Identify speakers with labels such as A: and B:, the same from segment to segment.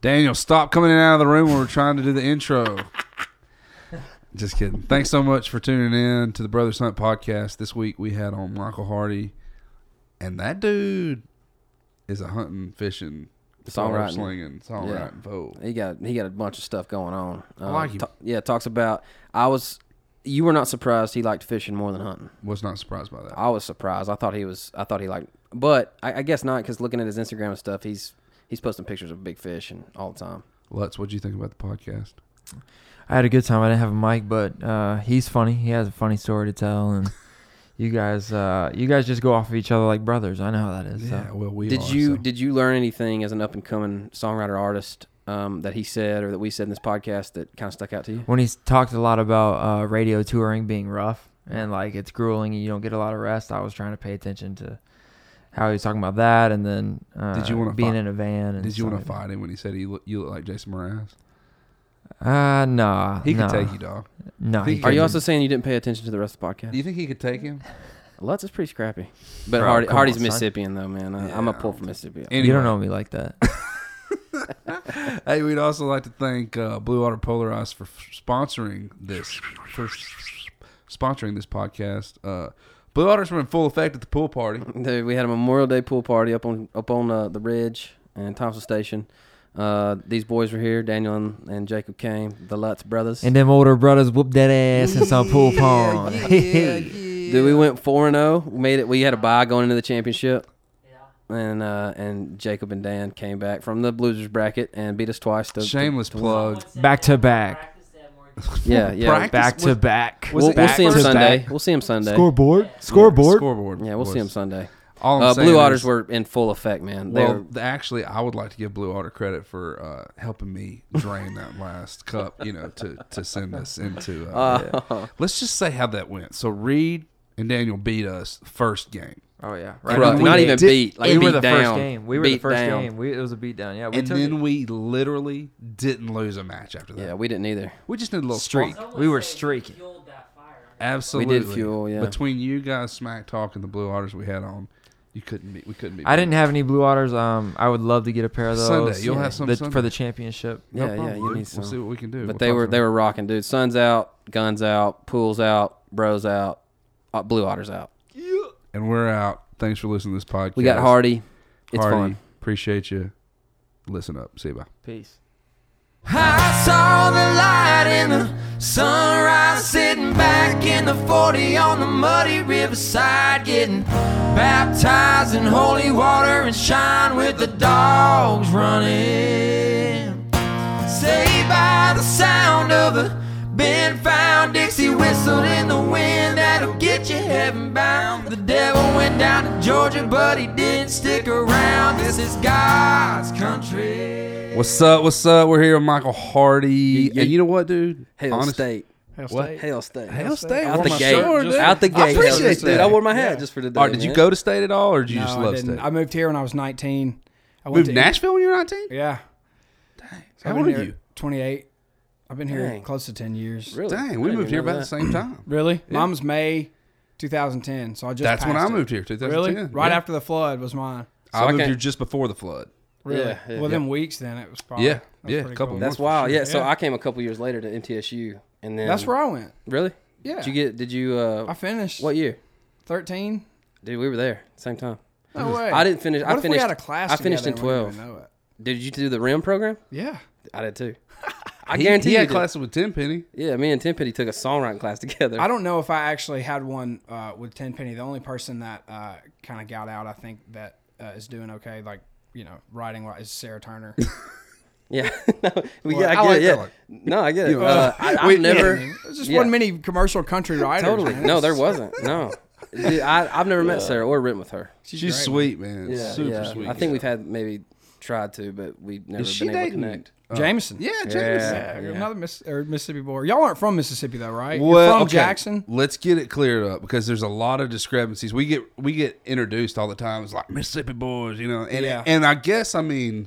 A: Daniel, stop coming in and out of the room when we're trying to do the intro. Just kidding. Thanks so much for tuning in to the Brothers Hunt podcast. This week we had on Michael Hardy, and that dude is a hunting, fishing, guitar
B: Songwriting.
A: slinging, songwriting fool.
B: He got he got a bunch of stuff going on. I
A: like him.
B: yeah, talks about I was. You were not surprised he liked fishing more than hunting.
A: Was not surprised by that.
B: I was surprised. I thought he was. I thought he liked, but I, I guess not because looking at his Instagram and stuff, he's he's posting pictures of big fish and all the time.
A: Lutz, what do you think about the podcast?
C: I had a good time. I didn't have a mic, but uh, he's funny. He has a funny story to tell, and you guys, uh, you guys just go off of each other like brothers. I know how that is. so.
A: Yeah, well, we
B: did
A: are,
B: you
A: so.
B: did you learn anything as an up and coming songwriter artist um, that he said or that we said in this podcast that kind of stuck out to you?
C: When he's talked a lot about uh, radio touring being rough and like it's grueling and you don't get a lot of rest, I was trying to pay attention to how he was talking about that, and then uh,
A: Did you wanna
C: being
A: fi-
C: in a van? And
A: Did you
C: stuff
A: want to
C: like
A: fight him when he said he look, you look like Jason Mraz?
C: that. Uh, nah.
A: He
C: nah,
A: could take you, dog.
C: No.
A: He
C: He
A: could-
B: Are you
C: couldn't.
B: also saying you didn't pay attention to the rest of the
A: Do
B: podcast?
A: you think he could take him?
B: Lutz is pretty scrappy, but
C: Bro,
B: Hardy,
C: come
B: Hardy's
C: on, son.
B: Mississippian though, man. I, I'm a
A: Yeah.
B: pull from Mississippi.
C: You
A: Anyway.
C: don't know me like that.
A: Hey, we'd also like to thank uh, Blue Water Polarized for f- sponsoring this for s- sponsoring this podcast. Uh, Blue Waters were in full effect at the pool party.
B: Dude, we had a Memorial Day pool party up on up on uh, the ridge and Thompson Station. Uh, these boys were here. Daniel and, and Jacob came. The Lutz brothers.
C: and them older brothers whoop that ass in some pool pond.
B: Dude, we went four and zero. Made it. We had a bye going into the championship. And uh, and Jacob and Dan came back from the losers bracket and beat us twice. To,
A: Shameless
B: to, to win.
A: plug.
C: Back to back.
B: Yeah, yeah.
A: Practice
C: Back to
A: was-
C: back.
A: was
B: we'll
A: it
B: we'll
A: back
B: see him
A: to
B: Sunday.
C: back?
B: We'll see him Sunday.
C: Scoreboard.
A: Scoreboard. Scoreboard.
B: Yeah, we'll see him
A: was-
B: Sunday.
A: All I'm
B: Uh,
A: saying
B: Blue Otters
A: is-
B: were in full effect, man. They
A: Well,
B: were,
A: th- actually, I would like to give Blue Otter credit for uh, helping me drain that last cup, you know, to, to send us into. Uh, Let's just say how that went. So Reed and Daniel beat us first game,
C: Oh yeah,
B: Crushed.
C: out the
B: Not
C: gate.
B: even beat, like
C: we were
B: beat
C: the
B: down.
C: first game. We were the
B: Beat
C: first
B: down.
C: game. We, it was a beat down. Yeah, we
A: and
C: took
A: then
C: it.
A: we literally didn't lose a match after that.
B: yeah, we didn't either.
A: We just need a little
C: streak.
A: sponsor.
C: We were streaking.
A: Absolutely,
B: fuel, yeah.
A: Between you guys, smack talk, and the Blue Otters we had on, you couldn't be. We couldn't be.
C: I didn't have any blue waters. Um, I would love to get a pair of those.
A: Sunday, you'll have
C: Yeah.
A: some
C: The-
A: Sunday.
C: for the championship.
A: No
B: yeah, yeah,
A: problem,
B: you
A: dude.
B: need some.
A: We'll see what we can do.
B: But they were they were rocking, dude. Sun's out, guns out, pools out, bros out, uh, blue otters out.
A: and we're out. Thanks for listening to this podcast.
B: We got Hardy. It's
A: Hardy,
B: fun.
A: Appreciate you. Listen up. See you. Bye.
C: Peace.
D: I saw the light in the sunrise, sitting back in the 40 on the muddy riverside, getting baptized in holy water and shine with the dogs running. Saved by the sound of a been found Dixie whistle in the wind that'll get you heaven bound. The devil went down to Georgia, but he didn't stick around. This is God's country.
A: What's up? What's up? We're here with Michael Hardy,
B: you-
A: and you know what, dude?
B: Hail
A: Honest-
B: State.
A: What?
B: Hail State.
A: Hail State.
B: Out
A: Wore
B: the
A: my
B: gate.
A: shirt, dude.
B: Out the gate.
A: I appreciate
B: dude,
A: that.
B: I wore my hat just for today.
A: All right, did you
B: man.
A: go to state at all, or did you just
E: No, I
A: love
E: didn't.
A: state?
E: I moved here when I was 19. I went
A: Moved
E: to
A: Nashville when you were nineteen.
E: Yeah. So
A: How
E: I've
A: old
E: been
A: are
E: here
A: you?
E: 28. I've been here
B: Dang.
E: close to 10 years.
B: Really? I
A: Dang,
B: didn't
A: we
B: even
A: moved here
B: know
A: about the
B: that.
A: same time.
E: Really? Mom's May 2010. So I just
A: That's when I
E: passed it.
A: moved here. 2010.
E: Really? Right
A: Yeah.
E: after the flood was mine.
A: I moved
B: can't-
A: here just before the flood.
E: Really?
B: Yeah, yeah.
E: Within weeks then it was probably.
A: Yeah,
E: that was
A: yeah,
E: pretty
A: couple months.
B: That's wild. Yeah. So
E: Yeah.
B: I came a couple years later to MTSU, and then
E: That's where I went.
B: Really?
E: Yeah.
B: Did you get? Did you?
E: I
B: Uh,
E: finished
B: what year?
E: 13.
B: Dude, we were there same time.
E: No way.
B: I didn't finish.
E: What
B: I
E: if
B: finished.
E: we had a class
B: I finished in
E: together and we
B: twelve.
E: didn't even know it?
B: Did you do the RIM program?
E: Yeah.
B: I did too. I
A: He-
B: guarantee
A: he
B: you
A: had
B: did.
A: classes with Tenpenny.
B: Yeah, me and Timpity took a songwriting class together.
E: I don't know if I actually had one uh, with Tenpenny. The only person that uh, kind of got out, I think, that uh, is doing okay, like you know, writing wise, is Sarah Turner.
B: Yeah, no, we,
A: Well,
B: yeah, I
A: I
B: get
A: like
B: it.
A: that
B: Yeah,
A: one.
B: no, I get it. Uh, I, I've
A: we-
B: never
E: There's just
B: Yeah.
E: one many commercial country writers.
B: totally.
E: man.
B: No, there wasn't. No, Dude, I, I've never met Sarah or written with her.
A: She's,
E: great,
A: sweet, man.
B: Yeah,
A: Super
B: yeah.
A: sweet.
B: I think we've had maybe tried to, but we've never
A: Is she
B: been able
A: dating?
B: to connect.
A: uh,
E: Jameson.
A: Yeah, Jameson.
B: Yeah.
E: Another Miss, or Mississippi boy. Y'all aren't from Mississippi though, right? You're
A: Well,
E: from
A: okay,
E: Jackson.
A: Let's get it cleared up because there's a lot of discrepancies. We get we get introduced all the time as like Mississippi boys, you know. And
E: Yeah.
A: and I guess I mean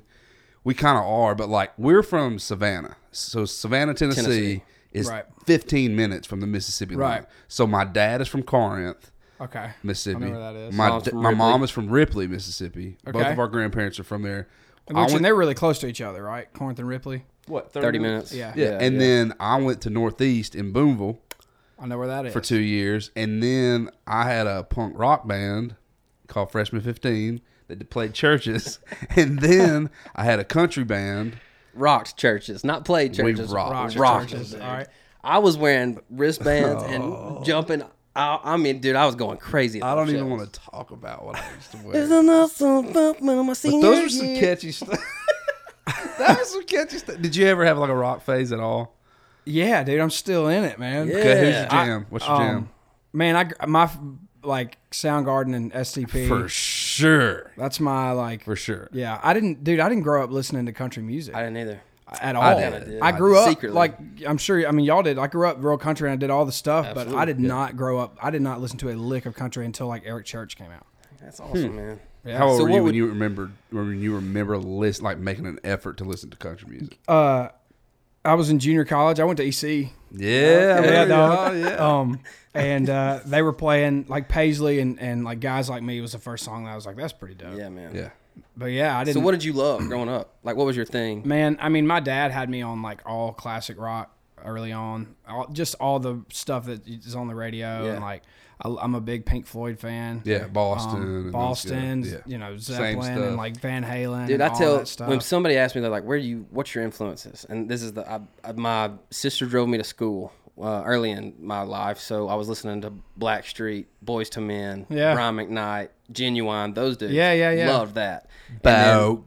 A: we kind of are, but like we're from Savannah, so Savannah, Tennessee,
B: Tennessee.
A: is
E: Right.
A: 15 minutes from the Mississippi line.
E: Right.
A: So my dad is from Corinth.
E: Okay.
A: Mississippi.
E: I know where that is.
A: My
B: Mom's
A: d-
B: from
A: my
B: Ripley.
A: mom is from Ripley, Mississippi. Both
E: Okay.
A: of our grandparents are from there.
E: Which,
A: I went-
E: and they're really close to each other, right? Corinth and Ripley.
A: What
B: 30 minutes.
E: Yeah.
A: Yeah, and then I went to Northeast in Boonville
E: I know where that is.
A: for two years, and then I had a punk rock band called Freshman Fifteen that played churches, and then I had a country band.
B: rocked churches, not played
A: We
B: churches.
A: rocked
E: Rock
B: rocked
E: churches,
B: them, dude.
E: all right.
B: I was wearing wristbands and jumping. I, I mean, dude, I was going crazy.
A: Oh. I don't even want to talk about what I used to wear.
B: Isn't that something when my senior
A: Those were some
B: year?
A: catchy stuff. that was some catchy stuff. Did you ever have like a rock phase at all?
E: Yeah, dude, I'm still in it, man.
B: Yeah.
A: Okay, who's your
B: I-
A: jam? What's your jam?
E: Um, man, I gr- my f- like Soundgarden and
B: um,
E: STP.
A: For sure.
E: That's my like.
A: For sure.
E: Yeah, I didn't, dude. I didn't grow up listening to country music
B: I didn't either.
E: at all.
A: did.
E: I
A: I
E: grew
B: did.
E: up
B: Secretly.
E: like I'm sure. I mean, y'all did. I grew up real country and I did all the stuff, but I
B: Absolutely,
E: did not grow up. I did not listen to a lick of country until like Eric Church came out.
B: That's
A: Hmm.
B: awesome, man.
A: How old
B: So
A: were
B: what
A: you
B: would-
A: when you remembered when you remember list like making an effort to listen to country music?
E: Uh, I was in junior college. I went to EC.
A: Yeah, I
E: Yeah,
A: remember
E: dog.
A: y'all, yeah.
E: Um, and uh, they were playing like Paisley and, and like guys like me was the first song that I was like, that's pretty dope.
B: Yeah, man.
A: yeah.
E: But yeah, I
B: So
E: didn't.
B: what did you love growing up? Like, what was your thing?
E: Man, I mean, my dad had me on like all classic rock early on, all, just all the stuff that is on the radio,
B: Yeah.
E: and like I, I'm a big Pink Floyd fan.
A: Yeah, Boston and those- yeah,
E: Boston,
A: yeah.
E: you know
A: Same
E: Zeppelin and
A: stuff.
E: like Van Halen.
B: Dude,
E: and
B: I
E: all
B: tell
E: that stuff.
B: when somebody asks me, they're like, "Where do you? What's your influences?" And this is the I, I, my sister drove me to school uh, early in my life, so I was listening to Blackstreet, Boys to Men,
E: Yeah.
B: Brian McKnight, Genuine, those dudes.
E: Yeah, yeah, yeah.
B: Loved that.
A: Bow,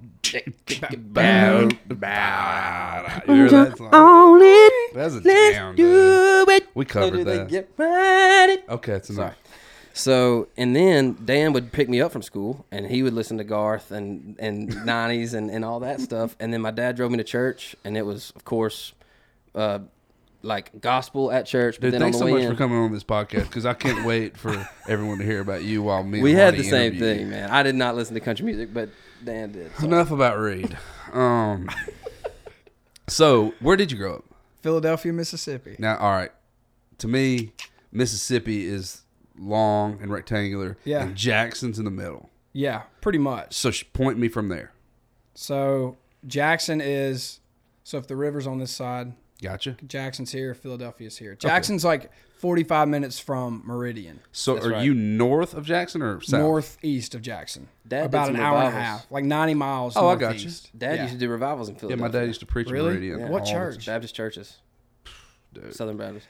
A: bow, bow. You hear that song?
B: On it,
A: That's a jam, dude.
B: do it.
A: We covered that. Okay, it's enough.
B: So and then Dan would pick me up from school, and he would listen to Garth and and '90s and, and all that stuff. And then my dad drove me to church, and it was of course, uh, like gospel at church. But
A: Dude,
B: then
A: thanks
B: on
A: so
B: the way
A: much for
B: in-
A: coming on this podcast because I can't wait for everyone to hear about you while me. and
B: We had
A: Lonnie
B: the same
A: interview you.
B: thing, man. I did not listen to country music, but Dan did. so.
A: Enough about Reed. Um, so where did you grow up?
E: Philadelphia, Mississippi.
A: Now, all right. To me, Mississippi is long and rectangular.
E: Yeah.
A: And Jackson's in the middle.
E: Yeah, pretty much.
A: So sh- point me from there.
E: So Jackson is. So if the river's on this side,
A: Gotcha.
E: Jackson's here. Philadelphia's here. Jackson's like 45 minutes from Meridian.
A: So are you north of Jackson or south?
E: northeast of Jackson.
B: Dad did
E: about an
B: some
E: hour and a
B: revivals.
E: half, like ninety miles.
A: Oh, I got you.
E: northeast.
B: Dad
E: yeah.
B: used to do revivals in
A: Yeah,
B: Philadelphia.
A: my dad used to preach in
E: Really?
A: Meridian.
B: Yeah.
E: What
A: all the
E: church?
B: Baptist churches, Southern Baptist.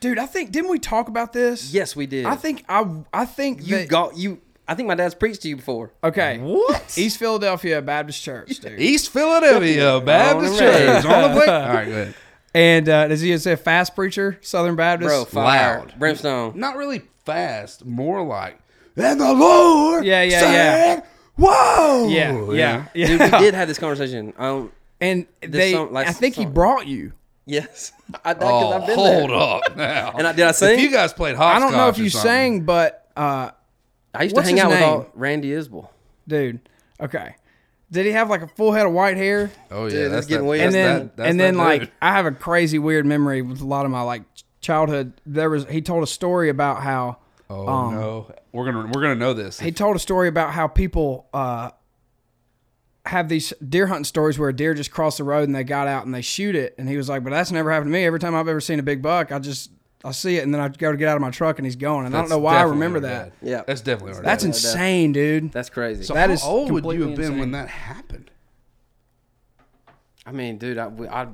E: dude. I think didn't we talk about this?
B: Yes, we did.
E: I think I I think
B: you
E: that,
B: got you. I think my dad's preached to you before.
E: okay. What East Philadelphia Baptist Church, dude?
A: East Philadelphia Baptist
B: On the road.
A: Church on the plate. All right, go ahead.
E: and uh, does he say a fast preacher, Southern Baptist?
B: Bro, fire,
A: loud.
B: brimstone.
A: Not really fast, more like and the Lord.
E: Yeah, yeah, yeah.
A: said, Whoa.
E: yeah, yeah, yeah.
B: Dude, we did have this conversation. Um,
E: And they,
B: song- like
E: I think he
B: song.
E: brought you.
B: yes, I, I, 'cause
A: Oh,
B: I've been
A: hold
B: there.
A: up now.
B: And I- did I sing?
A: If you guys played
E: I
A: hot,
E: don't know if you sang, but uh,
B: I used
E: What's
B: to hang
E: his
B: out
E: name?
B: with all Randy Isbell.
E: dude, okay. Did he have like a full head of white hair?
A: Oh yeah,
B: Dude,
A: that's
B: it's getting
A: that-
B: weird.
A: that's
E: and then
A: that- that's
E: and then
A: that
E: like
A: dude.
E: I have a crazy weird memory with a lot of my like ch- childhood. There was he told a story about how
A: Oh
E: um,
A: no, we're gonna we're gonna know this.
E: he told a story about how people uh, have these deer hunting stories where a deer just crossed the road and they got out and they shoot it. And he was like, "But that's never happened to me. Every time I've ever seen a big buck, I just I see it and then I go to get out of my truck and he's gone. And I don't
A: That's
E: know why I
A: definitely
E: remember
A: our
E: that.
A: dad.
B: Yeah.
A: that's definitely our
E: That's
A: dad.
E: insane, dude.
B: That's crazy.
A: So
E: that
A: how
E: is
A: old would you have
E: completely
A: been when
E: insane.
A: that happened?
B: I mean, dude, I, we- I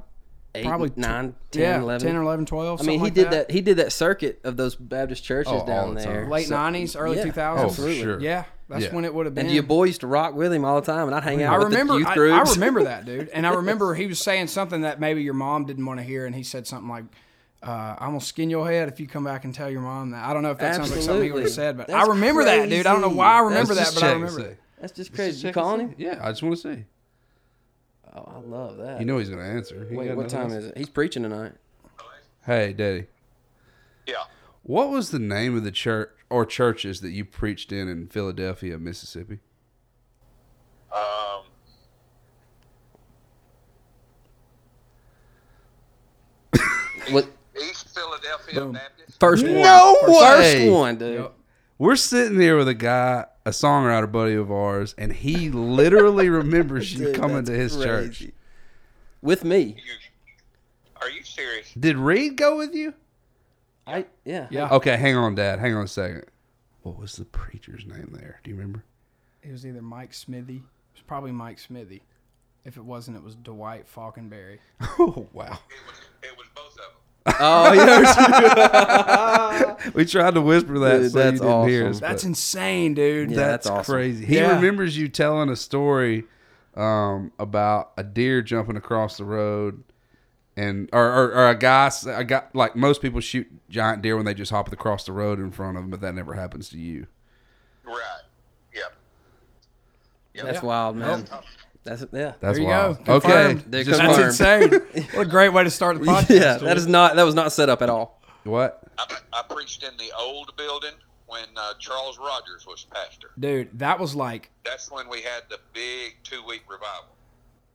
B: eight,
E: Probably
B: probably
E: t-
B: nine, ten,
E: yeah,
B: eleven.
E: 10 or 11, 12.
B: I mean,
E: something
B: he
E: like
B: did that. He did that circuit of those Baptist churches
A: Oh, all
B: down
A: the
B: there.
A: time.
E: late
B: So-
E: 90s, early
B: yeah,
E: 2000s.
A: Oh, for
B: Absolutely.
A: sure.
E: Yeah, that's
A: Yeah.
E: when it would have been.
B: And your boy used to rock with him all the time, and I'd hang out
E: I
B: with
E: remember,
B: the youth
E: I, I
B: groups.
E: remember that dude, and I remember he was saying something that maybe your mom didn't want to hear, and he said something like, uh, "I'm gonna skin your head if you come back and tell your mom that." I don't know if that sounds like something he would have
B: Absolutely.
E: said, but
B: That's
E: I remember that dude. I don't know
B: crazy.
E: why I remember
A: Let's just
E: that, but I
A: check and
E: remember. it.
A: see.
B: That's
A: Let's
B: just
A: just
B: crazy. You
A: check and
B: calling
A: see.
B: him?
A: Yeah, I just want to see.
B: Oh, I love that.
A: You know he's gonna answer. He
B: Wait,
A: got
B: what
A: nothing
B: time
A: else.
B: is it? He's preaching tonight.
A: Hey, Daddy,
F: Yeah.
A: what was the name of the church or churches that you preached in in Philadelphia, Mississippi?
F: Um,
B: What
F: East Philadelphia Baptist.
B: first one?
A: No
B: First
A: way!
B: one, dude.
A: We're sitting here with a guy, a a songwriter buddy of ours, and he literally remembers you
B: Dude,
A: coming to
B: that's
A: his
B: crazy.
A: church.
B: with me.
F: You, are you serious?
A: Did Reed go with you?
B: I yeah.
E: Yeah.
A: Okay, hang on, Dad. Hang on a second. What was the preacher's name there? Do you remember?
E: It was either Mike Smithy. It was probably Mike Smithy. If it wasn't, it was Dwight Falkenberry.
A: Oh wow.
F: It was, it was both of them.
B: Oh, yeah.
A: We tried to whisper that
B: Dude,
A: so you
B: that's
A: didn't hear
B: awesome.
A: us.
E: That's
A: but
E: insane, dude.
B: Yeah.
A: that's
B: that's awesome.
A: crazy. He
E: Yeah.
A: remembers you telling a story um, about a deer jumping across the road, and or, or, or a guy. s- A guy like most people shoot giant deer when they just hop across the road in front of them, but that never happens to you.
F: Right. Yep. Yep.
B: That's wild, man. That's yeah.
A: That's
E: There you
A: wild.
E: go.
A: Okay,
E: Confirmed.
B: There
A: Just-
E: That's
B: Confirmed.
E: insane. what a great way to start the podcast.
B: yeah, that
E: dude.
B: is not that was not set up at all.
A: what?
F: I, I preached in the old building when uh, Charles Rogers was pastor.
E: Dude, that was like
F: That's when we had the big two week revival.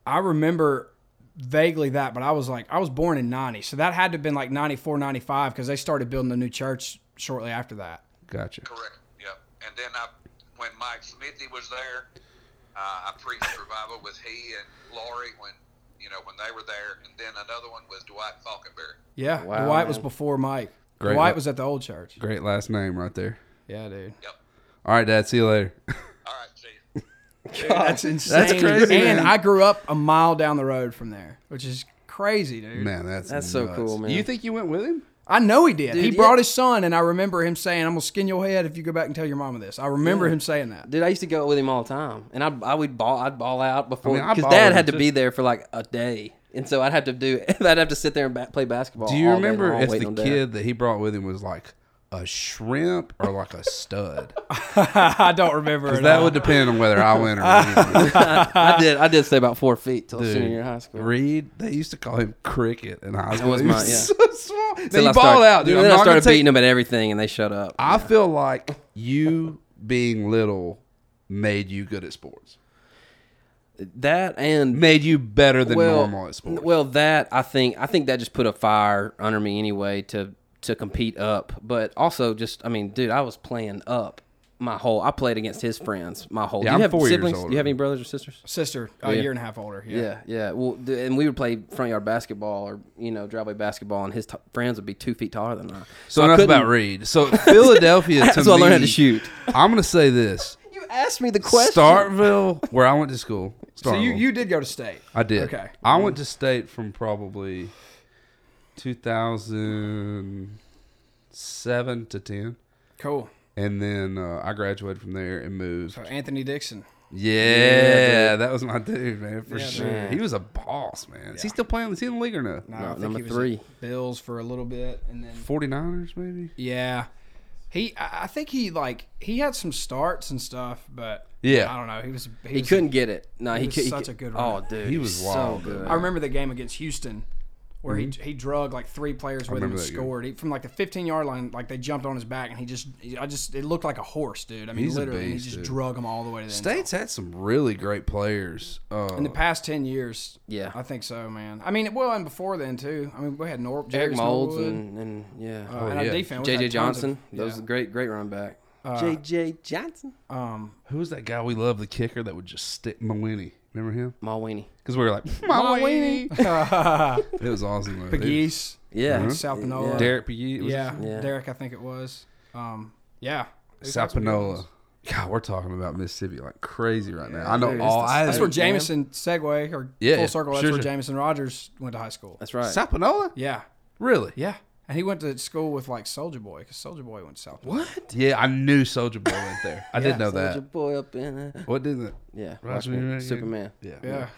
E: I remember vaguely that, but I was like, I was born in 90. So that had to have been like 94, 95 because they started building the new church shortly after that.
A: Gotcha.
F: Correct. Yep. And then I, when Mike Smithy was there, uh, I preached revival with he and Laurie when you know when they were there, and then another one was Dwight Falkenberry.
E: Yeah.
B: Wow,
E: Dwight was
B: man.
E: before Mike.
A: Great.
E: Dwight was at the old church.
A: Great last name right there.
E: Yeah, dude.
F: Yep.
A: All right, Dad. See you later.
F: All right. See. You.
E: That's insane.
A: crazy,
E: And
A: man.
E: I grew up a mile down the road from there, which is crazy, dude.
A: Man, that's
B: That's so
A: nuts.
B: cool, man.
A: You think you went with him?
E: I know he did. he
B: yeah.
E: brought his son, and I remember him saying, "I'm gonna skin your head if you go back and tell your mama this." I remember him saying that.
B: Dude, I used to go with him all the time, and I I would ball I'd ball out before
A: I mean, I
B: because
A: ball
B: Dad
A: with
B: had
A: him
B: to
A: too.
B: be there for like a day, and so I'd have to do I'd have to sit there and ba- play basketball.
A: Do you
B: all day
A: remember
B: long
A: if
B: waiting
A: the
B: on Dad.
A: kid that he brought with him was like a shrimp or like a stud?
E: I don't remember.
A: Because
E: at
A: that
E: all.
A: would depend on whether I win or you win.
B: I did I did stay about four feet till
A: Dude,
B: senior year of high school.
A: Reed, they used to call him Cricket in high school.
B: was
A: He
B: my-
A: was
B: yeah.
A: so small. Then
B: Till
A: he
B: I
A: balled
B: started-
A: out, dude. I'm
B: Then I
A: not gonna
B: started
A: take,
B: beating him at everything, and they shut up.
A: I feel like you being little made you good at sports.
B: that and
A: Made you better than normal at sports.
B: Well, that I think I think that just put a fire under me anyway to to compete up, but also just I mean, dude, I was playing up my whole. I played against his friends my whole.
A: Yeah,
B: Do you
A: I'm
B: have
A: four years
B: siblings? Do
A: older.
B: you have any brothers or sisters?
E: sister a
B: Yeah.
E: year and a half older. Yeah.
B: Yeah, yeah. Well, d- and we would play front yard basketball or you know driveway basketball, and his t- friends would be two feet taller than I.
A: so,
B: I
A: enough
B: couldn't-
A: about Reed. So Philadelphia. to
B: That's why I learned how to
A: me-
B: shoot.
A: I'm gonna say this.
B: You asked me the question.
A: Starkville, where I went to school.
E: So you
A: Starkville.
E: you did go to state.
A: I did.
E: Okay.
A: I went to state from probably 2007 to 10.
E: Cool.
A: And then uh, I graduated from there and moved.
E: So Anthony Dixon.
A: Yeah, that was my dude, man, for
E: Yeah,
A: sure. He was a boss, man. Is he still playing? Is he in the league or no?
E: I think
B: number
E: he was at
B: three.
E: Bills for a little bit, and then
A: 49ers, maybe?
E: yeah, he. I I think he like he had some starts and stuff, but
A: Yeah.
E: I don't know. He was he,
B: He
E: was-
B: couldn't get it. No, he,
E: was
B: could. he
E: such
B: could-
E: a good
B: Oh,
E: runner.
B: dude,
A: He was wild,
B: so good.
E: I remember the game against Houston where he he drug like three players with him
A: Mm-hmm. remember
E: and
A: that game.
E: scored. He, from like the 15 yard line, like they jumped on his back and he just, he- I just, it looked like a horse, dude. I mean,
A: He's a
E: literally,
A: beast,
E: he just
A: dude.
E: drug him all the way to the end zone.
A: State's had some really great players. Uh,
E: In the past 10 years,
B: Yeah.
E: I think so, man. I I mean, well, and before then too. I mean, we had Norb,
B: Eric
E: Jerry
B: Molds
E: Smallwood,
B: and, and yeah,
E: uh, and our
A: Oh, yeah.
E: defense. we've
B: JJ
E: had tons
B: Johnson.
E: of-
B: that was a great, great running back.
E: Uh,
B: JJ Johnson,
E: Um,
A: who was that guy we loved, the kicker that would just stick Mawini? Remember him?
B: Malwini.
A: Because we were like, Mawini. it was awesome. though. Dude.
E: Pegues,
B: Yeah,
A: Mhm.
E: Sal
B: Yeah.
E: Panola.
A: Derek Pugh. was
E: yeah,
B: Yeah.
E: Derek, I think it was. Um, yeah. We've had some good
A: Sapanola.
E: ones.
A: God, we're talking about Mississippi like crazy right now. I know all. I
E: That's where Jameson segue or
A: Yeah,
E: full circle. That's
A: sure,
E: where
A: sure.
E: Jameson Rogers went to high school.
B: That's right.
A: Sapanola.
E: Yeah,
A: Really?
E: yeah. And he went to school with like Soldier Boy because Soldier Boy went to South. Dakota.
A: What? Yeah, I knew Soldier Boy went there. I did
E: Yeah,
A: know
B: Soldier
A: that.
B: boy up in there.
A: What did that?
B: Yeah,
A: Roger
B: Watchmen,
A: Reagan.
B: Superman.
A: Yeah.
E: Yeah.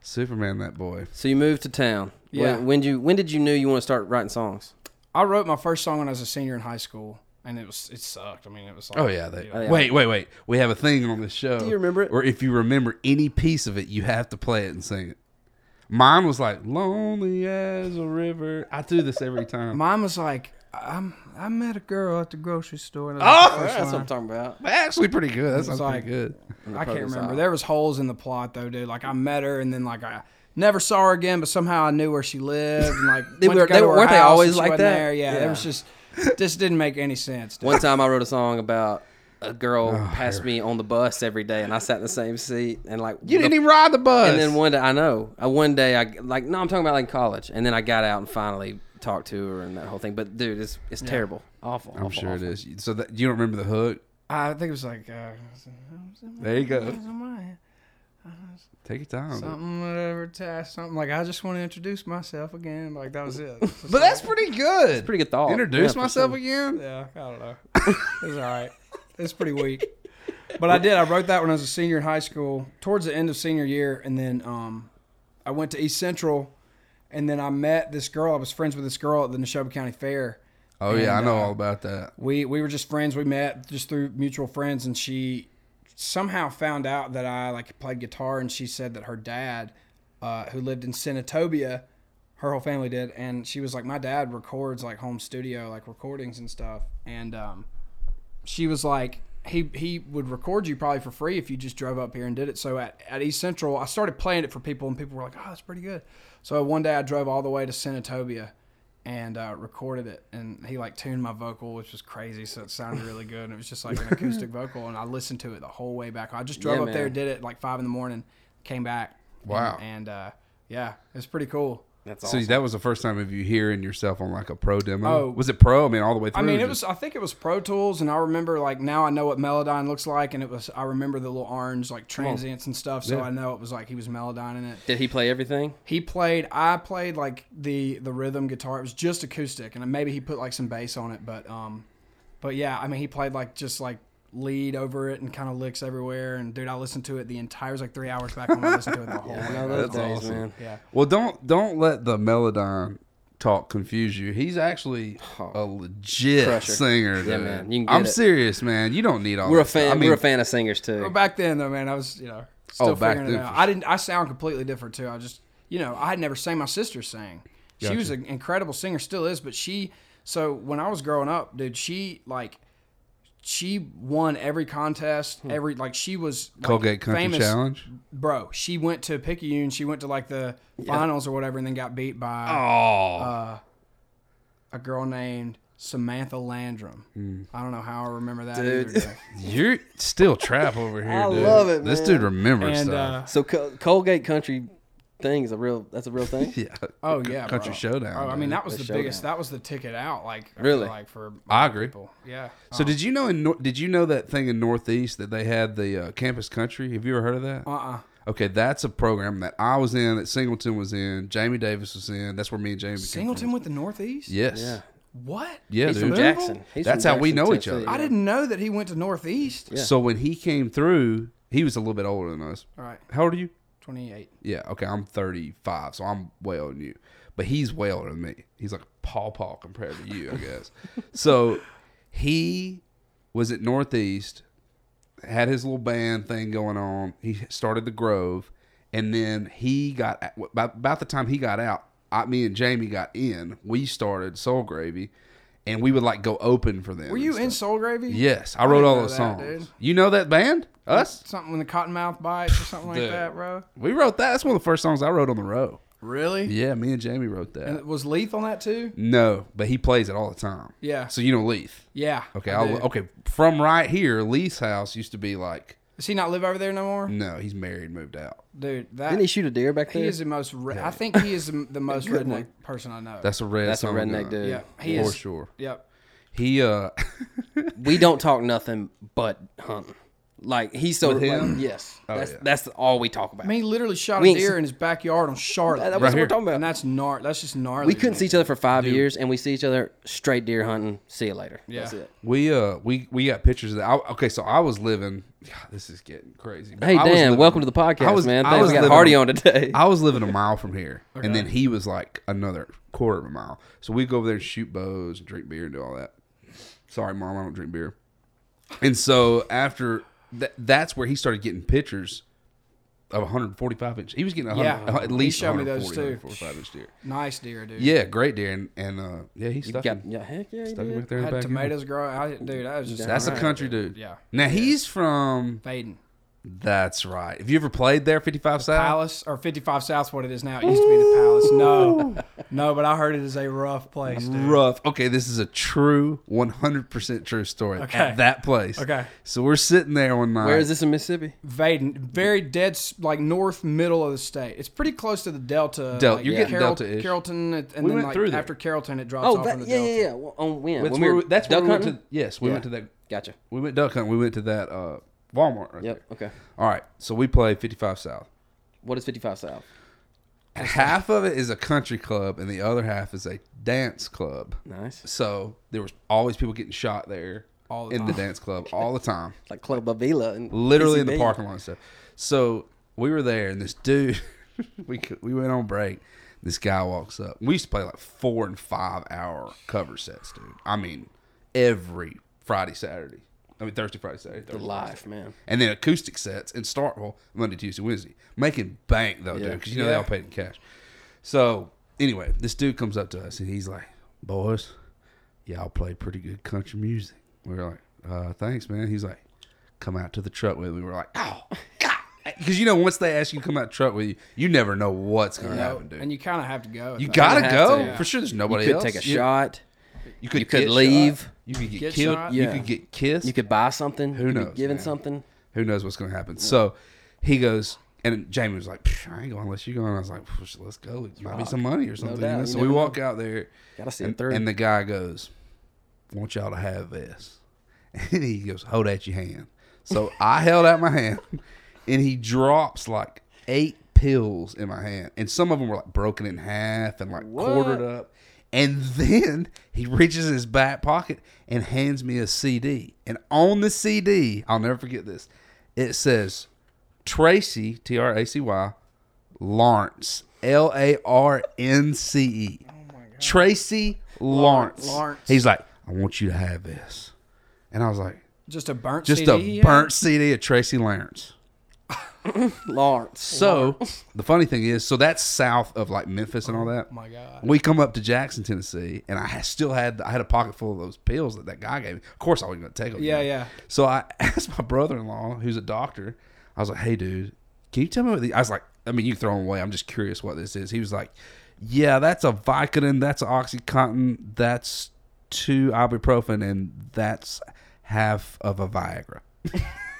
A: Superman, that boy.
B: So you moved to town.
E: Yeah.
B: When, when you when did you knew you want to start writing songs?
E: I wrote my first song when I was a senior in high school, and it was it sucked. I mean, it was like
A: Oh yeah, they,
B: yeah.
A: Wait, wait, wait. We have a thing on this show. Do
B: you remember it?
A: Or if you remember any piece of it, you have to play it and sing it. Mine was like lonely as a river. I do this every time.
E: Mine was like I'm I met a girl at the grocery store. And
A: Oh,
E: I,
B: That's what I'm talking about.
A: Actually, pretty good. That sounds
E: like-
A: pretty good.
E: I can't
B: produce
E: remember.
B: aisle.
E: There was holes in the plot though, dude. Like I met her, and then like I. Never saw her again, but somehow I knew where she lived. And like
B: They
E: went to
B: were-
E: go
B: they
E: to
B: were-
E: her
B: weren't they
E: house
B: always
E: and she
B: like
E: wasn't
B: that?
E: There. Yeah,
B: Yeah.
E: it was just this didn't make any sense. Dude.
B: One time I wrote a song about a girl
A: Oh,
B: passed me on the bus every day, and I sat in the same seat, and like
A: You
B: the
A: didn't even ride the bus.
B: and then one day, I know. I, one day, I like no, I'm talking about like in college, and then I got out and finally talked to her and that whole thing. But dude, it's it's terrible, awful.
A: I'm sure it is. So that, you don't remember the hook?
E: I think it was like uh,
A: There you go. Take your time.
E: something whatever task something like I just want to introduce myself again. Like that was it.
A: But that's pretty good.
B: Pretty good thought.
A: Introduce
B: Yeah, for
A: myself
B: sure.
A: again.
E: yeah, I don't know. It was all right. It's pretty weak. But I did. I wrote that when I was a senior in high school, towards the end of senior year, and then um, I went to East Central, and then I met this girl. I was friends with this girl at the Neshoba County Fair.
A: Oh yeah, I
E: And,
A: know
E: uh,
A: all about that.
E: we we were just friends. We met just through mutual friends, and she somehow found out that I like played guitar, and she said that her dad, uh, who lived in Senatobia, her whole family did, and she was like, my dad records like home studio like recordings and stuff, and um, she was like. He, he would record you probably for free if you just drove up here and did it. So at, at East Central, I started playing it for people, and people were like, "Oh, that's pretty good." So one day I drove all the way to Senatobia, and uh, recorded it. And he like tuned my vocal, which was crazy. So it sounded really good. And it was just like an acoustic vocal. And I listened to it the whole way back. I just drove
B: Yeah,
E: up there,
B: man.
E: did it like five in the morning, came back.
A: Wow.
E: And, and, uh, yeah, it's pretty cool.
B: That's
A: See,
B: awesome.
A: that was the first time of you hearing yourself on like a pro demo.
E: Oh.
A: was it pro? I mean, all the way through.
E: I mean,
A: or
E: it
A: just-
E: was. I think it was Pro Tools, and I remember like now I know what Melodyne looks like, and it was. I remember the little orange like transients and stuff, so
A: Yeah.
E: I know it was like he was Melodyne in it.
B: Did he play everything?
E: He played. I played like the the rhythm guitar. It was just acoustic, and maybe he put like some bass on it. But um, but yeah, I mean, he played like just like lead over it and kind of licks everywhere. And dude, I listened to it the entire. It was like three hours back when I listened to it the whole
B: I
E: way.
B: know those
A: That's
B: days,
A: awesome.
B: man.
E: Yeah.
A: Well, don't don't let the Melodyne talk confuse you. He's actually a legit
B: Oh. Crusher.
A: singer.
B: Yeah,
A: dude.
B: man, you can get
A: I'm
B: it.
A: serious, man. You don't need all.
B: We're a
A: that stuff.
B: fan.
A: I mean,
B: we're a fan of singers too.
E: But back then though, man, I was you know still
A: Oh, back
E: figuring it
A: then,
E: out.
A: for
E: I didn't. I sound completely different too. I just you know I had never sang. My sister sang. She was an incredible singer, still is. But she so when I was growing up, dude, she like she won every contest. Every like she was like,
A: Hmm. Colgate Country
E: famous,
A: Challenge.
E: bro. She went to Picayune. She went to like the finals or whatever, and then got beat by
A: Oh,
E: a girl named. Samantha Landrum.
A: Hmm.
E: I don't know how I remember that.
B: Dude.
E: either, though.
A: you're still trap over here.
B: I
A: dude.
B: love it,
A: This
B: man.
A: dude remembers
E: and
A: stuff.
E: uh,
B: So Col- Colgate Country thing is a real. That's a real thing.
A: yeah.
E: oh yeah,
A: Country
E: bro.
A: Showdown.
E: Oh, I mean,
A: dude.
E: that was the,
B: The
E: biggest. That was the ticket out. Like I feel
B: Really?
E: like for
A: I agree.
E: people. Yeah.
A: So did you know in Nor- did you know that thing in Northeast that they had the uh, campus country? Have you ever heard of that?
E: Uh. uh
A: Okay, that's a program that I was in, that Singleton was in, Jamie Davis was in. That's where me and Jamie. became
E: Singleton
A: friends.
E: with the Northeast.
A: Yes.
B: Yeah.
E: What?
A: Yeah,
B: He's
A: dude.
B: from Jackson. He's
A: That's
B: from
A: how we
B: Jackson,
A: know each
B: Tennessee.
A: other.
E: I didn't know that he went to Northeast.
B: Yeah.
A: So when he came through, he was a little bit older than us.
E: All right.
A: How old are you?
E: Twenty-eight.
A: Yeah, okay, I'm 35, so I'm way older than you. But he's way older than me. He's like Paw Paw compared to you, I guess. so he was at Northeast, had his little band thing going on. He started the Grove, and then he got about, about the time he got out. I, me and Jamie got in. We started Soul Gravy, and we would like go open for them.
E: Were
A: and
E: you
A: stuff.
E: in Soul Gravy?
A: Yes, I wrote all
E: know
A: those
E: that,
A: songs.
E: dude.
A: You know that band? Us?
E: Something with the Cottonmouth Bites or something like
A: Dude.
E: that, bro.
A: We wrote that. That's one of the first songs I wrote on the road.
E: Really?
A: Yeah, me and Jamie wrote that.
E: And it was Leith on that too?
A: no, but he plays it all the time.
E: Yeah.
A: So you know Leith.
E: Yeah.
A: Okay,
E: I
A: I'll,
E: do.
A: okay. From right here, Leith's house used to be like,
E: Does he not live over there no more?
A: no, he's married, moved out.
E: Dude, that
B: Didn't he shoot a deer back there?
E: he is the most. Re- I think he is the the most redneck person I know.
A: That's a red.
B: That's a
A: son of
B: redneck
A: gun.
B: dude.
E: yeah. He
A: for
E: is.
A: sure.
E: Yep.
A: He uh,
B: we don't talk nothing but hunting. Like he's so
A: With him?
B: like, yes, that's
A: yeah.
B: that's all we talk about.
E: I mean, he literally shot
B: We
E: a
B: ain't
E: deer
B: seen-
E: in his backyard on Charlotte.
B: That- that
A: Right
B: was what
A: here.
B: we're talking about.
E: and that's gnar. That's just gnarly.
B: we couldn't see
E: dude.
B: each other for five years, and we see each other straight deer hunting. See you later.
E: Yeah.
B: That's it.
A: we uh, we we got pictures of that. I, okay, so I was living. God, this is getting crazy. But
B: Hey
A: I was
B: Dan,
A: living-
B: welcome to the podcast,
A: I was-
B: man.
A: I
B: Thanks,
A: was
B: we got
A: living-
B: Hardy on today.
A: I was living a mile from here, and then he was like another quarter of a mile. So we go over there and shoot bows and drink beer and do all that. Sorry, mom, I don't drink beer. And so after that, that's where he started getting pictures of 145 inch. He was getting 100,
E: Yeah.
A: at least
E: He showed me those
A: 140,
E: too.
A: 145 inch deer.
E: Nice deer, dude.
A: Yeah, great deer, and, and uh, yeah, he stuck
B: Got-
A: him,
B: yeah, heck yeah, he
A: stuck him
B: did.
A: back there in the
E: had
A: backyard.
E: tomatoes grow. I, dude, that was just
A: That's
E: alright.
A: a country dude.
E: Yeah.
A: Now he's from
E: Fading.
A: That's right. Have you ever played there, 55 South?
E: Palace or 55 South's what it is now. It used to be the Palace. No, no, but I heard it is a rough place. Dude.
A: rough. Okay, this is a true, 100% true story
E: Okay.
A: at that place.
E: Okay.
A: So we're sitting there one night.
B: Where is this in Mississippi?
E: Vaden, very dead, s- like north middle of the state. It's pretty close to the Delta.
A: Del-
E: like
A: you're getting
E: Carroll-
A: Delta-ish.
E: Carrollton, and then
A: went
E: like
A: through there.
E: after Carrollton, it drops
B: Oh,
E: off in
B: that,
E: the
B: yeah,
E: Delta.
B: yeah, yeah. Well, on when?
A: That's
B: When
A: where
B: were
A: we, that's where
B: duck
A: we went to.
B: hunting?
A: Yes, we
B: Yeah.
A: went to that.
B: Gotcha.
A: We went duck hunting. We went to that uh, Walmart. Right
B: Yep.
A: there.
B: Okay.
A: All right. So we played 55 South.
B: What is 55 South?
A: Half of it is a country club, and the other half is a dance club.
B: Nice.
A: So there was always people getting shot there
E: All the
A: in the dance club all the time.
B: It's like Club Avila. And
A: literally in the
B: PCB.
A: parking lot and stuff. So we were there, and this dude, we c- we went on break. This guy walks up. We used to play like four and five hour cover sets, dude. I mean, every Friday, Saturday. I mean Thursday, Friday, Saturday, Thursday,
B: Live, man.
A: and then acoustic sets in Starkville Monday, Tuesday, Wednesday, making bank though, dude, 'cause
B: Yeah.
A: dude, because you know they all paid in cash. So anyway, this dude comes up to us and he's like, "Boys, y'all play pretty good country music." We were like, uh, "Thanks, man." He's like, "Come out to the truck with." me." We were like, "Oh God," because you know once they ask you to come out truck with you, you never know what's gonna happen, dude.
E: And
A: you
E: you kind of have to go. at that.
A: gotta
B: have
A: go
B: to, yeah.
A: for sure. There's
B: You
A: nobody
B: could
A: else.
B: take a
A: You-
B: shot.
A: You could,
B: you could
A: get shot.
B: leave.
A: You could get,
E: Get
A: killed.
E: shot.
A: You
B: Yeah.
A: could get kissed.
B: You could buy something.
A: Who
B: you could be
A: knows,
B: Given
A: man?
B: something.
A: Who knows what's going to happen? So he goes, and Jamie was like, "Psh, I ain't going unless you go. And I was like, "Psh, let's go. It might be some money or something. you
B: doubt.
A: know?
B: You
A: So we
B: never know.
A: walk out there,
B: Mm-hmm. Gotta see
A: and,
B: it through.
A: and the guy goes, want y'all to have this. And he goes, hold out your hand. So I held out my hand, and he drops like eight pills in my hand. And some of them were like broken in half and like quartered up. And then he reaches his back pocket and hands me a CD. And on the CD, I'll never forget this, it says Tracy, T R A C Y, Lawrence, L A R N C E. Tracy Lawrence.
E: Oh Lawrence.
A: He's like, I want you to have this. And I was like,
E: Just a burnt.
A: just
E: CD
A: a
E: he had?
A: burnt CD of Tracy Lawrence.
B: Lawrence.
A: So the funny thing is, so that's south of like Memphis and all that. Oh
E: my God.
A: We come up to Jackson, Tennessee, and I ha- still had I had a pocket full of those pills that that guy gave me. Of course, I wasn't going to take them. you
E: Yeah,
A: know.
E: yeah.
A: So I asked my brother-in-law, who's a doctor. I was like, "Hey, dude, can you tell me what?" The-? I was like, "I mean, you throw them away. I'm just curious what this is." He was like, "Yeah, that's a Vicodin, that's an OxyContin, that's two ibuprofen, and that's half of a Viagra."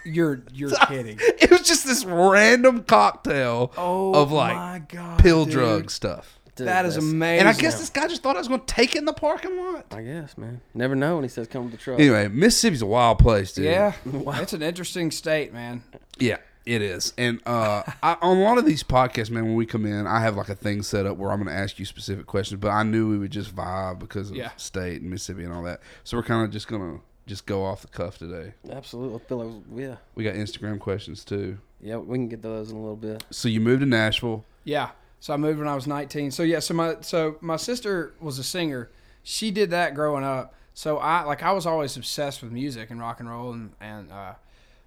E: You're you're kidding.
A: It was just this random cocktail
E: Oh
A: of like
E: my God,
A: pill
E: dude.
A: drug stuff.
B: Dude,
E: That is
B: that's-
E: amazing.
A: And I guess this guy just thought I was going to take it in the parking lot.
B: I guess, man. Never know when he says come to the truck.
A: Anyway, Mississippi's a wild place, dude.
E: Yeah, it's an interesting state, man.
A: Yeah, it is. And uh, I, on a lot of these podcasts, man, when we come in, I have like a thing set up where I'm going to ask you specific questions, but I knew we would just vibe because of
E: Yeah.
A: state and Mississippi and all that. So we're kind of just going to just go off the cuff today.
B: Absolutely. I feel like, yeah.
A: We got Instagram questions too.
B: Yeah, we can get those in a little bit.
A: So you moved to Nashville.
E: Yeah. So I moved when I was 19. So yeah, so my so my sister was a singer. She did that growing up. So I like I was always obsessed with music and rock and roll and and uh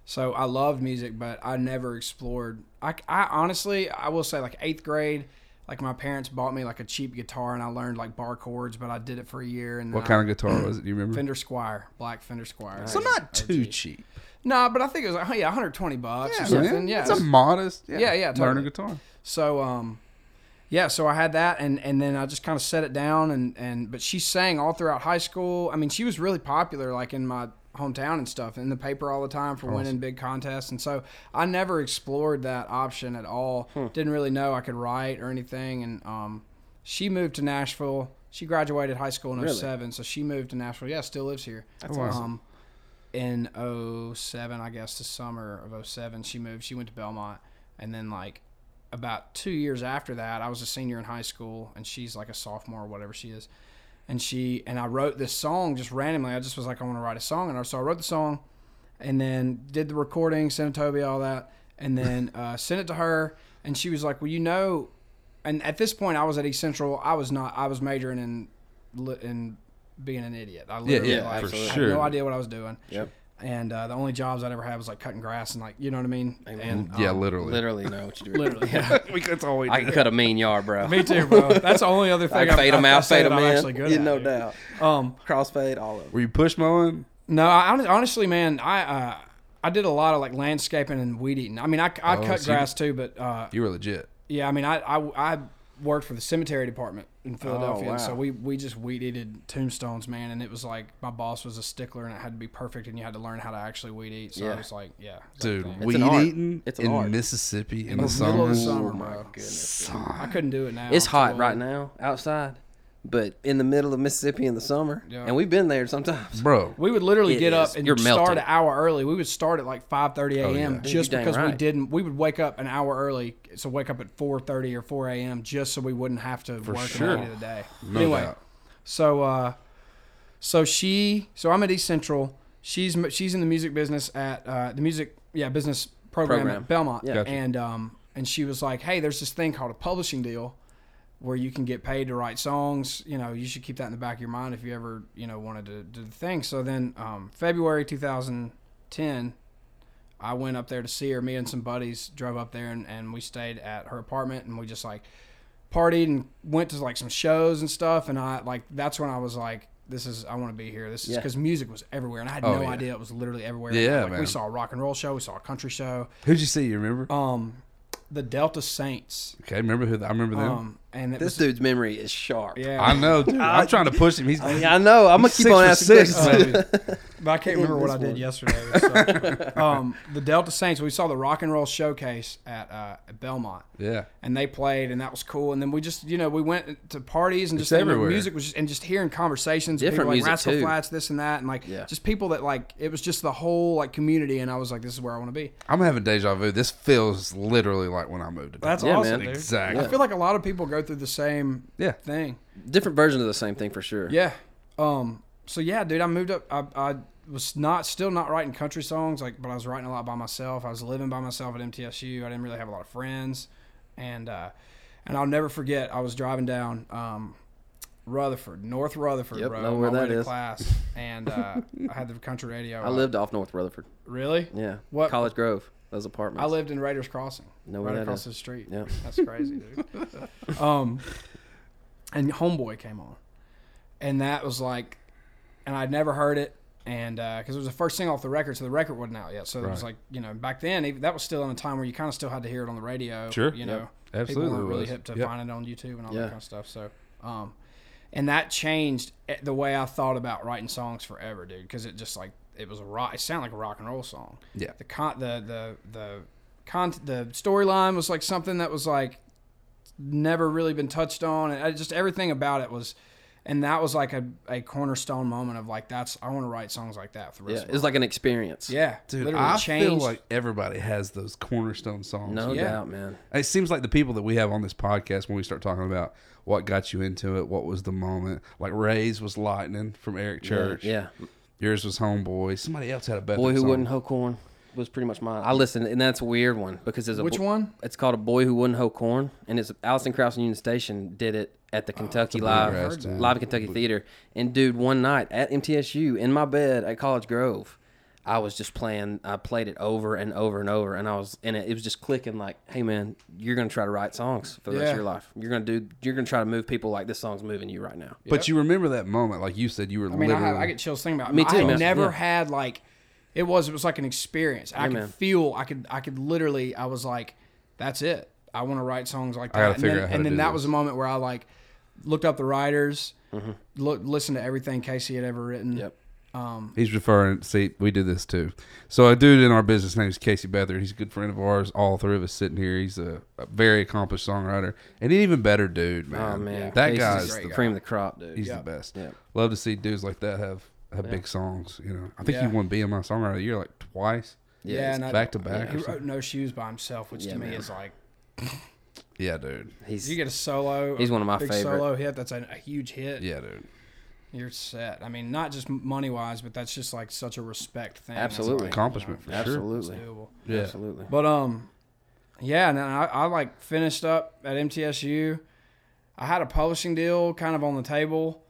E: so I loved music, but I never explored. I, I honestly, I will say, like eighth grade, like my parents bought me like a cheap guitar, and I learned like bar chords, but I did it for a year. And
A: What kind of guitar was it? Do you remember?
E: Fender Squire, black Fender Squire?
A: So not too cheap.
E: nah, but I think it was like, oh, yeah, 120 bucks or
A: Yeah,
E: something.
A: man.
E: Yeah,
A: It's a modest.
E: Yeah, yeah,
A: Learning
E: totally.
A: guitar.
E: So um yeah, so I had that and and then I just kind of set it down and and but she sang all throughout high school. I mean, she was really popular like in my hometown and stuff in the paper all the time for winning big contests and so I never explored that option at all. Didn't really know I could write or anything and um she moved to Nashville. She graduated high school in
B: Really?
E: 07, so she moved to Nashville. Yeah, still lives here. That's
A: awesome.
E: Um, in 07 i guess the summer of 07 she moved she went to belmont and then like about two years after that i was a senior in high school and she's like a sophomore or whatever she is and she and i wrote this song just randomly i just was like i want to write a song and I- so i wrote the song and then did the recording sent it to toby all that and then uh, sent it to her and she was like well you know and at this point i was at east central i was not i was majoring in li- in being an idiot i literally
A: yeah,
E: like
A: for
E: I had
A: sure.
E: no idea what i was doing
B: Yep.
E: and uh, the only jobs I'd ever had was like cutting grass and like you know what I mean. And
A: yeah,
E: um,
A: literally.
B: Literally know what you do.
E: literally.
A: We- That's all we
B: I can cut a mean yard, bro.
E: Me too, bro. That's the only other
B: I
E: thing.
B: can fade
E: I'm,
B: them
E: I, I
B: out,
E: say
B: fade
E: that
B: them
E: I'm
B: in.
E: actually good
B: Yeah,
E: at.
B: no
E: dude.
B: doubt.
E: Um,
B: Crossfade, all of it.
A: Were you push mowing?
E: no, I, hon- honestly, man, I uh, I did a lot of like landscaping and weed eating. I mean, I, I
A: Oh,
E: cut
A: so you-
E: grass too, but uh,
A: You were legit.
E: yeah, I mean, I, I I worked for the cemetery department in Philadelphia, and so
B: Oh, wow.
E: we we just weed eated tombstones, man. And it was like my boss was a stickler, and it had to be perfect, and you had to learn how to actually weed eat. So
B: Yeah.
E: it was like, yeah, it's like
A: Dude,
E: a thing.
A: weed
B: an art.
A: eating
B: It's an
A: in
B: art.
A: Mississippi in the
E: middle
A: summer.
E: of summer,
B: Oh my
E: bro.
B: goodness.
E: I couldn't do it now.
B: It's hot
E: so-
B: right now outside, but in the middle of Mississippi in the summer,
E: Yeah.
B: and we've been there sometimes.
A: Bro,
E: We would literally
B: It
E: get
B: is.
E: up and
B: You're
E: start
B: melting. Oh,
E: an hour early. We would start at like five thirty a.m.
A: yeah.
B: you're
E: just
B: dang
E: because we
B: right.
E: didn't. We would wake up an hour early, so wake up at four thirty or four a.m. just so we wouldn't have to work at
A: sure.
E: the end of the day.
A: No
E: anyway,
A: doubt.
E: so uh, so she, so I'm at East Central. She's m- she's in the music business at uh, the music yeah business program,
B: Program.
E: at Belmont,
B: Yeah.
A: Gotcha.
E: and um and she was like, hey, there's this thing called a publishing deal where you can get paid to write songs. You know, you should keep that in the back of your mind if you ever, you know, wanted to do the thing. So then, um, February 2010, I went up there to see her. Me and some buddies drove up there and, and we stayed at her apartment and we just like partied and went to like some shows and stuff. And I like, that's when I was like, this is, I want to be here. This is
B: Yeah.
E: because music was everywhere and I had
A: Oh,
E: no
A: yeah.
E: idea it was literally everywhere.
A: Yeah,
E: like,
A: man.
E: we saw a rock and roll show, we saw a country show.
A: who'd you see? You remember?
E: Um, the Delta Saints.
A: okay, remember who? I remember them.
E: Um, and it
B: This
E: was,
B: dude's memory is sharp.
E: yeah. Uh,
A: I know, dude. I'm trying to push him. He's
B: I know. I'm gonna keep on
A: for
B: asking.
A: six.
E: Uh, but I can't remember what
B: this
E: I did
B: one.
E: yesterday. so. um, the Delta Saints. We saw the rock and roll showcase at, uh, at Belmont,
A: yeah.
E: and they played, and that was cool. And then we just, you know, we went to parties and
A: It's
E: just and the
A: everywhere.
E: music was just and just hearing conversations, with
B: Different music,
E: people like Rascal
B: too.
E: Flats, this and that, and like
B: Yeah.
E: just people that like it was just the whole like community. And I was like, this is where I want to be.
A: I'm having deja vu. This feels literally like when I moved to
E: That's
B: Yeah,
E: awesome,
B: man.
E: dude.
A: Exactly.
E: I feel like a lot of people go through the same
A: Yeah.
E: thing.
B: Different version of the same thing for sure.
E: Yeah. Um. So yeah, dude, I moved up. I, I was not still not writing country songs, like, but I was writing a lot by myself. I was living by myself at MTSU. I didn't really have a lot of friends, and uh, and I'll never forget. I was driving down um, Rutherford, North Rutherford,
B: Yep,
E: bro,
B: know
E: on
B: where
E: my
B: that
E: way to
B: is.
E: class, and uh, I had the country radio.
B: I lived off North Rutherford.
E: really.
B: Yeah.
E: What-
B: College Grove. Those
E: I
B: apartments.
E: lived in Raiders Crossing,
B: Know where
E: right
B: that
E: across
B: is.
E: the street.
B: Yeah.
E: That's crazy, dude. um, and Homeboy came on, and that was like, and I'd never heard it, and because it was the first single off the record, so the record wasn't out yet. So it was
A: Right.
E: like, you know, back then even, that was still in a time where you kind of still had to hear it on the radio.
A: Sure.
E: you know,
A: Absolutely
E: people weren't really
A: was.
E: hip to
A: Yep.
E: find it on YouTube and all
B: Yeah.
E: that kind of stuff. So, um, and that changed eh, the way I thought about writing songs forever, dude, because it just like it was a rock. It sounded like a rock and roll song
A: Yeah.
E: the con the the the con the storyline was like something that was like never really been touched on and I just everything about it was and that was like a, a cornerstone moment of like that's I want to write songs like that for the
B: Yeah.
E: rest
B: It
E: of my
B: was like an experience.
E: life. yeah
A: Dude,
E: literally
A: I
E: changed
A: feel like everybody has those cornerstone songs.
B: No
E: Yeah.
B: doubt, man.
A: It seems like the people that we have on this podcast, when we start talking about what got you into it, what was the moment, like Ray's was Lightning from Eric Church.
B: Yeah.
A: Yours was Homeboy. Somebody else had a better
B: Boy Who
A: song.
B: Wouldn't Hoe Corn was pretty much mine. I listened, and that's a weird one because there's a
E: which
B: bo-
E: one
B: It's called a Boy Who Wouldn't Hoe Corn, and it's Allison Krauss and Union Station did it at the
E: Oh,
B: Kentucky
A: bluegrass
B: Live
A: jam.
B: Live at Kentucky Theater. And dude, one night at MTSU in my bed at College Grove, I was just playing. I played it over and over and over, and I was and it, it was just clicking like, hey man, you're gonna try to write songs for the rest
E: Yeah.
B: of your life. You're gonna do. You're gonna try to move people like this song's moving you right now.
A: But you remember that moment, like you said, you were
E: I mean I,
A: literally.
E: have, I get chills thinking about it.
B: Me
E: I
B: too,
E: had
B: man.
E: never
B: Yeah.
E: had like it was it was like an experience I could
B: man.
E: feel I could I could literally I was like that's it I want to write songs like that
A: I gotta
E: and
A: figure
E: then,
A: out how to
E: and then
A: do
E: that
A: this.
E: was a moment where I like looked up the writers look listened to everything Casey had ever written
B: Mm-hmm. Yep.
A: He's referring. See, we do this too. So a dude in our business name is Casey Beathard. He's a good friend of ours. All three of us sitting here. He's a, a very accomplished songwriter and an even better dude, man.
B: Oh man,
A: that
B: Casey's
A: guy's
B: the
A: the,
B: cream of the crop, dude.
A: he's
E: Yeah.
A: the best.
B: Yeah.
A: Love to see dudes like that have have big songs. You know, I think
E: Yeah.
A: he won BMI Songwriter of the Year like twice.
E: yeah,
B: he's-
E: and I-
A: back to back
E: he
A: or
E: wrote no shoes by himself which
B: Yeah,
E: to me
B: man.
E: is like
A: Yeah, dude.
B: he's
E: you get a solo
B: He's
E: a
B: one of my
E: big
B: favorite.
E: solo hit that's a, a huge hit
A: Yeah, dude.
E: you're set I mean not just money wise but that's just like such a respect thing That's
B: Absolutely.
E: like,
A: Accomplishment for sure.
E: it's
B: absolutely,
E: doable.
A: Yeah.
B: absolutely.
E: But um, yeah, and then I, I like finished up at MTSU. I had a publishing deal kind of on the table,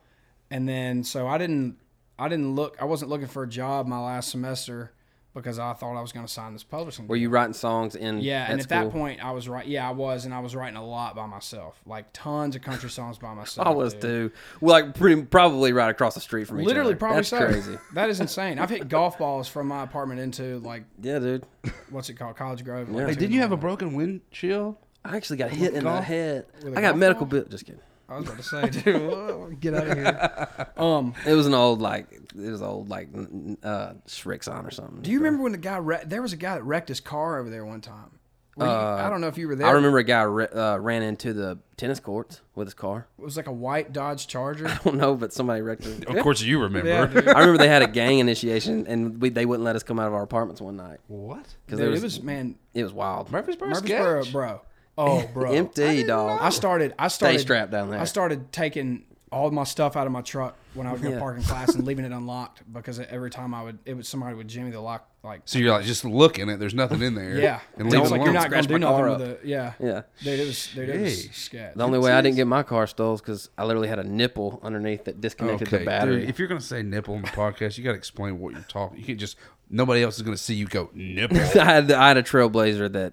E: and then so I didn't I didn't look I wasn't looking for a job my last semester, because I thought I was going to sign this publishing.
B: Were
E: deal.
B: you writing songs in?
E: Yeah,
B: at
E: and at
B: school?
E: that point, I was right. Yeah, I was, and I was writing a lot by myself, like tons of country songs by myself.
B: I was
E: dude.
B: too. Well, like pretty probably right across the street from each
E: Literally,
B: other.
E: probably
B: That's
E: so.
B: crazy.
E: That is insane. I've hit golf balls from my apartment into like
B: Yeah, dude.
E: what's it called, College Grove.
B: Yeah.
E: Like,
A: Hey, didn't you have a broken windshield?
B: I actually got hit in the
A: golf-
B: head.
E: with a
B: I got
E: golf
B: medical
E: ball?
B: bill. Just kidding.
E: I was about to say, dude, whoa, get out of here. Um,
B: It was an old like it was old like n- n- uh Shrixon or something.
E: do you remember when the guy wre- there was a guy that wrecked his car over there one time? Were you- I don't know if you were there.
B: Uh, I remember a guy re- uh, ran into the tennis courts with his car.
E: It was like a white Dodge Charger.
B: I don't know, but somebody wrecked him.
A: Of course, you remember.
E: yeah, dude.
B: I remember they had a gang initiation, and we, they wouldn't let us come out of our apartments one night
A: What?
B: because
E: Dude,
B: was,
E: it was man,
B: it was wild.
A: Murfreesboro.
E: Murfreesboro,
A: sketch?
E: bro. Oh, bro.
B: Empty dog.
E: I started. I started
B: strapped down there.
E: I started taking all my stuff out of my truck when I would go
B: Yeah.
E: parking class and leaving it unlocked because e-, every time I would, it was somebody would jimmy the lock. Like,
A: So you're like just looking at. There's nothing in there.
E: yeah,
A: And leave
E: It's
B: Don't
A: it
E: like
A: alone.
E: you're not gonna
B: Scratch
E: do
B: my car
E: nothing with it. Yeah,
B: yeah.
E: dude, it was dude, it was
A: Jeez.
E: sketch.
B: The only way I didn't get my car stole is because I literally had a nipple underneath that disconnected
A: Okay,
B: the battery.
A: dude. If you're gonna say nipple on the podcast, you got to explain what you're talking. You can just nobody else is gonna see you go nipple.
B: I had I had a Trailblazer that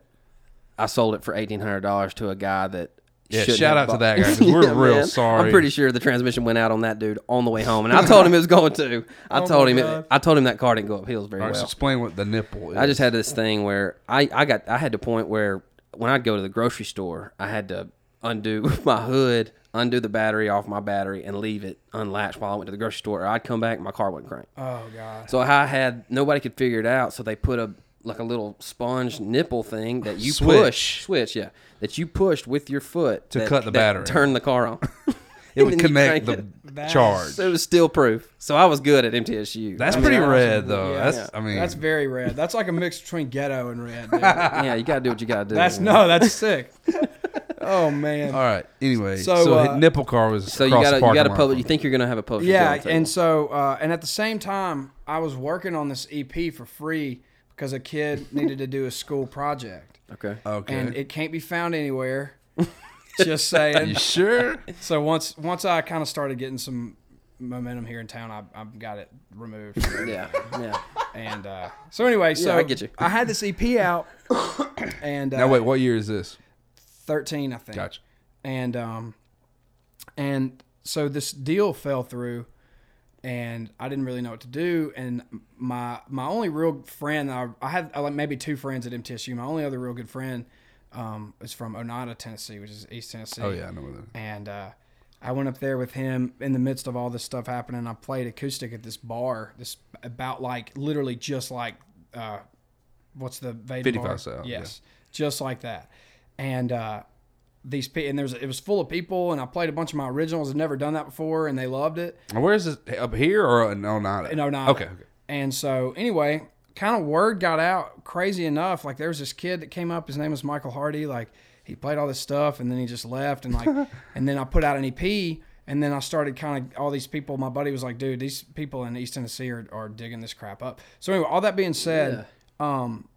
B: I sold it for eighteen hundred dollars to a guy that.
A: Yeah,
B: shouldn't
A: shout
B: have
A: out to
B: bought-
A: that guy, 'cause we're real sorry.
B: I'm pretty sure the transmission went out on that dude on the way home, and I told him it was going to. I told him it, I told him that car didn't go up hills very
A: Oh All right, so
B: well.
A: explain what the nipple is.
B: I just had this thing where I, I got I had the point where when I'd go to the grocery store, I had to undo my hood, undo the battery off my battery, and leave it unlatched while I went to the grocery store. Or I'd come back and my car wouldn't crank.
E: Oh god.
B: So I had nobody could figure it out, so they put a like a little sponge nipple thing that you
A: Switch.
B: push switch, yeah, that you pushed with your foot
A: To
B: that-
A: cut the
B: that
A: battery.
B: turn the car on.
A: it would connect the charge.
B: So it was still proof. So I was good at MTSU.
A: That's
B: I mean,
A: pretty
B: I-
A: red though.
E: Yeah.
A: that's I mean
E: That's very red. That's like a mix between ghetto and red. Dude.
B: Yeah, you gotta do what you gotta do.
E: That's
B: man.
E: no, that's sick. Oh man.
A: all right. Anyway, so,
E: So, uh,
A: nipple car was
B: So you
A: across
B: gotta
A: the
B: you
A: parking
B: gotta
A: lot
B: publish.
A: from-
B: You think you're gonna have a publisher?
E: Yeah,
B: deal too.
E: and so uh, and at the same time, I was working on this EP for free because a kid needed to do a school project,
B: okay.
A: Okay.
E: and it can't be found anywhere. Just saying.
A: you sure?
E: So once once I kind of started getting some momentum here in town, I, I got it removed.
B: yeah, yeah.
E: And uh, so anyway, so
B: I get you.
E: I had this EP out, and uh,
A: now wait, what year is this?
E: thirteen, I think
A: Gotcha.
E: and um and so this deal fell through and I didn't really know what to do and my my only real friend I, I had uh, like maybe two friends at MTSU my only other real good friend um is from Oneida Tennessee which is East Tennessee
A: Oh yeah, I know where that.
E: and uh I went up there with him in the midst of all this stuff happening. I played acoustic at this bar, this about like literally just like uh, what's the Vaden
A: 55
E: bar?
A: South, yeah.
E: Yes, just like that. And uh, these pe- and there's it was full of people, and I played a bunch of my originals. I'd never done that before, and they loved it.
A: Now, Where is it? Up here or uh, no? Not
E: No, not
A: Okay. okay.
E: oh And so anyway, kind of word got out. Crazy enough, like there was this kid that came up. His name was Michael Hardy. Like he played all this stuff, and then he just left. And like, and then I put out an EP. And then I started kind of all these people. My buddy was like, "Dude, these people in East Tennessee are, are digging this crap up." So anyway, all that being said, um,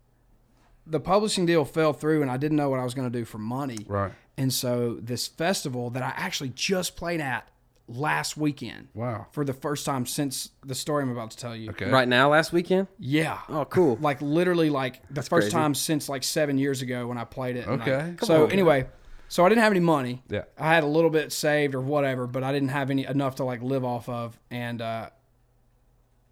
E: the publishing deal fell through, and I didn't know what I was going to do for money.
A: Right.
E: And so this festival that I actually just played at last weekend,
A: Wow.
E: for the first time since the story I'm about to tell you.
A: Okay.
B: Right now, last weekend.
E: Yeah.
B: Oh, cool.
E: Like literally like the first
B: crazy.
E: time since like seven years ago when I played it. And I-
A: Okay. Come
E: so
A: on.
E: anyway, so I didn't have any money.
A: Yeah.
E: I had a little bit saved or whatever, but I didn't have any enough to like live off of. And uh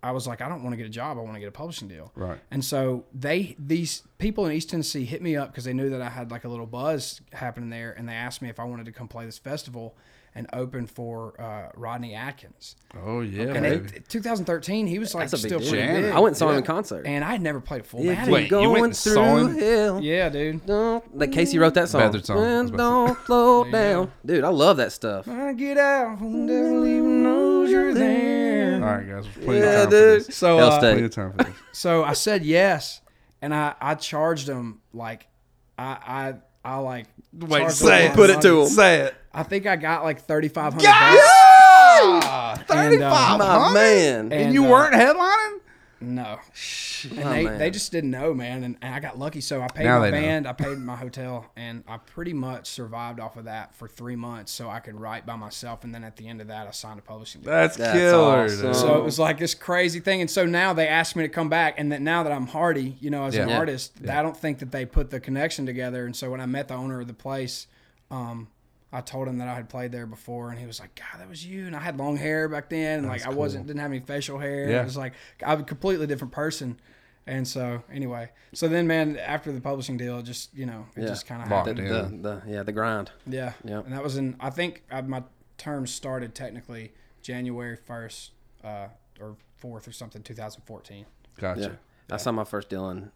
E: I was like, I don't want to get a job. I want to get a publishing deal.
A: Right.
E: And so they these people in East Tennessee hit me up because they knew that I had like a little buzz happening there, and they asked me if I wanted to come play this festival and open for uh, Rodney Atkins.
A: Oh yeah.
E: And
A: baby.
E: it, 2013, he was like
B: That's a big
E: still
B: deal.
E: pretty
A: Jam.
E: big.
B: I went and saw him in
A: Yeah.
B: concert.
E: And I had never played a full
B: If
E: band.
A: Wait,
B: you're
A: you went
B: going
A: and
B: through
A: saw him?
B: hell.
E: Yeah, dude.
B: Don't, that Casey wrote that song.
A: Ballad song, I was
B: And
A: about
B: don't slow down, dude. I love that stuff.
E: I get out and never even knows you're there.
A: all right, guys. Plenty of
B: Yeah,
A: time
B: dude.
A: for this.
E: So,
B: Hell
E: uh,
B: State.
A: Plenty of time for this.
E: so I said yes, and I, I charged him like I I I like
A: Wait,
E: charged
A: say
E: him
A: it.
E: a lot of
B: Put it to
E: money.
B: him.
A: Say it.
E: I think I got like thirty five hundred. dollars.
A: Ah,
E: And, uh,
B: My man.
A: And
E: And,
A: you
E: uh,
A: weren't headlining?
E: No. And
B: Oh,
E: they,
B: man.
E: they just didn't know, man. And, and I got lucky. So I paid
A: Now
E: my
A: they know.
E: band, I paid my hotel, and I pretty much survived off of that for three months so I could write by myself. And then at the end of that, I signed a publishing deal.
A: That's,
B: That's
A: killer.
B: awesome.
A: dude.
E: So it was like this crazy thing. And so now they asked me to come back. And that now that I'm Hardy, you know, as an
A: Yeah.
E: artist, I don't think that they put the connection together. And so when I met the owner of the place, um, I told him that I had played there before, and he was like, "God, that was you." And I had long hair back then, and like I wasn't didn't have any facial hair.
A: Yeah.
E: It was like I'm a completely different person. And so anyway, so then man, after the publishing deal, it just you know, it
B: Yeah.
E: just kind of
A: Locked
E: happened.
B: The,
A: Yeah.
B: the, the, yeah, the grind.
E: Yeah.
B: Yep.
E: And that was in, I think uh, my term started technically January 1st uh, or 4th or something, 2014.
A: gotcha.
B: Yeah. I saw my first deal in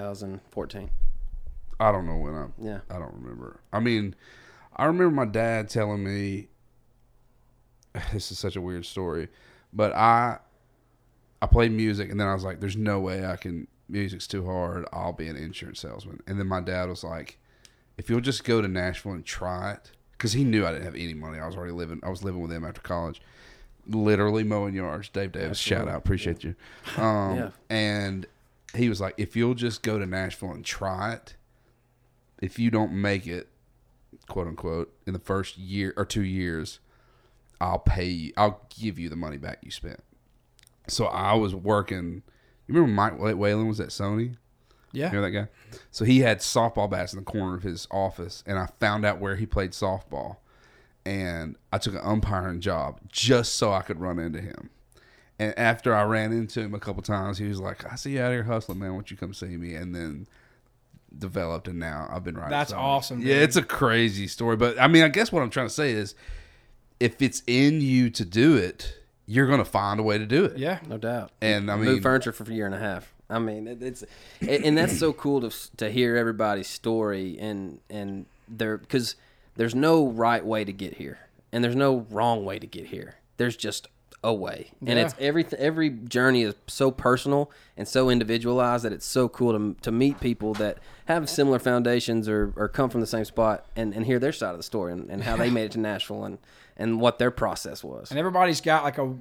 B: 2014.
A: I don't know when I.
B: Yeah.
A: I don't remember. I mean, I remember my dad telling me. This is such a weird story, but I, I played music, and then I was like, "There's no way I can. Music's too hard. I'll be an insurance salesman." And then my dad was like, "If you'll just go to Nashville and try it," because he knew I didn't have any money. I was already living. I was living with him after college, literally mowing yards. Dave Davis, shout out, appreciate you. Um,
B: Yeah.
A: And he was like, "If you'll just go to Nashville and try it." if you don't make it, quote unquote, in the first year or two years, I'll pay you. I'll give you the money back you spent. So I was working. You remember Mike Whalen was at Sony?
E: Yeah.
A: You know that guy? So he had softball bats in the corner of his office, and I found out where he played softball. And I took an umpiring job just so I could run into him. And after I ran into him a couple times, he was like, I see you out here hustling, man. Won't you come see me? And then developed, and now I've been writing.
E: That's
A: songs.
E: awesome,
A: Yeah,
E: dude.
A: it's a crazy story. But I mean, I guess what I'm trying to say is if it's in you to do it, you're going to find a way to do it.
E: Yeah.
B: No doubt.
A: And I
B: Move
A: mean,
B: furniture for a year and a half. I mean, it, it's and and that's so cool to s- to hear everybody's story and and there because there's no right way to get here and there's no wrong way to get here. There's just a way, and it's every every journey is so personal and so individualized that it's so cool to to meet people that have similar foundations or, or come from the same spot and, and hear their side of the story and, and how they made it to Nashville and and what their process was.
E: And everybody's got like a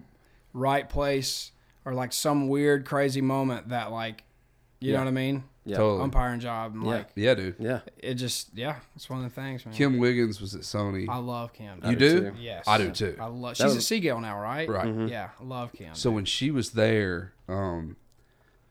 E: right place or like some weird, crazy moment that, like, you know what I mean?
B: Yeah.
A: Totally.
E: Umpiring job. And like,
A: yeah, dude.
B: Yeah.
E: it just, yeah, it's one of the things, man.
A: Kim Wiggins was at Sony.
E: I love Kim.
A: You
E: dude.
A: do?
B: too.
E: Yes.
A: I do too.
E: I love, she's
B: was- Mm-hmm.
E: a Seagull now, right?
A: Right.
E: Yeah. I love Kim.
A: So when she was there, um,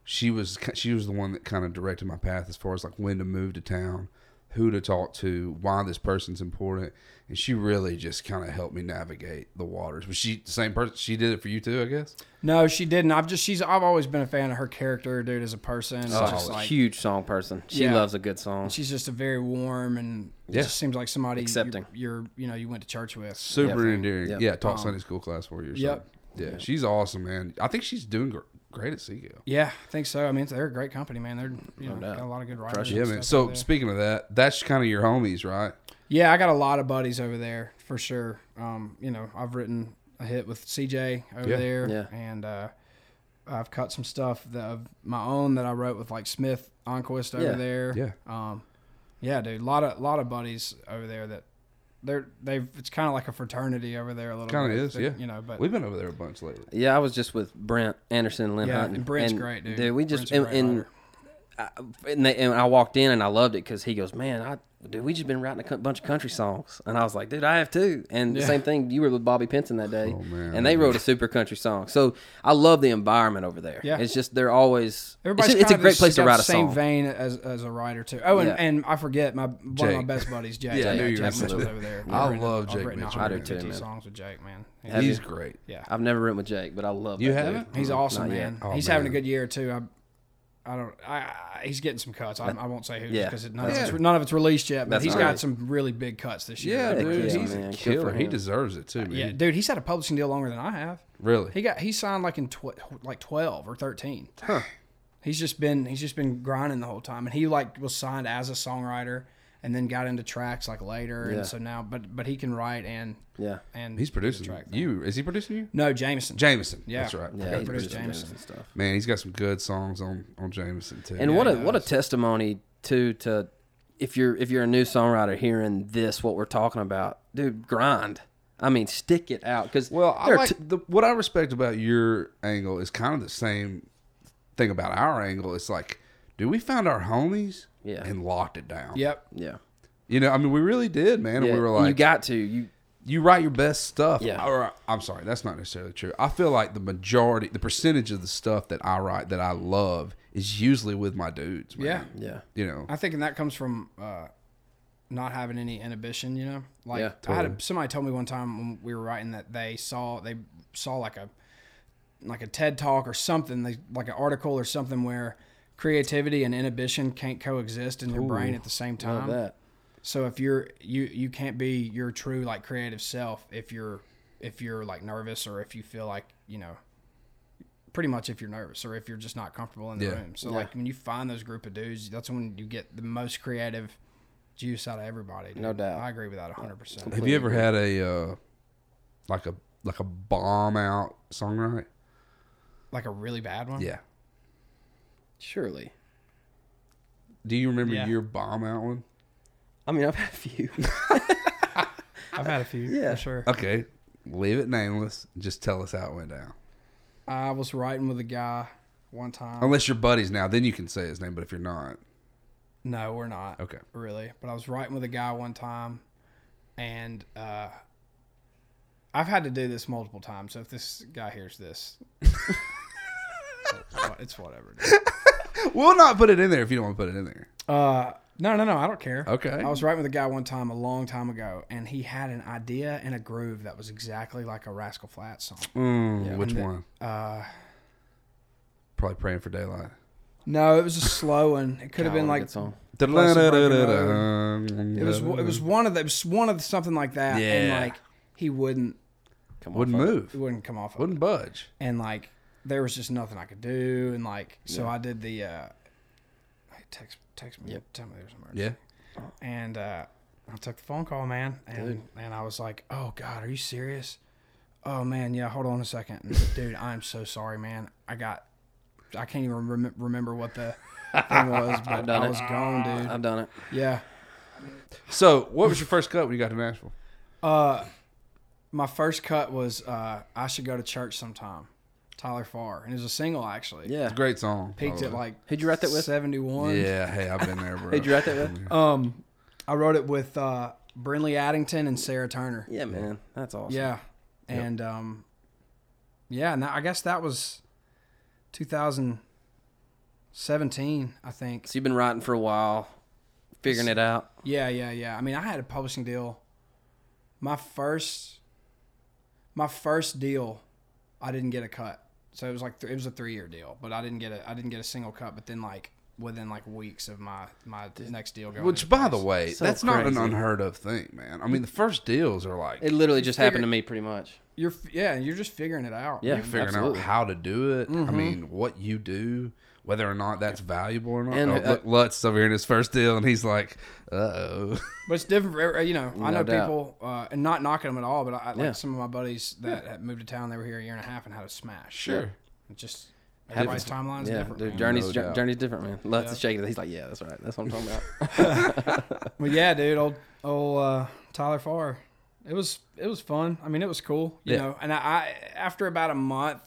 A: she was she was the one that kind of directed my path as far as like when to move to town, who to talk to, why this person's important, and she really just kind of helped me navigate the waters. Was she the same person? She did it for you too, I guess.
E: no, she didn't. I've just, she's, I've always been a fan of her character, dude, as a person. It's
B: Oh,
E: just like,
B: huge song person. She
E: Yeah.
B: loves a good song.
E: she's just a very warm and
A: Yeah.
E: it just seems like somebody
B: Accepting.
E: You're, you're you know you went to church with.
A: Super
B: Definitely.
A: endearing.
B: Yep.
A: Yeah, taught Sunday school class for you. Or
E: Um, Yep.
A: something. Yeah, she's awesome, man. I think she's doing gr- great at Seagill.
E: Yeah, I think so. I mean, they're a great company, man. They're you know
B: doubt.
E: got a lot of good writers.
A: Yeah,
E: and
A: man.
E: stuff Oh,
A: So
E: over there.
A: speaking of that, that's kind of your homies, right?
E: yeah, I got a lot of buddies over there for sure. Um, you know, I've written a hit with CJ over
A: Yeah.
E: there,
B: Yeah.
E: and uh, I've cut some stuff that of my own that I wrote with like Smith Onquist over
B: Yeah.
E: there.
A: Yeah.
E: Um, yeah, dude, a lot of lot of buddies over there that. They're they've it's kind of like a fraternity over there a little
A: Kind of
E: bit.
A: is.
E: They-
A: Yeah,
E: you know, but
A: we've been over there a bunch lately.
B: Yeah, I was just with Brent Anderson and Lynn
E: Yeah,
B: Hutton.
E: and Brent's great, dude.
B: we just
E: Brent's a
B: and,
E: great
B: and,
E: writer.
B: I, and, they, and I walked in and I loved it because he goes, "Man, I dude, we just been writing a cou- bunch of country songs," and I was like, "Dude, I have too." And the same thing, you were with Bobby Pinson that day,
A: Oh, man.
B: and they wrote a super country song. So I love the environment over there.
E: Yeah.
B: it's just they're always.
E: Everybody's
B: it's, it's a
E: kind of
B: great
E: just
B: place to
E: got
B: write
E: the
B: a
E: same
B: song.
E: vein as, as a writer too. Oh, and,
B: Yeah.
E: and I forget my one of my
A: Jake.
E: best buddies, Jake.
A: Yeah, I knew you were
E: Jake
A: gonna say
E: Mitchell's
A: that.
E: over there.
A: I
E: I've written-
A: love
E: I've
A: Jake
E: written
A: Mitchell,
B: I do,
E: 150
B: too, man.
E: songs with Jake, man.
B: Have
A: He's
B: you?
A: great.
E: yeah,
B: I've never written with Jake, but I love
A: You
B: that dude.
A: haven't?
E: he's awesome,
B: not yet.
E: man.
A: Oh,
E: he's
A: man.
E: having a good year too. I, I don't. I, I he's getting some cuts. I, I won't say who
B: Yeah.
E: because none, of
A: Yeah.
E: it's- none of it's released yet. But
B: That's
E: he's
B: all
E: got
B: right.
E: some really big cuts this year.
A: Yeah,
B: Heck
A: dude,
B: yeah,
A: he's
B: man.
A: a
B: Good for
A: killer. He
B: him.
A: deserves it too, man.
E: yeah, dude. He's had a publishing deal longer than I have.
A: Really?
E: He got he signed like in tw- like twelve or thirteen. He's just been he's just been grinding the whole time, and he like was signed as a songwriter, and then got into tracks like later,
B: Yeah.
E: and so now but but he can write and
B: Yeah,
E: and
A: He's
E: do the
A: producing
E: track thing.
A: you. Is he producing you?
E: No, Jameson.
A: Jameson.
E: Yeah.
A: That's right.
B: yeah,
E: Okay,
B: he
E: Bruce
B: produced
E: Jameson.
B: Jameson stuff.
A: Man, he's got some good songs on on Jameson too.
B: And what a what a testimony to to if you're if you're a new songwriter hearing this what we're talking about, dude, grind. I mean, stick it out because
A: well, I
B: there are
A: like
B: t-
A: the, what I respect about your angle is kind of the same thing about our angle. It's like, dude, we found our homies
B: Yeah.
A: and locked it down.
E: Yep.
B: Yeah.
A: You know, I mean, we really did, man. And
B: Yeah,
A: we were
B: and
A: like,
B: you got to. You
A: you write your best stuff.
B: Yeah.
A: Or I'm sorry, that's not necessarily true. I feel like the majority, the percentage of the stuff that I write that I love is usually with my dudes. Man.
E: Yeah.
B: yeah.
A: You know,
E: I think and that comes from uh, not having any inhibition, you know. Like
B: Yeah,
E: I had a, somebody told me one time when we were writing that they saw they saw like a like a TED talk or something, they, like an article or something where creativity and inhibition can't coexist in your brain at the same
B: Love
E: time.
B: that.
E: So if you're you you can't be your true like creative self if you're if you're like nervous or if you feel like you know pretty much if you're nervous or if you're just not comfortable in the
A: Yeah.
E: room. So like when you find those group of dudes, that's when you get the most creative juice out of everybody. dude.
B: No doubt.
E: I agree with that 100%.
A: have you ever had a uh, like a like a bomb out songwrite?
E: Like a really bad one?
A: Yeah.
B: Surely.
A: Do you remember
E: Yeah.
A: your bomb out one?
B: I mean, I've had a few.
E: I've had a few.
B: Yeah.
E: for sure.
A: Okay, leave it nameless. Just tell us how it went down.
B: Uh,
E: I was writing with a guy one time.
A: Unless you're buddies now, then you can say his name. But if you're not,
E: No, we're not.
A: Okay.
E: Really. But I was writing with a guy one time and uh I've had to do this multiple times, so if this guy hears this it's wha- it's whatever. dude.
A: we'll not put it in there if you don't want to put it in there.
E: Uh no, no, no, I don't care.
A: Okay.
E: I was writing with a guy one time a long time ago and he had an idea and a groove that was exactly like a Rascal Flatts song.
A: Mm, which one?
E: Uh
A: Probably praying for daylight.
E: no, it was a slow one. It could have been
B: What a
E: like
B: good song.
E: uh, it was it was one of the, it was one of something like that and
A: Yeah.
E: like he wouldn't
B: Come on,
A: wouldn't
B: fuck.
E: it
A: move,
E: wouldn't come off of it.
A: wouldn't budge.
E: and like there was just nothing I could do, and like so I did the uh, hey, text text me,
B: Yep.
E: tell me there's an emergency,
A: Yeah.
E: and uh, I took the phone call, man, and and I was like, oh god, are you serious? Oh man, yeah, hold on a second, And, dude, I'm so sorry, man, I got, I can't even rem- remember what the thing was, but
B: done
E: I
B: it. Ah,
E: was gone, dude,
B: I've done it.
E: yeah.
A: So, what was your first cut when you got to Nashville?
E: Uh, my first cut was uh, I should go to church sometime. Tyler Farr, and it was a single actually.
B: Yeah.
A: Great song. by
E: peaked
A: the
E: at
A: way.
E: like
B: Who'd you write that with?
A: Oh.
E: 71
A: Yeah. Hey, I've been there, bro.
B: Did you write that with?
E: um i wrote it with uh brinley addington and sarah turner
B: Yeah, man. That's awesome.
E: yeah and um yeah and i guess that was 2017 i think
B: So you've been writing for a while, figuring it out.
E: yeah yeah yeah i mean i had a publishing deal my first my first deal i didn't get a cut so it was like th- it was a three year deal but i didn't get a i didn't get a single cut but then like within like weeks of my my next deal going
A: Which,
E: into
A: by
E: place.
A: the way,
B: So
A: that's not an
B: crazy.
A: unheard of thing, man. I mean, the first deals are like
B: It literally just happened to me, pretty much.
E: you're f- yeah you're just figuring it out
B: Yeah,
A: you're figuring
B: absolutely.
A: out how to do it. I mean, what you do, whether or not that's valuable or not.
B: And,
A: oh,
B: uh,
A: look, Lutz over here in his first deal, and he's like, "Uh oh."
E: But it's different for every, you know. I
B: No
E: know
B: doubt.
E: people, uh, and not knocking them at all, but I, like
B: Yeah.
E: some of my buddies that had moved to town, they were here a year and a half and had a smash.
A: Sure.
E: It just everybody's timeline's
B: Yeah,
E: different.
B: dude,
E: man.
B: journey's
A: No
B: jour-
A: doubt.
B: journey's different, man. Let's shake it. He's like, yeah, that's right. That's what I'm talking about.
E: Well, yeah, dude, old old uh, Tyler Farr. It was it was fun. I mean, it was cool, you
A: Yeah.
E: know. And I, I after about a month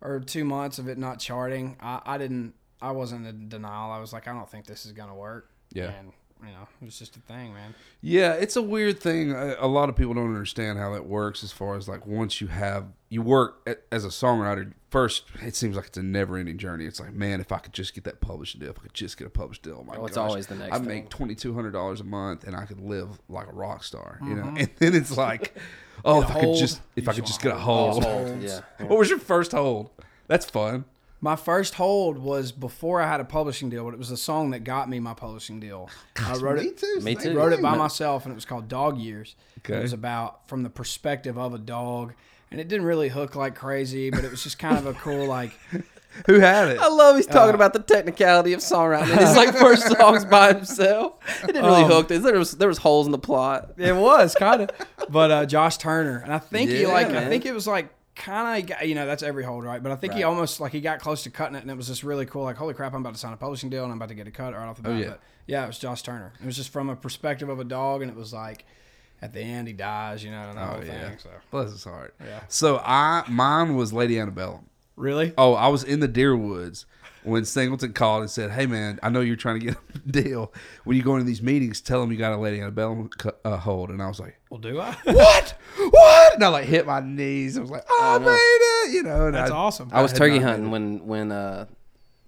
E: or two months of it not charting, I, I didn't. I wasn't in denial. I was like, I don't think this is gonna work.
A: Yeah.
E: And you know, it was just a thing, man.
A: Yeah, it's a weird thing. A a lot of people don't understand how that works. As far as like once you have you work a- as a songwriter, first it seems like it's a never-ending journey. It's like, man, if I could just get that published deal, if I could just get a published deal, my
B: Oh, it's
A: gosh,
B: always the next
A: I
B: thing.
A: make twenty-two hundred dollars a month, and I could live like a rock star, you
B: Mm-hmm.
A: know. And then it's like, oh, if I could
E: hold.
A: just if
E: You
A: I could
E: just
A: just
B: Oh,
A: get a hold.
B: yeah.
A: what was your first hold? That's fun.
E: My first hold was before I had a publishing deal, but it was the song that got me my publishing deal. I wrote it.
A: too.
B: Me
A: same
B: too.
E: wrote it
A: thing.
E: by myself, and it was called Dog Years.
A: Okay.
E: It was about from the perspective of a dog, and it didn't really hook like crazy, but it was just kind of a cool like.
A: Who had it?
B: I love he's
A: Uh,
B: talking about the technicality of songwriting. It's like first songs by himself. It didn't really
E: Um,
B: hook. There was there was holes in the plot.
E: It was kind of, but uh, Josh Turner, and I think he
B: Yeah,
E: like
B: man.
E: I think it was like kind of you know that's every hold right, but I think he
B: Right.
E: almost like he got close to cutting it, and it was just really cool like holy crap I'm about to sign a publishing deal and I'm about to get a cut right off the bat.
A: yeah.
E: But yeah, it was Josh Turner. It was just from a perspective of a dog, and it was like at the end he Oh,
B: Oh,
E: dies, you know, and the whole
A: Oh, yeah.
E: thing. So
A: Bless his heart. So I mine was Lady Annabelle.
E: Really?
A: Oh, I was in the deer woods when Singleton called and said, "Hey, man, I know you're trying to get a deal. When you go into these meetings, tell them you got a lady on a bell cu- uh, hold." And I was like,
E: Well, do I?
A: "What? What?" And I like hit my knees. I was like, "I made it!" You know, and
E: That's
A: I,
E: awesome.
B: I was
A: had
B: turkey
A: not
B: hunting when when uh,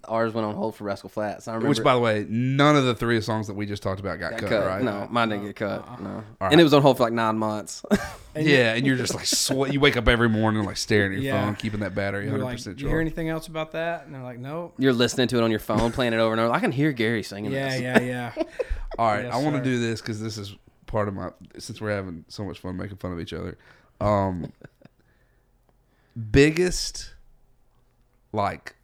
B: ours went on hold for Rascal Flats. I remember.
A: Which, by the way, none of the three songs that we just talked about got,
B: got
A: cut,
B: cut.
A: right? Uh-uh.
B: No, mine didn't get cut. No, and it was on hold for like nine months.
A: Yeah, and you're just like sweat. You wake up every morning like staring at your
E: Yeah.
A: phone, keeping that battery
E: You're
A: 100
E: like,
A: percent
E: do you hear
A: charged.
E: anything else about that? And they're like, nope.
B: You're listening to it on your phone, playing it over and over. I can hear Gary singing
E: Yeah,
B: this.
E: yeah, yeah.
A: All right,
E: Yes,
A: I want
E: sir.
A: to do this because this is part of my. Since we're having so much fun making fun of each other, um, biggest like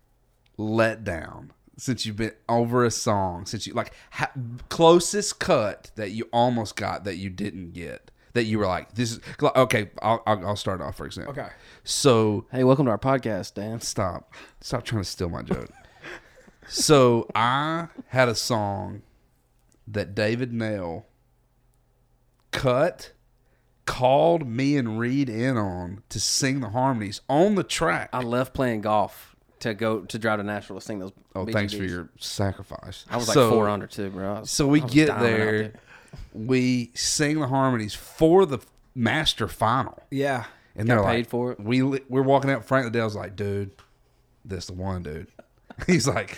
A: letdown since you've been over a song since you like ha- closest cut that you almost got that you didn't get that you were like this is okay. I'll I'll, I'll start off for example.
E: Okay.
A: so
B: Hey, welcome to our podcast, Dan.
A: stop. Stop trying to steal my joke. so I had a song that David Nail cut, called me and Reed in on to sing the harmonies on the track.
B: I left playing golf to go to drive to Nashville to sing those.
A: oh,
B: BGBs.
A: thanks for your sacrifice.
B: I was like
A: So-
B: four under two, bro. I was-
A: So we
B: I was
A: get
B: diamond out
A: there, we sing the harmonies for the master final.
E: Yeah.
A: And
B: Got
A: they're
B: paid
A: like,
B: for it?
A: We li- we're walking out. Frank Liddell's like, dude, this the one, dude. He's like,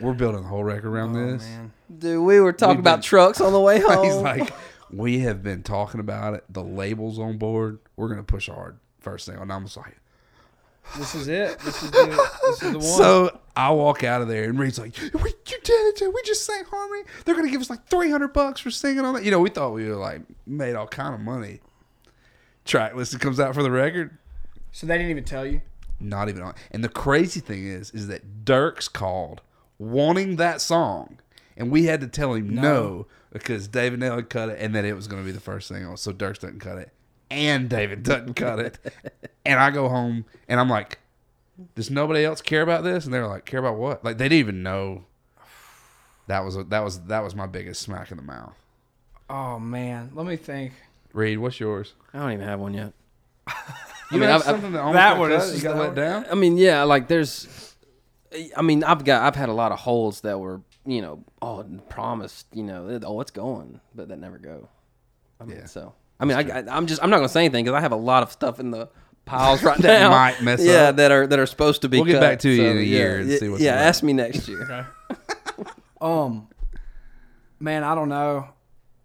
A: we're building the whole record around
B: Oh,
A: this.
B: Dude, we were talking about trucks on the way home.
A: He's like, we have been talking about it. The labels on board. We're gonna push hard first thing. And I'm just like,
E: This is it. This is the, this is the one.
A: so I walk out of there, and Reed's like, we, you did it, dude. We just sang harmony. They're gonna give us like 300 bucks for singing on that. You know, we thought we were like made all kind of money. Track list that comes out for the record.
E: so they didn't even tell you.
A: not even on. And the crazy thing is, is that Dirks called wanting that song, and we had to tell him no, because David Nail had cut it, and that it was going to be the first single. So Dirks doesn't cut it, and David doesn't cut it, and I go home and I'm like, does nobody else care about this? And they're like, care about what? Like they didn't even know. That was that was that was my biggest smack in the mouth.
E: Oh man, let me think.
A: Reed, what's yours?
B: I don't even have one yet.
A: You
B: mean,
A: have
B: I've- I've-
A: something that almost
E: that
A: got
E: one
A: cut,
E: is-
A: you got
E: that
A: let
E: one-
A: down.
B: I mean, yeah, like there's. I mean, I've got I've had a lot of holds that were you know oh promised you know oh it's going but that never go. I mean,
A: Yeah.
B: So I mean, I, I, am just I'm not gonna say anything because I have a lot of stuff in the piles right now
A: might mess
B: yeah,
A: up.
B: that are that are supposed to be.
A: We'll get
B: cut,
A: back to you in a
B: yeah,
A: year and
B: yeah,
A: see what's
B: Yeah,
A: left.
B: ask me next year.
E: Um, man, I don't know.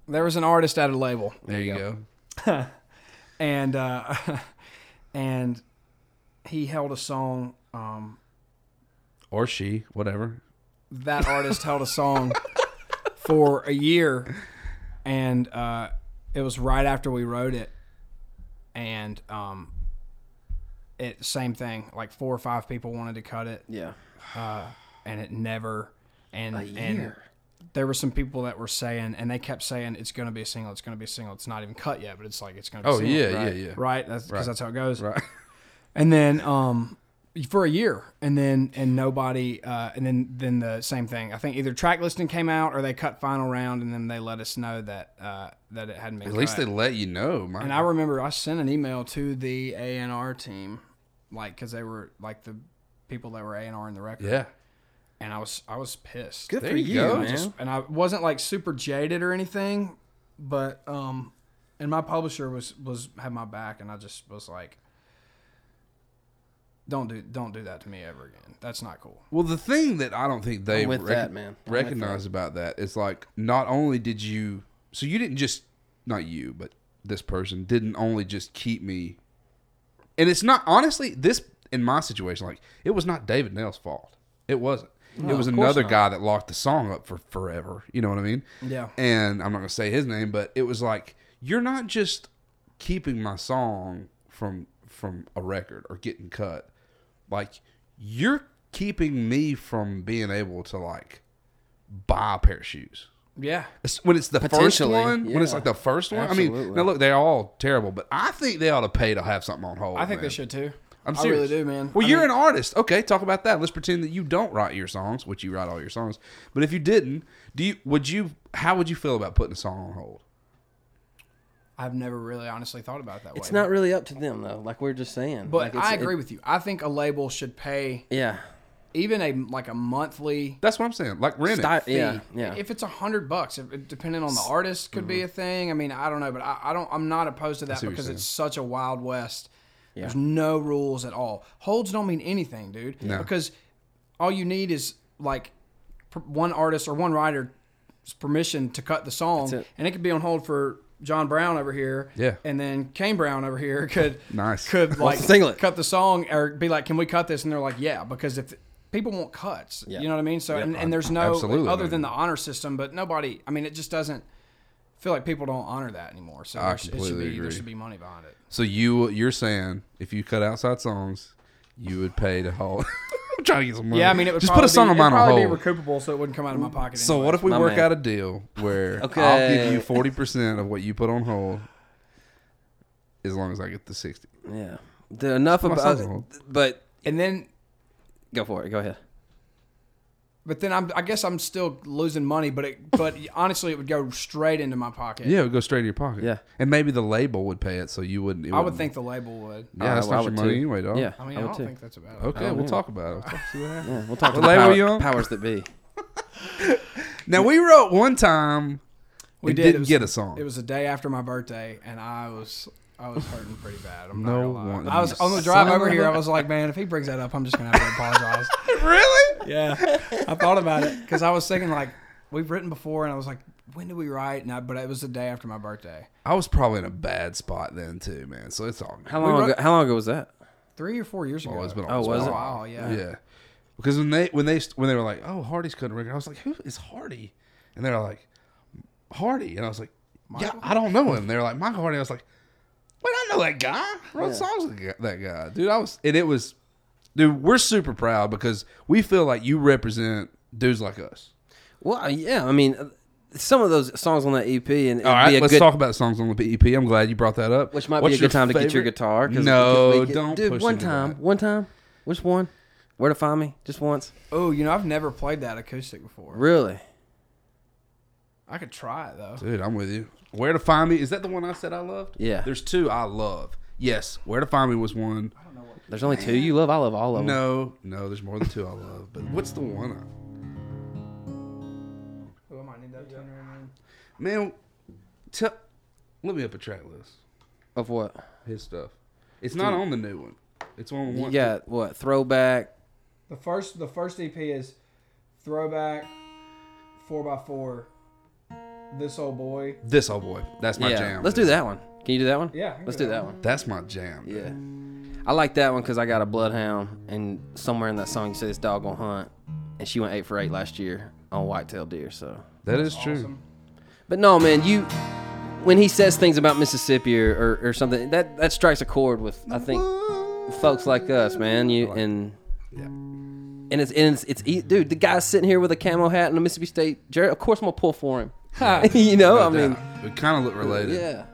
E: There was an artist at a label,
A: There you go.
E: and uh, and he held a song. Um,
A: Or she, whatever.
E: that artist held a song for a year, and uh, it was right after we wrote it, and um, it same thing. Like four or five people wanted to cut it,
B: yeah,
E: and it never and and there were some people that were saying and they kept saying it's going to be a single it's going to be a single it's not even cut yet but it's like it's going to be a
A: Oh,
E: single,
A: yeah,
E: right?
A: yeah, yeah.
E: right that's because
A: Right.
E: that's how it goes
A: Right.
E: and then um for a year and then and nobody uh and then then the same thing i think either track listing came out or they cut final round and then they let us know that uh that it hadn't been
A: At least
E: cut.
A: they let you know. My
E: and i remember i sent an email to the a&r team like because they were like the people that were a&r in the record
A: yeah.
E: and I was I was pissed.
A: There for you you, go,
E: I
A: man.
E: just- and I wasn't like super jaded or anything, but um, and my publisher was was had my back, and I just was like, don't do don't do that to me ever again. That's not cool.
A: Well, the thing that I don't think they
B: I'm with
A: recog-
B: that, man. I'm with
A: recognize about that is like not only did you, so you didn't just not you, but this person didn't only just keep me, and it's not honestly this in my situation like it was not David Nail's fault. It wasn't. it was
B: of course
A: another
B: not.
A: guy that locked the song up for forever. You know what I mean?
E: Yeah.
A: And I'm not gonna say his name, but it was like you're not just keeping my song from from a record or getting cut. Like you're keeping me from being able to like buy a pair of shoes.
E: Yeah,
A: It's- When it's the first
B: Potentially,
A: one, when it's
B: yeah.
A: like the first one, I mean,
B: Absolutely.
A: now look, they're all terrible, but I think they ought to pay to have something on hold.
E: I think
A: man.
E: they should too.
A: I'm
E: I
A: serious.
E: really do, man.
A: Well,
E: I
A: you're
E: mean,
A: an artist. Okay, talk about that. Let's pretend that you don't write your songs, which you write all your songs. But if you didn't, do you would you how would you feel about putting a song on hold?
E: I've never really honestly thought about it that way.
B: It's not really up to them though. Like we are just saying.
E: But
B: Like, it's-
E: I
B: it-
E: agree with you. I think a label should pay
B: yeah.
E: even a like a monthly
A: That's what I'm saying. Like rent.
B: Sty-
E: fee.
B: yeah. Yeah.
E: If it's a hundred bucks, if- it- depending on the artist, could be a thing. I mean, I don't know, but I, I don't. I'm not opposed to that
A: see what you're
E: because
A: saying.
E: it's such a wild west. There's no rules at all. Holds don't mean anything, dude.
A: No.
E: Because all you need is like per- one artist or one writer's permission to cut the song,
B: That's it.
E: and it could be on hold for John Brown over here.
A: Yeah.
E: And then Kane Brown over here could
A: Nice.
E: could like
B: to single it.
E: cut the song or be like, can we cut this? And they're like, yeah, because if people want cuts, you know what I mean. So and, and there's no
A: Absolutely,
E: other
A: man.
E: than the honor system, but nobody. I mean, it just doesn't feel like people don't honor that anymore. So
A: I
E: there sh- it should
A: completely
E: be
A: agree.
E: there should be money behind it.
A: So you you're saying if you cut outside songs, you would pay to hold. I'm trying to get some money.
E: Yeah, I mean, it would
A: just put a song
E: be,
A: of mine on
E: probably
A: hold.
E: be recoupable, so it wouldn't come out of my pocket.
A: so what if we
B: My
A: work
B: man.
A: out a deal where I'll
B: Okay.
A: give you forty percent of what you put on hold, as long as I get the sixty.
B: Yeah. The, enough about.
A: songs on.
B: But
E: and then,
B: go for it. Go ahead.
E: but then I'm, I guess I'm still losing money, but it, but honestly, it would go straight into my pocket.
A: Yeah, it would go straight in your pocket.
B: Yeah.
A: and maybe the label would pay it, so you wouldn't. It
E: I would
A: wouldn't-
E: think the label would.
A: Yeah, that's
B: I- I
A: not your
B: would
A: money
B: too.
A: anyway, dog.
B: Yeah.
E: I mean, I,
B: would
E: don't
B: too.
E: think that's a bad.
A: Okay,
B: Oh,
A: we'll
B: yeah.
A: talk about it. We'll talk- see what happens.
B: Yeah, we'll talk to
A: What
B: the
A: label
B: power-
A: you on?
B: powers that be.
A: Now we wrote one time.
E: We
A: it
E: did.
A: didn't
E: it was,
A: get a song.
E: It was the day after my birthday, and I was I was hurting pretty bad. I'm
A: No
E: no not
A: one-
E: one. I was on the
A: you
E: drive
A: son
E: over
A: of
E: here.
A: a-
E: I was like, man, if he brings that up, I'm just gonna have to apologize.
A: really.
E: yeah, I thought about it because I was thinking like we've written before, and I was like, when did we write? And I, but it was the day after my birthday,
A: I was probably in a bad spot then too, man. So it's all.
B: How long?
E: wrote-
B: ago, how long ago was that?
E: three or four years ago.
A: it's been a
B: Oh, was
E: a
B: it?
E: while, yeah.
A: Yeah, because when they when they when they were like, "Oh, Hardy's cutting record," I was like, "Who is Hardy?" And they were like, "Hardy," and I was like, "Yeah, I don't know him." They were like, "Michael Hardy." I was like, "Wait, I know that guy. I wrote songs with that guy- that guy, dude." I was, and it was, dude. We're super proud because we feel like you represent dudes like us.
B: Well, I- yeah. I mean, uh, some of those songs on that EP, and it'd
A: All
B: be a
A: right, let's
B: good,
A: talk about songs on the BEP. I'm glad you brought that up.
B: Which might
A: What's
B: be a good
A: your
B: time to get your
A: favorite-
B: guitar. 'cause-
A: No,
B: because we get-
A: don't
B: Dude,
A: push
B: one
A: into
B: time.
A: that.
B: One time. Just one. Where to find me? Just once.
E: Oh, you know, I've never played that acoustic before.
B: Really?
E: I could try it though.
A: Dude, I'm with you. Where to Find Me? Is that the one I said I loved?
B: Yeah.
A: There's two I love. Yes, Where to Find Me was one.
B: There's only two you love. I love all of them.
A: No, no, there's more than two I love. But what's the one? I,
E: Oh, I might need that tuner. in
A: man, tell. Let me up a track list.
B: Of what?
A: His stuff. It's not on the new one. It's on
B: You
A: one.
B: got what? Throwback.
E: The first the first EP is Throwback, Four x Four, This Old Boy.
A: this old boy. That's my
B: yeah.
A: jam.
B: Let's do that one. Can you do that one?
E: Yeah, I can
B: Let's
E: do
B: do
E: that
B: that one.
A: That's my jam.
B: Yeah. I like that one because I got a bloodhound, and somewhere in that song you say this dog gonna hunt, and she went eight for eight last year on whitetail deer. So,
A: that is true.
B: but no, man, you when he says things about Mississippi or, or, or something, that that strikes a chord with I think folks like us, man. You and
A: Yeah.
B: and it's and it's, it's e- dude, the guy's sitting here with a camo hat and a Mississippi State jersey. Of course, I'm gonna pull for him. you know, I mean,
A: we kind of look related.
B: yeah,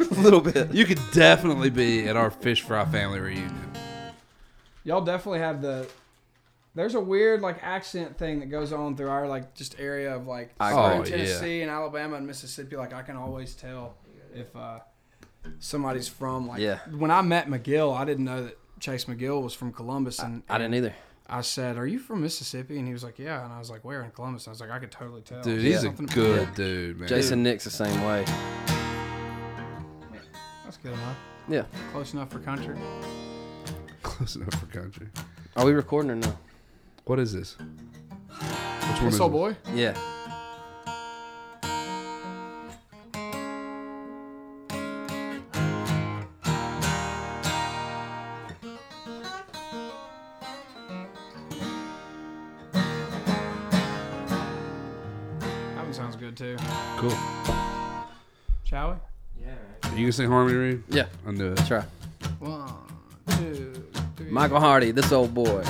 B: a little bit.
A: You could definitely be at our fish fry family reunion.
E: Y'all definitely have the. There's a weird like accent thing that goes on through our like just area of like
A: agree.
E: in
A: Oh, yeah.
E: Tennessee and Alabama and Mississippi. Like I can always tell if uh, somebody's from like.
B: Yeah.
E: When I met McGill, I didn't know that Chase McGill was from Columbus, and
B: I didn't either.
E: I said, "Are you from Mississippi?" And he was like, "Yeah." And I was like, "Where in Columbus?" And I was like, "I could totally tell."
A: Dude, he's a
E: Something-
A: good dude, man.
B: Jason Nick's the same way.
E: That's good enough.
B: Yeah.
E: Close enough for country.
A: Close enough for country.
B: Are we recording or no?
A: What is this? Which one
E: This
A: is
E: old
A: this?
E: boy.
B: Yeah.
E: That one sounds good too.
A: Cool.
E: Shall we?
A: You can sing harmony, Reed?
B: Yeah.
A: I knew it.
B: Try.
E: One, two, three.
B: Michael Hardy, this old boy.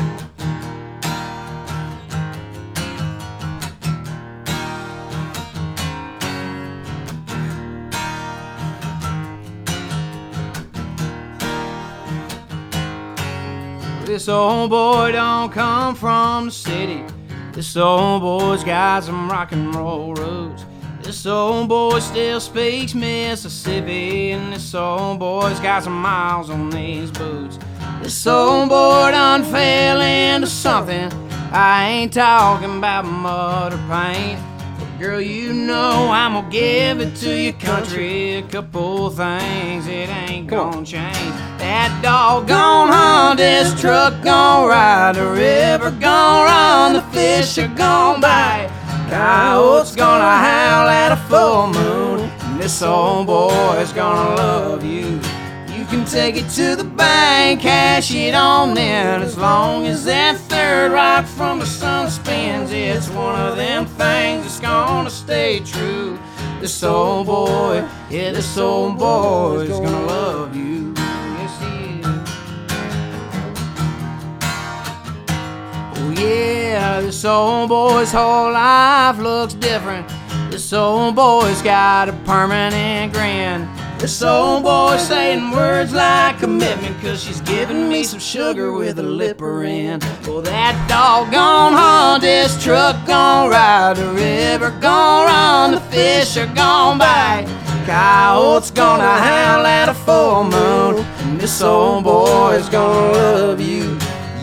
E: This old boy don't come from the city. This old boy's got some rock and roll roots. This old boy still speaks Mississippi, and this old boy's got some miles on these boots. This old boy done fell into something. I ain't talking about mud or paint. But girl, you know I'm gonna give it to your country. A couple things it ain't gonna change. That doggone hunt, this truck gonna ride, the river gonna run, the fish are gonna bite. Coyote's gonna howl at a full moon. And this old boy's gonna love you. You can take it to the bank, cash it on in. As long as that third rock from the sun spins, it's one of them things that's gonna stay true. This old boy, yeah, this old boy is gonna love you. Yes, he is. Oh yeah, this old boy's whole life looks different. This old boy's got a permanent grin. This old boy's saying words like commitment, cause she's giving me some sugar with a lipper in. Well, that doggone hunt, this truck gon' ride, the river gon' run, the fish are gon' bite. Coyote's gonna howl at a full moon, and this old boy's gonna love you.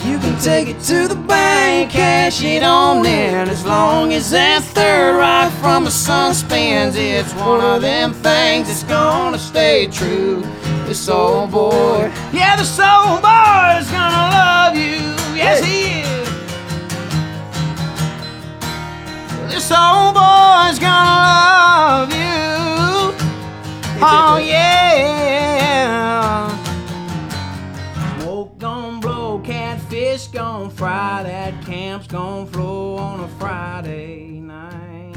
E: You can take it to the bank, cash it on in. As long as that third rock from the sun spins, it's one of them things that's gonna stay true. This old boy, yeah, this old boy is gonna love you. Yes, he is. This old boy is gonna love you. Oh, yeah. Smoke gon' blow, catfish gon' fry, that camp's gon' flow on a Friday night.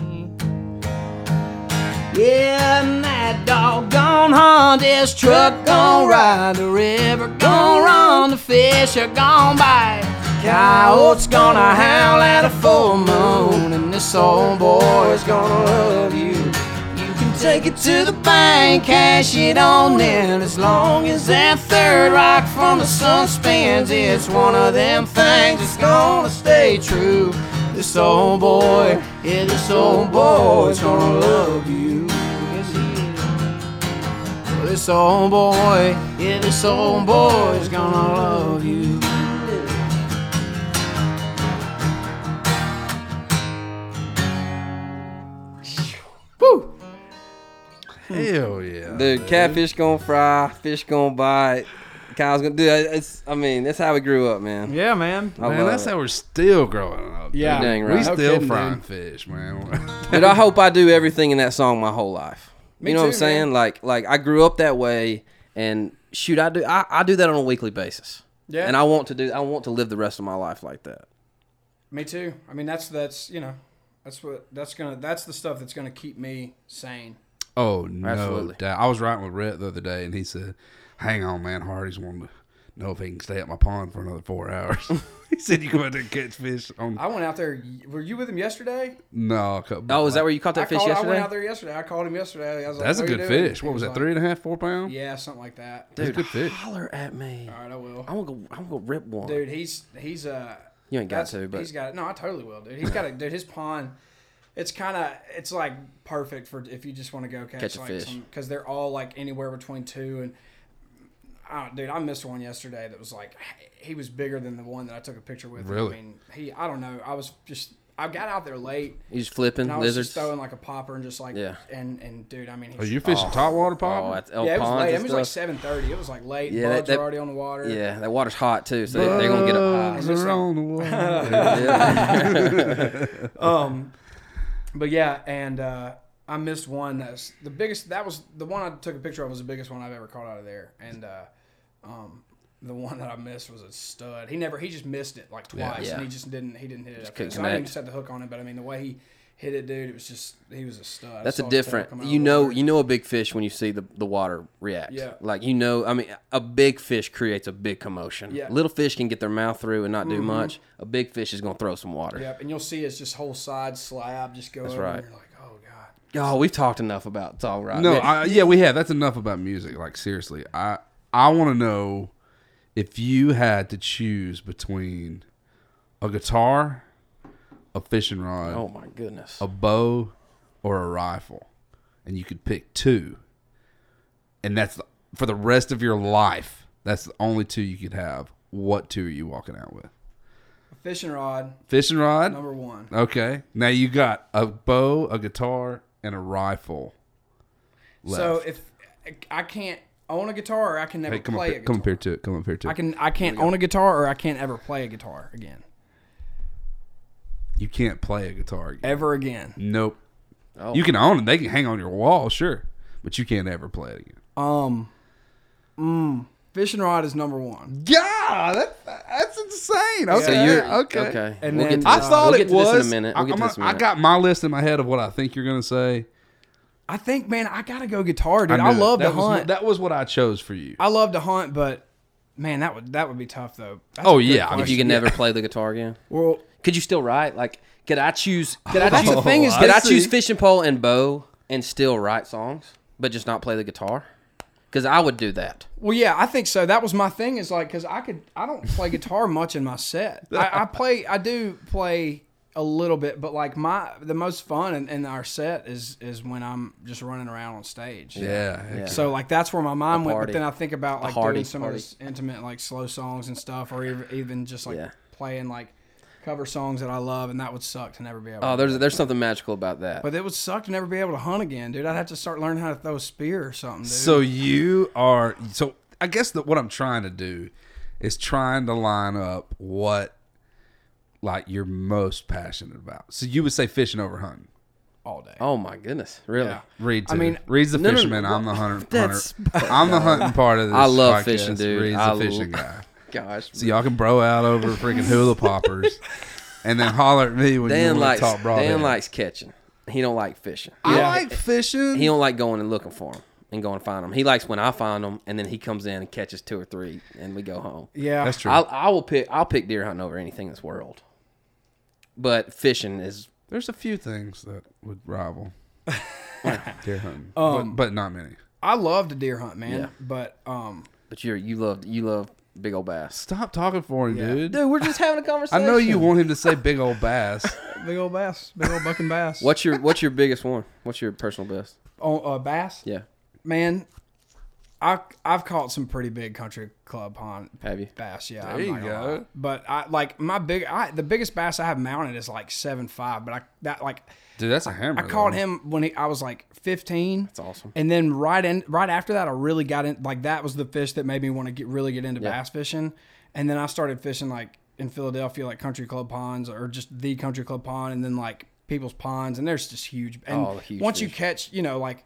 E: Yeah, and that dog gon' hunt, this truck gon' ride, the river gon' run, the fish are gon' bite. Coyote's gonna howl at a full moon, and this old boy's gonna love you. You can take it to the bank, cash it on in. As long as that third rock from the sun spins, it's one of them things that's gonna stay true. This old boy, yeah, this old boy's gonna love you. Yes, he is. This old boy, yeah, this old boy's gonna love you.
G: Hmm.
A: Hell yeah.
B: Dude, catfish gonna fry, fish gonna bite. Kyle's gonna do It's, I mean, that's how we grew up, man.
G: Yeah, man.
B: I
A: Man,
B: love
A: that's
B: it.
A: how we're still growing up. dude.
G: Yeah.
B: Dang
A: We
B: right.
A: still
G: kidding,
A: frying
G: dude.
A: fish, man.
B: Dude, I hope I do everything in that song my whole life. you know what I'm
G: too,
B: saying? Like, like I grew up that way, and shoot, I do, I, I do that on a weekly basis.
G: Yeah.
B: And I want to do, I want to live the rest of my life like that.
G: Me too. I mean, that's that's you know, that's what that's gonna that's the stuff that's gonna keep me sane.
A: oh no
B: Absolutely.
A: doubt. I was riding with Rhett the other day, and he said, "Hang on, man. Hardy's wanting to know if he can stay at my pond for another four hours." he said, "You go out there and catch fish on."
G: I went out there. Were you with him yesterday?
A: no,
B: Oh, is that where you caught that
G: I
B: fish
G: called, I
B: yesterday?
G: went out there yesterday. I called him yesterday. I was like,
A: That's a
G: "What are you
A: good
G: doing?"
A: fish.
G: He
A: What
G: was
A: was that?
G: like,
A: Three and a half, four pound.
G: Yeah, something like that.
A: That's good fish.
B: Holler at me.
G: All right, I will.
B: I'm gonna go. I'm gonna rip one.
G: Dude, he's he's uh
B: you ain't got
G: that's-
B: to, but
G: he's got no. I totally will, dude. He's got a dude. His pond, it's kind of it's like perfect for if you just want to go catch,
B: Catch a
G: like
B: fish.
G: because they're all like anywhere between two and. I don't, dude, I missed one yesterday that was like he was bigger than the one that I took a picture with. I
A: Really?
G: mean, he I don't know. I was just I got out there late
B: you just flipping
G: and I was
B: lizards.
G: just throwing like a popper and just like
B: Yeah.
G: and and dude, I mean, he
A: Are you fishing top water
B: oh,
A: pop?
B: at El
G: yeah, it was
B: Ponds
G: late. It
B: and
G: was like
B: stuff.
G: seven thirty. It was like late.
B: Yeah,
G: Yeah,
B: that-
G: Bugs
B: that-
G: were already on the water.
B: yeah, that water's hot too, so they, they're gonna get uh, up high.
G: um, but yeah, and uh, I missed one. That's the biggest. That was the one I took a picture of. Was the biggest one I've ever caught out of there. And uh, um, the one that I missed was a stud. He never. He just missed it like twice,
B: Yeah.
G: and he just didn't. He didn't hit it. up there.
B: couldn't
G: So I didn't
B: connect.
G: even set the hook on him. But I mean, the way he hit it, dude, it was just he was a stud. I
B: That's
G: saw
B: a
G: his tail
B: different.
G: come out
B: You
G: of the
B: know,
G: water.
B: you know a big fish when you see the, the water react.
G: Yeah.
B: Like you know, I mean, a big fish creates a big commotion.
G: Yeah. Mm-hmm.
B: Little fish can get their mouth through and not do much. A big fish is gonna throw some water.
G: Yep, and you'll see his just whole side slab just go. over
B: right.
G: And you're like, oh god.
B: Oh, we've talked enough about tall rod.
A: No,
B: Man,
A: I, yeah, we have. That's enough about music. Like seriously, I I want to know if you had to choose between a guitar, a fishing rod,
E: Oh.
B: oh my goodness.
A: a bow, or a rifle, and you could pick two, and that's the, for the rest of your life. That's the only two you could have. What two are you walking out with?
E: Fishing rod,
A: Fishing rod.
E: number one.
A: Okay. Now you got a bow, a guitar, and a rifle. Left.
E: So if I can't own a guitar, I can never
A: hey, come up
E: play a
A: here,
E: guitar.
A: come up here to it. Come up here to it.
E: I can I can't own a guitar or I can't ever play a guitar again.
A: you can't play a guitar. Again.
E: Ever again.
A: Nope.
B: Oh.
A: You can own it. They can hang on your wall, sure, but you can't ever play it again.
E: Um mm, fishing rod is number one.
A: Yeah, that, that's insane. Okay,
B: So you're
A: okay.
B: okay.
E: And
B: we'll
E: then-
B: get to
A: I
B: this.
A: thought
G: uh,
B: we'll
A: it
B: get to
A: was.
B: this in a minute. We'll
A: I,
B: get to
A: I'm-
B: this in a minute.
A: I got my list in my head of what I think you're gonna say.
E: I think, man, I gotta go guitar, dude.
A: knew
E: I,
A: it.
E: love
A: that
E: to
A: was,
E: hunt.
A: That was what I chose for you.
E: I love to hunt, but man, that would that would be tough though. That's
A: oh
E: a good
A: yeah,
E: question.
A: I
B: if you can never play the guitar again,
E: well,
B: could you still write? Like, could I choose? Could I
E: that's
B: choose?
E: the thing is
A: I
B: could I,
A: see.
B: choose fishing pole and bow and still write songs, but just not play the guitar? Because I would do that.
E: well, yeah, I think so. That was my thing is like because I could I don't play guitar much in my set. I, I play I do play a little bit, but like my the most fun in, in our set is is when I'm just running around on stage.
A: yeah, heck yeah.
E: So like that's where my mind went.
B: party.
E: But then I think about like
B: hardy
E: doing some
B: party.
E: of those intimate like slow songs and stuff, or ev- even just like
B: Yeah.
E: playing like cover songs that I love, and that would suck to never be able.
B: Oh,
E: to.
B: there's there's something magical about that.
E: But it would suck to never be able to hunt again, dude. I'd have to start learning how to throw a spear or something. Dude.
A: So you are. So I guess that what I'm trying to do is trying to line up what like you're most passionate about. So you would say fishing over hunting.
E: all day.
B: oh my goodness, really?
A: Read. To
E: I mean,
A: Reed's the
B: no, no,
A: fisherman.
B: no,
A: I'm the hunter.
B: that's-
A: hunter. I'm the hunting part of this.
B: I love
A: podcast.
B: fishing, dude.
A: Reed's
B: I
A: the
B: l-
A: fishing guy.
B: Gosh,
A: So y'all can bro out over freaking hula poppers, and then holler at me when
B: Dan
A: you want
B: likes
A: to talk broadhead.
B: Dan likes catching. He don't like fishing.
A: I
E: Yeah.
A: like fishing.
B: He don't like going and looking for them and going to find them. He likes when I find them, and then he comes in and catches two or three, and we go home.
E: yeah,
A: That's true.
B: I, I will pick. I'll pick deer hunting over anything in this world. But fishing is
A: There's a few things that would rival deer hunting, but, but not many.
E: I love to deer hunt, man.
B: Yeah.
E: But um,
B: But you you love you love big old bass.
A: Stop talking for him, dude.
B: we're just having a
A: I
B: conversation.
A: know you want him to say big old bass.
E: big old bass, big old bucking bass.
B: What's your what's your biggest one? What's your personal best?
E: Oh, uh, bass?
B: Yeah,
E: man. I I've caught some pretty big country club hunt
B: have you?
E: bass. Yeah,
A: There you
E: not gonna
A: go.
E: lie. But I like my big. I the biggest bass I have mounted is like seven five. But I that like
A: Dude, that's a hammer.
E: I caught
A: though.
E: him when he, I was like fifteen. That's
B: awesome.
E: And then right in right after that, I really got in. Like that was the fish that made me want to get really get into
B: Yeah.
E: bass fishing. And then I started fishing like in Philadelphia, like country club ponds or just the country club pond, and then like people's ponds. And there's just huge. And
B: Oh, the huge
E: once you
B: fish.
E: catch, you know, like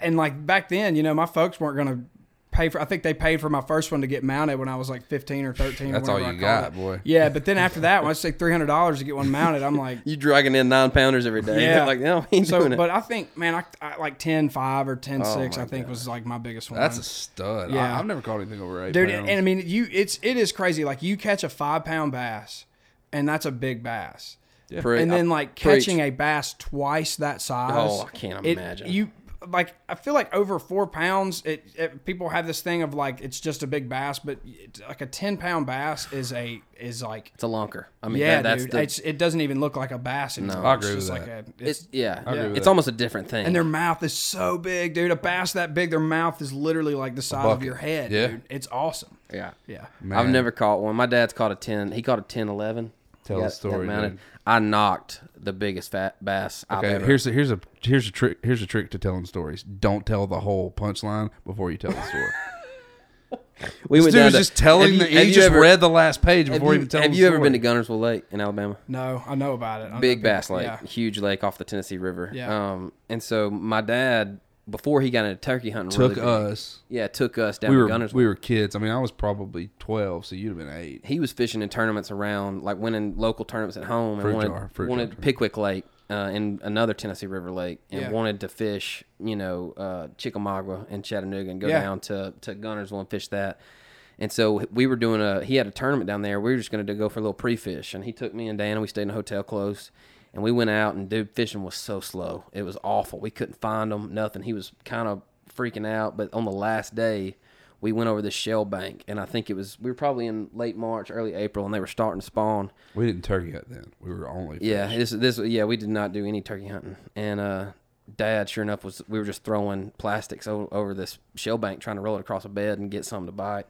E: and like back then, you know, my folks weren't gonna pay for. I think they paid for my first one to get mounted when I was like fifteen or thirteen.
A: That's
E: or
A: all
E: whenever
A: you
E: I caught
A: got,
E: it.
A: boy.
E: Yeah, but then after that, when I say three hundred dollars to get one mounted, I'm like,
B: You dragging in nine pounders every day.
E: Yeah.
B: like no, he ain't
E: so,
B: doing it. Oh
E: but I think, man, I, I like 10 5 or 10 6, I think was like my biggest one.
A: That's a stud.
E: Yeah.
A: I, have never caught anything over eight
E: dude.
A: pounds.
E: And I mean, you, it's, it is crazy. Like, you catch a five pound bass, and that's a big bass.
B: Pre-
E: And then,
B: I-
E: like,
B: preach.
E: catching a bass twice that size.
B: Oh, I can't
E: it-
B: imagine.
E: You, like, I feel like over four pounds, it, it people have this thing of like, it's just a big bass, but it's like a 10 pound bass is a, is like,
B: it's a lunker. I mean, that,
E: yeah,
B: that's
E: dude.
B: the
E: it's, it doesn't even look like a bass anymore.
A: I
E: It's
A: agree
E: just
A: with
E: like
A: that.
E: a,
B: it's yeah.
A: agree with
B: It's
A: that.
B: almost a different thing.
E: and their mouth is so big, dude. A bass that big, their mouth is literally like the size of
A: bucket.
E: your head,
A: Yeah.
E: dude. It's awesome.
B: yeah.
E: Yeah.
B: I've
A: Man.
B: never caught one. My dad's caught a 10. He caught a 10 11.
A: Tell the story, dude.
B: I knocked the biggest fat bass I've
A: Okay,
B: ever.
A: here's a here's a here's a trick here's a trick to telling stories. Don't tell the whole punchline before you tell the story.
B: we
A: this dude
B: down
A: was
B: to-
A: just telling
B: Have
A: the
B: you- have
A: he
B: you
A: just
B: ever-
A: read the last page
B: Have
A: before
B: you,
A: even telling.
B: have
A: the
B: you ever
A: story.
B: been to Gunnersville Lake in Alabama?
E: No, I know about it. I know
B: big
E: people-
B: bass lake,
E: Yeah.
B: huge lake off the Tennessee River.
E: Yeah.
B: Um, and so my dad, before he got into turkey hunting,
A: Took
B: really big-
A: us.
B: Yeah, took us down
A: We
B: to
A: were
B: Gunnersville.
A: we were kids. I mean, I was probably twelve, so you'd have been eight.
B: he was fishing in tournaments around, like winning local tournaments at home, and
A: Fruit
B: wanted
A: jar, fruit
B: wanted
A: jar.
B: Pickwick Lake uh, and another Tennessee River Lake, and
E: Yeah.
B: wanted to fish, you know, uh, Chickamauga and Chattanooga, and go
E: Yeah.
B: down to to Gunnersville and fish that. And so we were doing a. He had a tournament down there. We were just going to go for a little pre-fish, and he took me and Dan, and we stayed in a hotel close. And we went out, and dude, fishing was so slow. It was awful. We couldn't find him, nothing. He was kind of freaking out. But on the last day, we went over the shell bank, and I think it was we were probably in late March, early April, and they were starting to spawn.
A: We didn't turkey hunt then. We were only
B: Yeah, this this yeah, we did not do any turkey hunting, and uh, Dad, sure enough, was we were just throwing plastics o- over this shell bank, trying to roll it across a bed and get something to bite.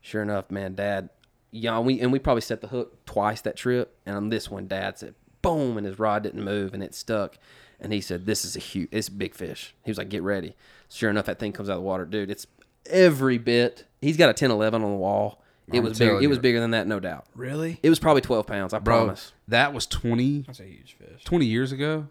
B: Sure enough, man, Dad, yeah, we and we probably set the hook twice that trip, and on this one, Dad said boom, and his rod didn't move, and it stuck. And he said, "This is a huge, it's a big fish." He was like, "Get ready." Sure enough, that thing comes out of the water, dude. It's every bit. He's got a 10-11 on the wall. It
A: I'm
B: was bigger.
A: telling
B: It was
A: you.
B: bigger than that, no doubt.
E: Really?
B: It was probably twelve pounds. I
A: Bro,
B: promise.
A: that was 20,
E: That's a huge fish.
A: 20 years ago.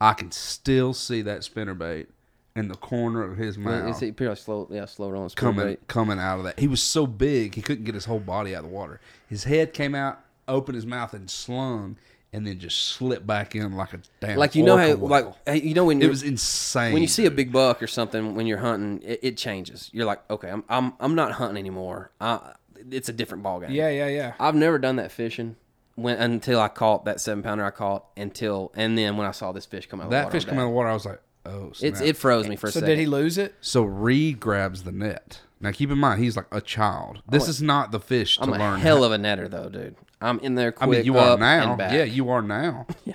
A: I can still see that spinnerbait in the corner of his
B: Yeah,
A: mouth
B: It's it probably slow, yeah, slower on.
A: coming
B: Coming.
A: coming out of that. He was so big he couldn't get his whole body out of the water. His head came out, opened his mouth and slung, and then just slipped back in like a damn
B: Like you know how
A: orca
B: like
A: whale.
B: hey, you know when
A: it
B: you're-
A: was insane.
B: when you see a big buck or something when you're hunting it, it changes. You're like okay, I'm I'm I'm not hunting anymore. I, it's a different ballgame.
E: Yeah, yeah, yeah.
B: I've never done that fishing when until I caught that seven pounder I caught until and then when I saw this fish come out of the
A: that
B: water
A: fish
B: on
A: come out of
B: deck.
A: the water, I was like, oh, snap.
B: It's it froze me for a
E: So
B: second.
E: did he lose it?
A: So Reed grabs the net. Now keep in mind, he's like a child. This is not the fish to
B: I'm a
A: learn.
B: hell of a netter though, dude. I'm in there
A: I
B: quick.
A: mean, you are
B: up
A: now.
B: and back.
A: Yeah, you are now. yeah.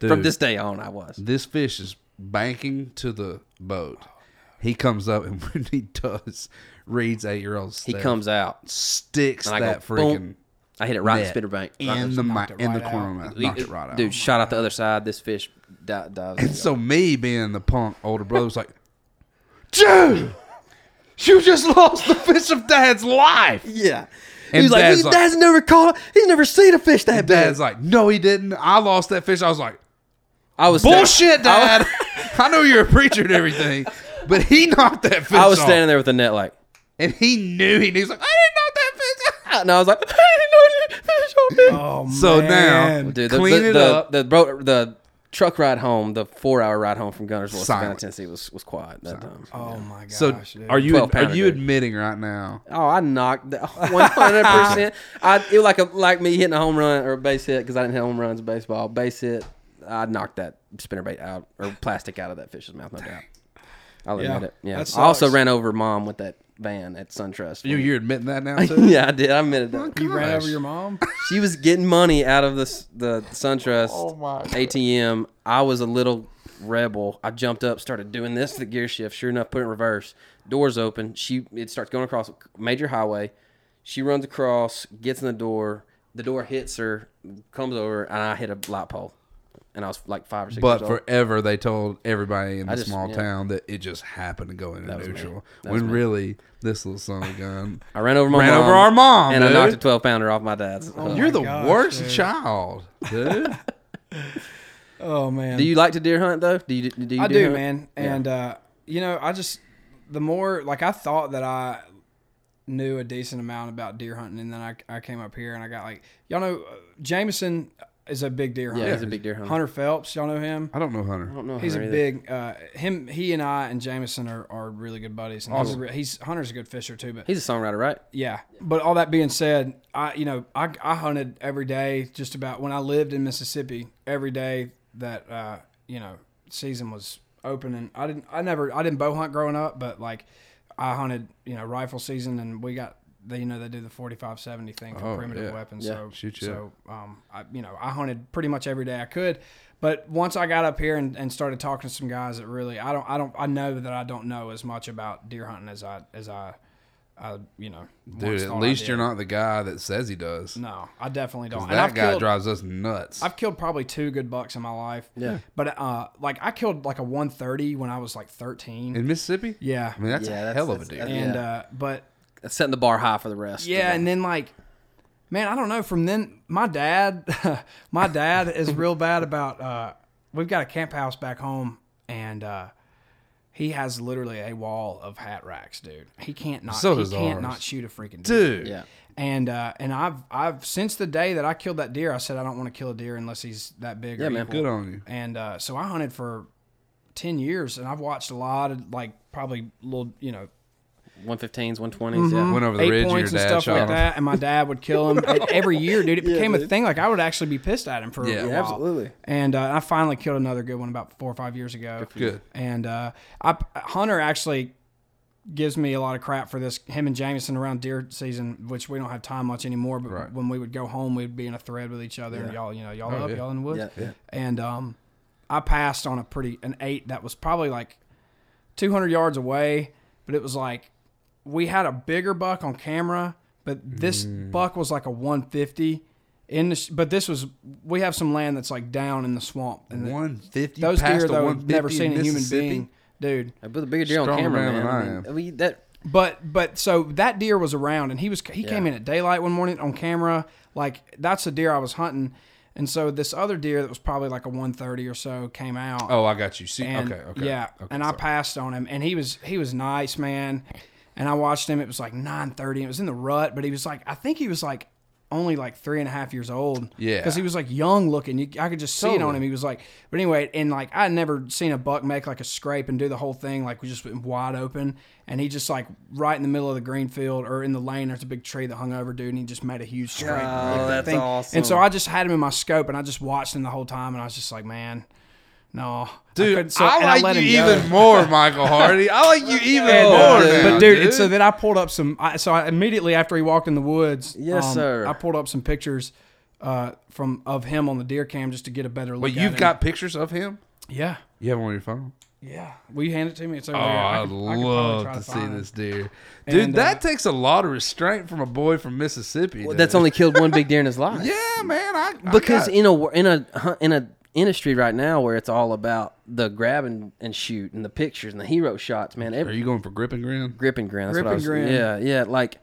B: From this day on, I was.
A: this fish is banking to the boat. He comes up and when he does, Reed's eight year old.
B: He comes out.
A: sticks
B: And I
A: that
B: go,
A: freaking
B: boom, I hit it right in the
A: net
B: spitter bank. Right
A: in the mi- in the
E: right
A: corner, of my mouth.
B: He-
A: knocked it right out.
B: Dude, shot out the other side. This fish di- dives.
A: And so me being the punk older brother was like, dude, you just lost the fish of dad's life.
B: yeah.
A: And
B: he was like,
A: Dad's
B: "He-
A: like-
B: Dad's never caught. He's never seen a fish that big.
A: Dad's like, no, he didn't. I lost that fish. I was like,
B: I was sta-
A: bullshit, dad.
B: I was-
A: I know you're a preacher and everything, but he knocked that fish
B: I was
A: off.
B: standing there with the net, like,
A: and he knew he, knew. he was like, I didn't knock that fish out.
B: and I was like, I didn't know you fish on
E: Oh
A: So
E: man.
A: now,
B: Dude, the,
A: clean
B: the,
A: it
B: the,
A: up.
B: The, bro- the truck ride home, the four hour ride home from Gunnersville, Savannah,
A: Silent.
B: Tennessee, was was quiet that time.
E: Oh my gosh.
A: so
E: dude.
A: are you
B: 12
A: are
B: pounder,
A: you
B: dude.
A: admitting right now?
B: Oh, I knocked one hundred percent. I it was like a like me hitting a home run or a base hit because I didn't hit home runs in baseball. Base hit, I knocked that spinnerbait out or plastic out of that fish's mouth, no doubt. I'll
E: Yeah,
B: admit it. Yeah,
E: that
B: I also
E: sucks.
B: ran over mom with that van at SunTrust.
A: You you're admitting that now too.
B: yeah, I did. I admitted that.
E: you ran
A: Gosh.
E: over your mom?
B: She was getting money out of the s- the SunTrust
E: Oh
B: ATM. I was a little rebel. I jumped up, started doing this to the gear shift. Sure enough, put it in reverse. Doors open. She it starts going across a major highway. She runs across, gets in the door. The door hits her, comes over, and I hit a light pole. And I was like five or six.
A: But
B: years old.
A: forever they told everybody in the
B: just-
A: small
B: yeah.
A: town that it just happened to go into
B: was me.
A: neutral.
B: That was
A: When
B: me.
A: really this little son of a gun.
B: I ran over my
A: Ran
B: mom,
A: over our mom,
B: and
A: dude.
B: I knocked a twelve pounder off my dad's. uh,
E: Oh
B: hook.
A: You're the
E: gosh,
A: worst
E: dude.
A: child, dude.
E: Oh man.
B: do you like to deer hunt though? Do you do you
E: I
B: deer
E: do,
B: hunt?
E: man.
B: Yeah.
E: And uh, you know, I just the more like I thought that I knew a decent amount about deer hunting, and then I, I came up here and I got like y'all know uh, Jameson is a big deer hunter.
B: Yeah, he's a big deer hunter.
E: Hunter Phelps, y'all know him.
A: I don't know Hunter.
B: don't know
E: He's
B: her
E: a
B: either.
E: big uh, him. He and I and Jameson are, are really good buddies. And he's, a
A: Awesome.
E: re- he's Hunter's a good fisher too, but
B: He's a songwriter, right?
E: yeah. But all that being said, I you know I, I hunted every day just about when I lived in Mississippi. Every day that uh, you know season was open, and I didn't I never I didn't bow hunt growing up, but like I hunted you know rifle season, and we got they you know they do the forty five seventy thing for
A: Oh,
E: primitive
A: yeah.
E: weapons.
B: Yeah.
E: So
A: Shoot you.
E: so um I you know I hunted pretty much every day I could. But once I got up here and, and started talking to some guys that really I don't I don't I know that I don't know as much about deer hunting as I as I I you know
A: Dude,
E: once
A: at
E: thought I
A: least
E: did.
A: you're not the guy that says he does.
E: No, I definitely don't. And
A: That
E: I've
A: guy
E: killed,
A: drives us nuts.
E: I've killed probably two good bucks in my life.
B: Yeah.
E: But uh, like I killed like a 130 when I was like 13.
A: in Mississippi?
E: yeah.
A: I mean, that's
B: Yeah,
A: a
B: that's-
A: hell of a
B: that's-
A: deer.
B: that's-
E: And
B: Yeah.
E: uh, but
B: That's setting the bar high for the rest.
E: yeah, and then like, man, I don't know. From then, my dad, my dad is real bad about. Uh, we've got a camp house back home, and uh, he has literally a wall of hat racks, dude. He can't not.
A: So
E: he
A: does
E: can't
A: ours.
E: not shoot a freaking deer.
A: Dude.
B: Yeah.
E: And uh, and I've I've since the day that I killed that deer, I said I don't want to kill a deer unless he's that big.
B: Yeah,
E: or
B: man.
E: evil."
A: Good on you.
E: And uh, so I hunted for ten years, and I've watched a lot of like probably little you know
B: 115s, 120s. Yeah.
A: Went over the
E: eight
A: ridge and your
E: points and
A: dad
E: stuff
A: shot
E: like
A: him.
E: that, and my dad would kill him E- every year, dude. It became a thing. Like I would actually be pissed at him for
A: Yeah.
E: a
A: Yeah,
E: while.
B: absolutely.
E: And uh, I finally killed another good one about four or five years ago.
A: you. Good.
E: And uh, I, Hunter actually gives me a lot of crap for this. Him and Jameson around deer season, which we don't have time much anymore. But
A: Right.
E: when we would go home, we'd be in a thread with each other. And y'all, you know, y'all
A: Oh,
E: up,
A: yeah.
E: y'all in the woods.
B: Yeah, yeah.
E: And um, I passed on a pretty an eight that was probably like 200 yards away, but it was like we had a bigger buck on camera, but this
A: Mm.
E: buck was like a 150 in the. Sh- but this was we have some land that's like down in the swamp, and the,
A: One fifty.
E: those
A: past
E: deer
A: the
E: though have
A: 150
E: never seen
A: in
E: a human
A: Mississippi?
E: being, dude.
B: I put a bigger deer on
A: Stronger man
B: camera, man.
A: than
B: I
A: I
B: mean,
A: am.
B: I mean, that
E: But but so that deer was around, and he was he came
B: Yeah.
E: in at daylight one morning on camera. Like that's the deer I was hunting, and so this other deer that was probably like a 130 or so came out.
A: Oh, I got you. See,
E: and
A: okay, okay.
E: yeah,
A: okay,
E: and I
A: sorry.
E: passed on him, and he was he was nice, man. And I watched him. It was like nine thirty. It was in the rut, but he was like, I think he was like only like three and a half years old.
A: Yeah.
E: because he was like young looking. You, I could just see it on
A: Totally.
E: him. He was like, but anyway, and like I had never seen a buck make like a scrape and do the whole thing like we just went wide open, and he just like right in the middle of the green field or in the lane. There's a big tree that hung over, dude, and he just made a huge scrape.
B: Oh, that's
E: thing.
B: awesome.
E: And so I just had him in my scope, and I just watched him the whole time, and I was just like, man. No,
A: dude, I,
E: couldn't- so- and
A: like
E: let
A: you
E: him go.
A: even more, Michael Hardy. I like you even
E: And, uh,
A: more. now,
E: but dude, and so then I pulled up some. I, so I, immediately after he walked in the woods, um,
B: Yes, sir.
E: I pulled up some pictures uh, from of him on the deer cam just to get a better look.
A: Wait,
E: at
A: you've
E: him.
A: got pictures of him?
E: yeah,
A: You have them on your phone?
E: yeah. Will you hand it to me? It's over
A: Oh,
E: there. I
A: I'd
E: could- I could probably
A: love
E: try
A: to, see
E: find it.
A: this deer. Dude,
E: And, uh,
A: that takes a lot of restraint from a boy from Mississippi.
B: well,
A: dude.
B: that's only killed one big deer in his life.
A: Yeah, man. I, I
B: because
A: got-
B: in a wor- in a hu- in a industry right now where it's all about the grab and, and shoot and the pictures and the hero shots, man.
A: Are
B: Every
A: you going for grip and grin?
B: grip and grin. That's
E: Grip
B: what I
E: and
B: was,
E: grin.
B: Yeah, yeah. Like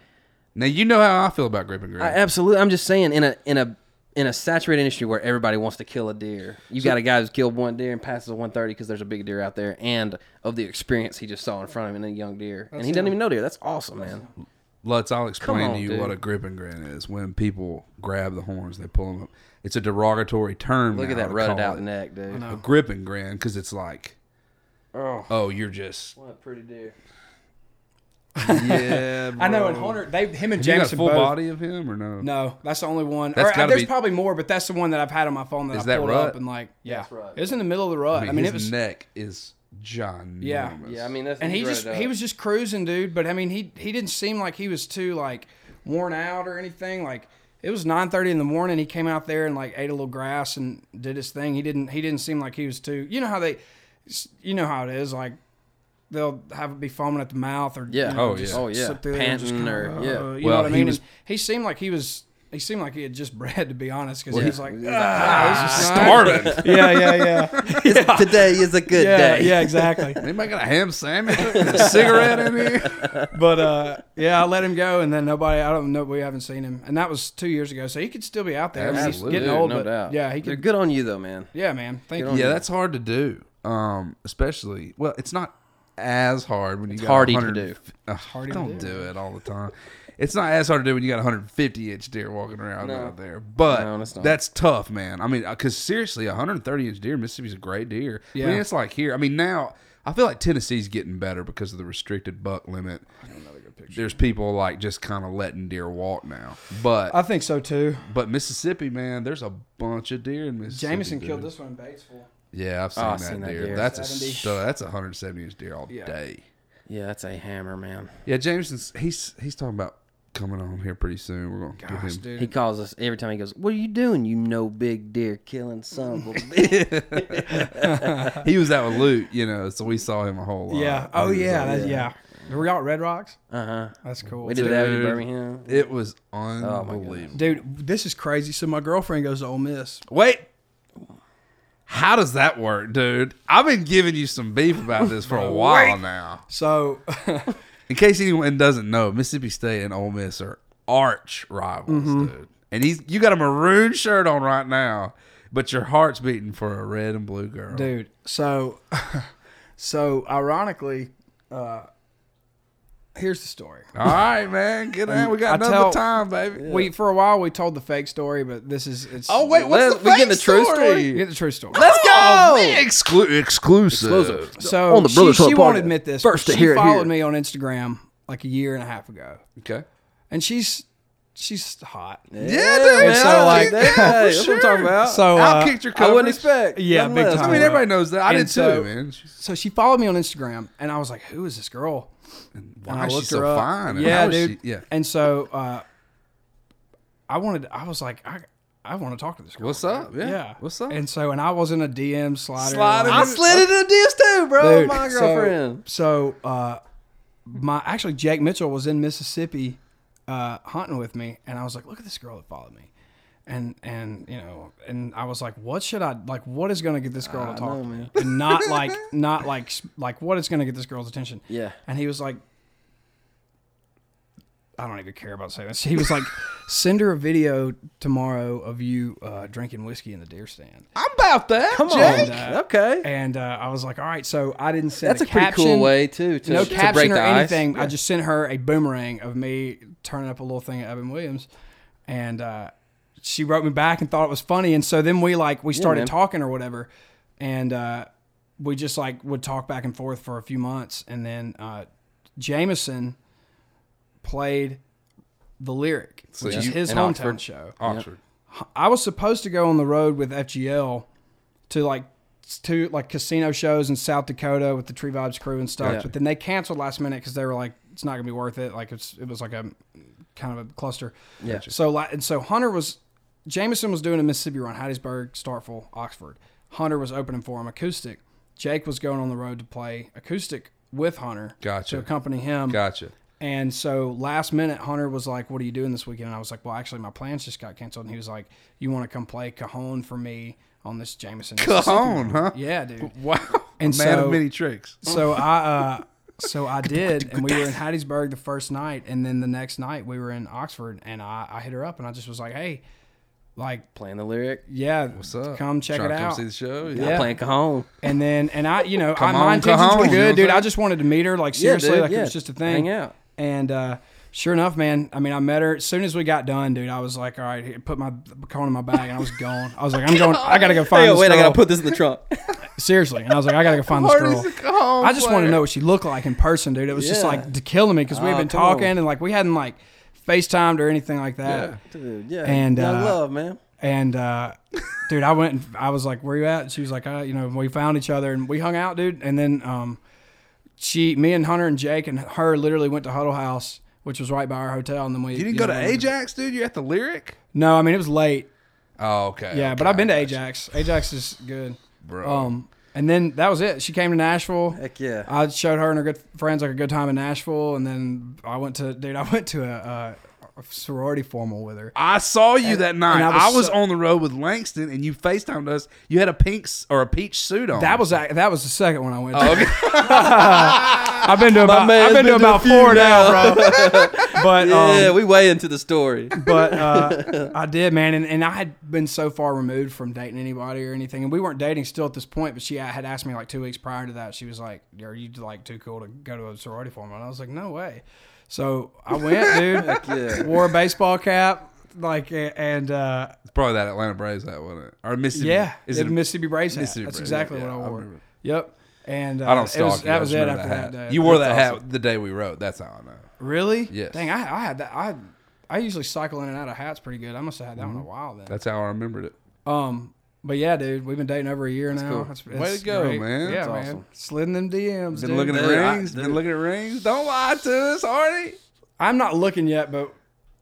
A: Now you know how I feel about grip and grin.
B: I absolutely. I'm just saying in a in a in a saturated industry where everybody wants to kill a deer, you got a guy who's killed one deer and passes a 130 because there's a big deer out there, and of the experience he just saw in front of him in a young deer, and he doesn't even know deer. That's awesome, man.
A: Lutz, I'll explain
B: Come
A: to
B: on,
A: you
B: dude.
A: what a grip and grin is. When people grab the horns, they pull them up. It's a derogatory term.
B: Look at
A: now
B: that
A: to
B: rutted
A: call
B: out
A: it
B: neck, dude.
A: A grip and grin because it's like,
B: Oh,
A: oh, you're just
B: what a pretty deer.
A: yeah.
E: I know, and Hunter, they him and
A: Have you got a
E: Jameson
A: full
E: both.
A: body of him or no?
E: No, that's the only one.
A: That's
E: or, uh,
A: gotta
E: there's
A: be-
E: probably more, but that's the one that I've had on my phone that
A: Is
E: I
A: that
E: pulled
A: rut?
E: up and like, yeah,
B: That's rut.
E: it was in the middle of the rut.
A: I mean,
E: I mean
A: his
E: it was
A: neck is ginormous.
E: Yeah.
B: Yeah, I mean that's
E: and he
B: he's rutted
E: just
B: up.
E: he was just cruising, dude. But I mean, he he didn't seem like he was too like worn out or anything. Like it was nine thirty in the morning. He came out there and like ate a little grass and did his thing. He didn't he didn't seem like he was too. You know how they, you know how it is. Like they'll have it be foaming at the mouth or
B: Yeah.
E: you know,
A: Oh,
E: just
A: yeah.
B: Oh, yeah.
E: slip through there and just
B: Panting
E: kinda,
B: or-
E: uh,
B: yeah.
E: you know
A: Well,
E: what I
A: he
E: mean.
A: was-
E: And he seemed like he was. He seemed like he had just bred, to be honest, because
A: Well,
E: he
A: he-
E: was like, ah, this is
A: Starving.
E: nice." Yeah, yeah, yeah,
B: Today is a good
E: yeah,
B: day.
E: yeah, exactly.
A: Anybody got a ham sandwich, and a cigarette in here?
E: but uh, yeah, I let him go, and then nobody. I don't know. We haven't seen him, and that was two years ago. So he could still be out there. I mean, he's
A: Absolutely,
E: getting old,
B: no
E: but
B: doubt.
E: yeah, he
B: They're
E: could.
B: good on you though, man.
E: Yeah, man. Thank you.
B: on.
A: Yeah, that's hard to do. Um, especially well, it's not as hard when you got
B: hardy to
A: 100
B: do.
A: Uh,
E: hardy to
A: don't
E: do.
A: do it all the time. It's not as hard to do when you got 150 inch deer walking around
B: No.
A: out there, but
B: No, it's not.
A: that's tough, man. I mean, because seriously, 130 inch deer, Mississippi's a great deer. I mean,
E: Yeah.
A: it's like here. I mean, now I feel like Tennessee's getting better because of the restricted buck limit. There's people like just kind of letting deer walk now, but
E: I think so too.
A: but Mississippi, man, there's a bunch of deer in Mississippi.
E: Jameson killed
A: dude.
E: this one in Batesville.
A: Yeah, I've seen,
B: Oh, I've
A: that,
B: seen that
A: deer.
B: deer.
A: That's a
E: 70.
A: stu- that's a 170 inch deer all
E: Yeah.
A: day.
B: Yeah, that's a hammer, man.
A: Yeah, Jameson's he's he's talking about coming on here pretty soon. We're gonna
E: Gosh,
A: get him.
E: dude.
B: He calls us every time he goes, What are you doing? You know, big deer killing son of a bitch.
A: He was out with Luke, you know, so we saw him a whole lot.
E: yeah. Oh yeah. That's, yeah. Were y'all at Red Rocks?
B: Uh huh.
E: That's cool.
B: We did that in
A: Dude.
B: Birmingham. Oh
A: It was
B: my
A: unbelievable.
E: Dude, this is crazy. So my girlfriend goes to Ole Miss.
A: Wait. How does that work, dude? I've been giving you some beef about this for a while now.
E: So
A: In case anyone doesn't know, Mississippi State and Ole Miss are arch rivals,
E: Mm-hmm.
A: dude. And he's you got a maroon shirt on right now, but your heart's beating for a red and blue girl.
E: dude. So, so ironically, uh, here's the story.
A: All right, man. Get out. We got
E: I
A: another
E: tell-
A: time, baby.
E: We for a while we told the fake story, but this is it's.
A: Oh wait, what's
B: Let's-
A: the
B: we getting
A: fake
B: the true
E: You
B: story? oh,
E: Get the true story. Oh,
A: Let's go. oh, exclu- exclusive.
E: So
B: on the
E: she,
B: Brothers Club
E: she won't
B: podcast.
E: admit this.
B: First
E: First
B: to
E: she
B: hear it
E: followed
B: here.
E: me on Instagram like a year and a half ago,
A: Okay.
E: and she's she's hot.
A: Yeah, dude.
E: And so, like-
B: that, that's what I'm talking about.
E: So uh,
A: Outkicked your
B: I
A: coverage.
B: wouldn't expect.
E: Yeah,
B: nothing
E: big
B: less.
A: I
E: time.
A: mean, everybody knows that. I
E: And
A: did
E: so-
A: too, man. She's,
E: so she followed me on Instagram, and I was like, "Who is this girl?"
A: why
E: I
A: is she
E: looked
A: so
E: her up.
A: fine? And
E: Yeah,
A: how is
E: dude.
A: she- yeah.
E: And so uh, I wanted. I was like, I, I want to talk to this girl.
A: What's up? Yeah.
E: Yeah.
A: What's up?
E: And so, and I was in a DM slider.
A: Slider.
E: like-
B: I slid into this too, bro.
E: Dude,
B: my
E: so-
B: girlfriend.
E: So, uh, my actually Jake Mitchell was in Mississippi uh, hunting with me, and I was like, "Look at this girl that followed me," and and you know, and I was like, "What should I like? What is going to get this girl to talk to me?" And not like not like s- like what is going to get this girl's attention?
B: Yeah.
E: And he was like, "I don't even care about saying this." He was like, "Send her a video tomorrow of you uh, drinking whiskey in the deer stand."
A: I'm about that.
B: Come on.
E: Jake.
B: okay.
E: And uh, I was like, "All right." So I didn't send.
B: That's a pretty
E: caption
B: cool way too to,
E: no
B: to break
E: caption or
B: the ice.
E: anything. I just sent her a boomerang of me turning up a little thing at Evan Williams, and uh, she wrote me back and thought it was funny. And so then we like we started
B: man.
E: talking or whatever, and uh, we just like would talk back and forth for a few months, and then uh, Jameson played the lyric, which is
A: you-
E: his
B: in
E: hometown
B: Oxford.
E: show.
A: Oxford.
E: I was supposed to go on the road with FGL to like to like casino shows in South Dakota with the Tree Vibes crew and stuff,
B: Yeah.
E: but then they canceled last minute because they were like, it's not gonna be worth it. Like it's it was like a kind of a cluster.
B: Yeah.
E: So like and so Hunter was Jameson was doing a Mississippi run, Hattiesburg, Starkville, Oxford. Hunter was opening for him acoustic. Jake was going on the road to play acoustic with Hunter.
A: Gotcha.
E: To accompany him.
A: Gotcha.
E: And so last minute, Hunter was like, What are you doing this weekend? And I was like, Well, actually, my plans just got canceled. And he was like, You want to come play Cajon for me on this Jameson? Mississippi
A: Cajon,
E: run?"
A: huh?
E: Yeah, dude.
A: Wow.
E: And
A: a man
E: so-
A: of many tricks.
E: So I, uh, so I did, and we were in Hattiesburg the first night, and then the next night we were in Oxford, and I, I hit her up, and I just was like, Hey, like,
B: Playing the lyric.
E: yeah,
A: What's up?
E: Come check
A: Trying
E: it
A: to
E: out.
A: Come see the show.
B: Yeah.
E: Yeah.
B: I'm playing Cajon.
E: And then, and I, you know, I,
A: on,
E: my intentions
A: Cajon,
E: were
A: you know what I'm
E: good, dude. I
A: saying?
E: just wanted to meet her, like seriously,
B: dude,
E: like it
B: yeah.
E: was just a thing.
B: Hang out.
E: And uh, sure enough, man. I mean, I met her as soon as we got done, dude. I was like, all right, here, put my cone in my bag, and I was gone. I was like, I'm going. I gotta go find.
B: Hey,
E: this
B: wait, I
E: girl.
B: gotta put this in the trunk.
E: seriously. And I was like, I gotta go find this girl.
A: Cajon
E: I just want to
A: player.
E: know what she looked like in person, dude. It was just
B: Yeah.
E: like d- killing me because we've
B: Oh,
E: been
B: come on.
E: talking and like we hadn't like FaceTimed or anything like that.
B: Dude, yeah.
E: And,
B: Young
E: uh,
B: love, man.
E: And uh, dude, I went and I was like, "Where you at?" And she was like, uh, "You know, we found each other and we hung out, dude." And then um, she, me, and Hunter and Jake and her literally went to Huddle House, which was right by our hotel. And then we
A: You didn't
E: you
A: go
E: know,
A: to
E: we-
A: Ajax, dude? You're at the Lyric?
E: No, I mean it was late.
A: Oh, okay.
E: Yeah, but
A: okay,
E: I've been to
A: I got you.
E: Ajax. Ajax is good,
A: Bro.
E: Um, and then that was it. She came to Nashville.
B: Heck yeah.
E: I showed her and her good friends like a good time in Nashville, and then I went to dude. I went to a, a sorority formal with her.
A: I saw you that night.
E: I
A: I
E: was
A: was,
E: so-
A: on the road with Langston, and you FaceTimed us. You had a pink s- or a peach suit on.
E: That was a- that was the second one I went to.
A: Oh, okay.
E: I've been to about
B: man's
E: I've been,
B: been
E: to
B: to a
E: about
B: few
E: four now, bro. but
B: yeah,
E: um,
B: we way into the story.
E: but uh, I did, man, and, and I had been so far removed from dating anybody or anything, and we weren't dating still at this point. But she had asked me like two weeks prior to that. She was like, "Are you like too cool to go to a sorority formal?" And I was like, "No way." So I went, dude.
B: yeah.
E: Wore a baseball cap, like, a- and uh,
A: It's probably that Atlanta Braves, that wasn't it? Or Mississippi?
E: yeah,
A: Is
E: the
A: it
E: Mississippi Braves hat.
A: Mississippi
E: That's
A: Braves,
E: exactly
A: yeah,
E: what I
A: I
E: wore.
A: remember.
E: yep. And uh,
A: I don't
E: it
A: stalk
E: was,
A: you.
E: That
A: I
E: was
A: just
E: it
A: remember
E: after
A: that
E: that,
A: hat.
E: day.
A: You wore
E: That's
A: that hat
E: awesome.
A: the day we wrote. That's how I know.
E: Really?
A: Yes.
E: Dang, I, I had that. I I usually cycle in and out of hats pretty good. I must have had that one a while then.
A: Mm-hmm. That's how I remembered it.
E: um, but yeah, dude, we've been dating over a year now.
B: cool.
E: That's,
A: Way
E: it's
A: to go,
E: great.
A: man.
E: Yeah,
A: That's
E: man.
B: awesome.
E: Slid in them DMs.
A: Been
E: dude.
A: looking at
B: dude, I-
A: rings.
B: dude.
A: Been looking at rings. Don't lie to us, Artie.
E: I'm not looking yet, but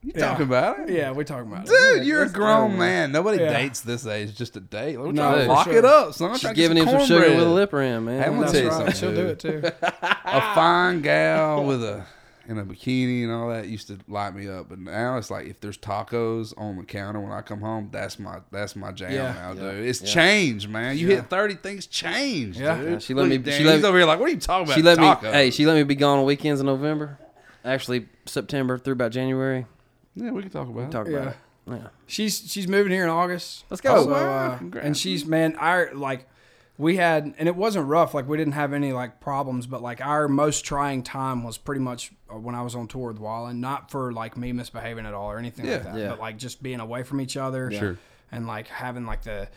A: You
E: Yeah.
A: talking about it?
E: yeah, we're talking about it.
A: Dude, you're a grown man. Nobody
E: Yeah.
A: dates this age just a date. We're
E: No,
A: trying
B: for
A: to lock
E: sure.
A: it up, son.
B: She's giving him some sugar with a lip ring, man.
A: Hey, I'm gonna
E: That's
A: tell you
E: right.
A: something,
E: She'll do
A: dude.
E: it too.
A: a
B: Ah.
A: fine gal with a in a bikini and all that used to light me up, but now it's like if there's tacos on the counter when I come home, that's my that's my jam
E: Yeah.
A: now, dude. It's changed, man. You hit thirty, things change.
E: Yeah.
A: dude.
E: Yeah,
B: she let
A: Look
B: me-
A: at Dan.
B: she let
A: He's
B: me-
A: over here like, what are you talking about?
B: she let me
A: tacos?
B: hey she let me be gone on weekends in november actually september through about january
A: yeah, we can talk about. it.
B: talk about
E: Yeah.
B: it yeah
E: She's she's moving here in August.
B: Let's go.
E: So,
A: Wow,
E: uh,
A: congrats.
E: and she's man, our like we had and it wasn't rough. Like we didn't have any like problems, but like our most trying time was pretty much uh, when I was on tour with Wallen. Not for like me misbehaving at all or anything like
A: Yeah.
E: that,
B: Yeah.
E: but like just being away from each other.
A: Sure.
E: And like having like the,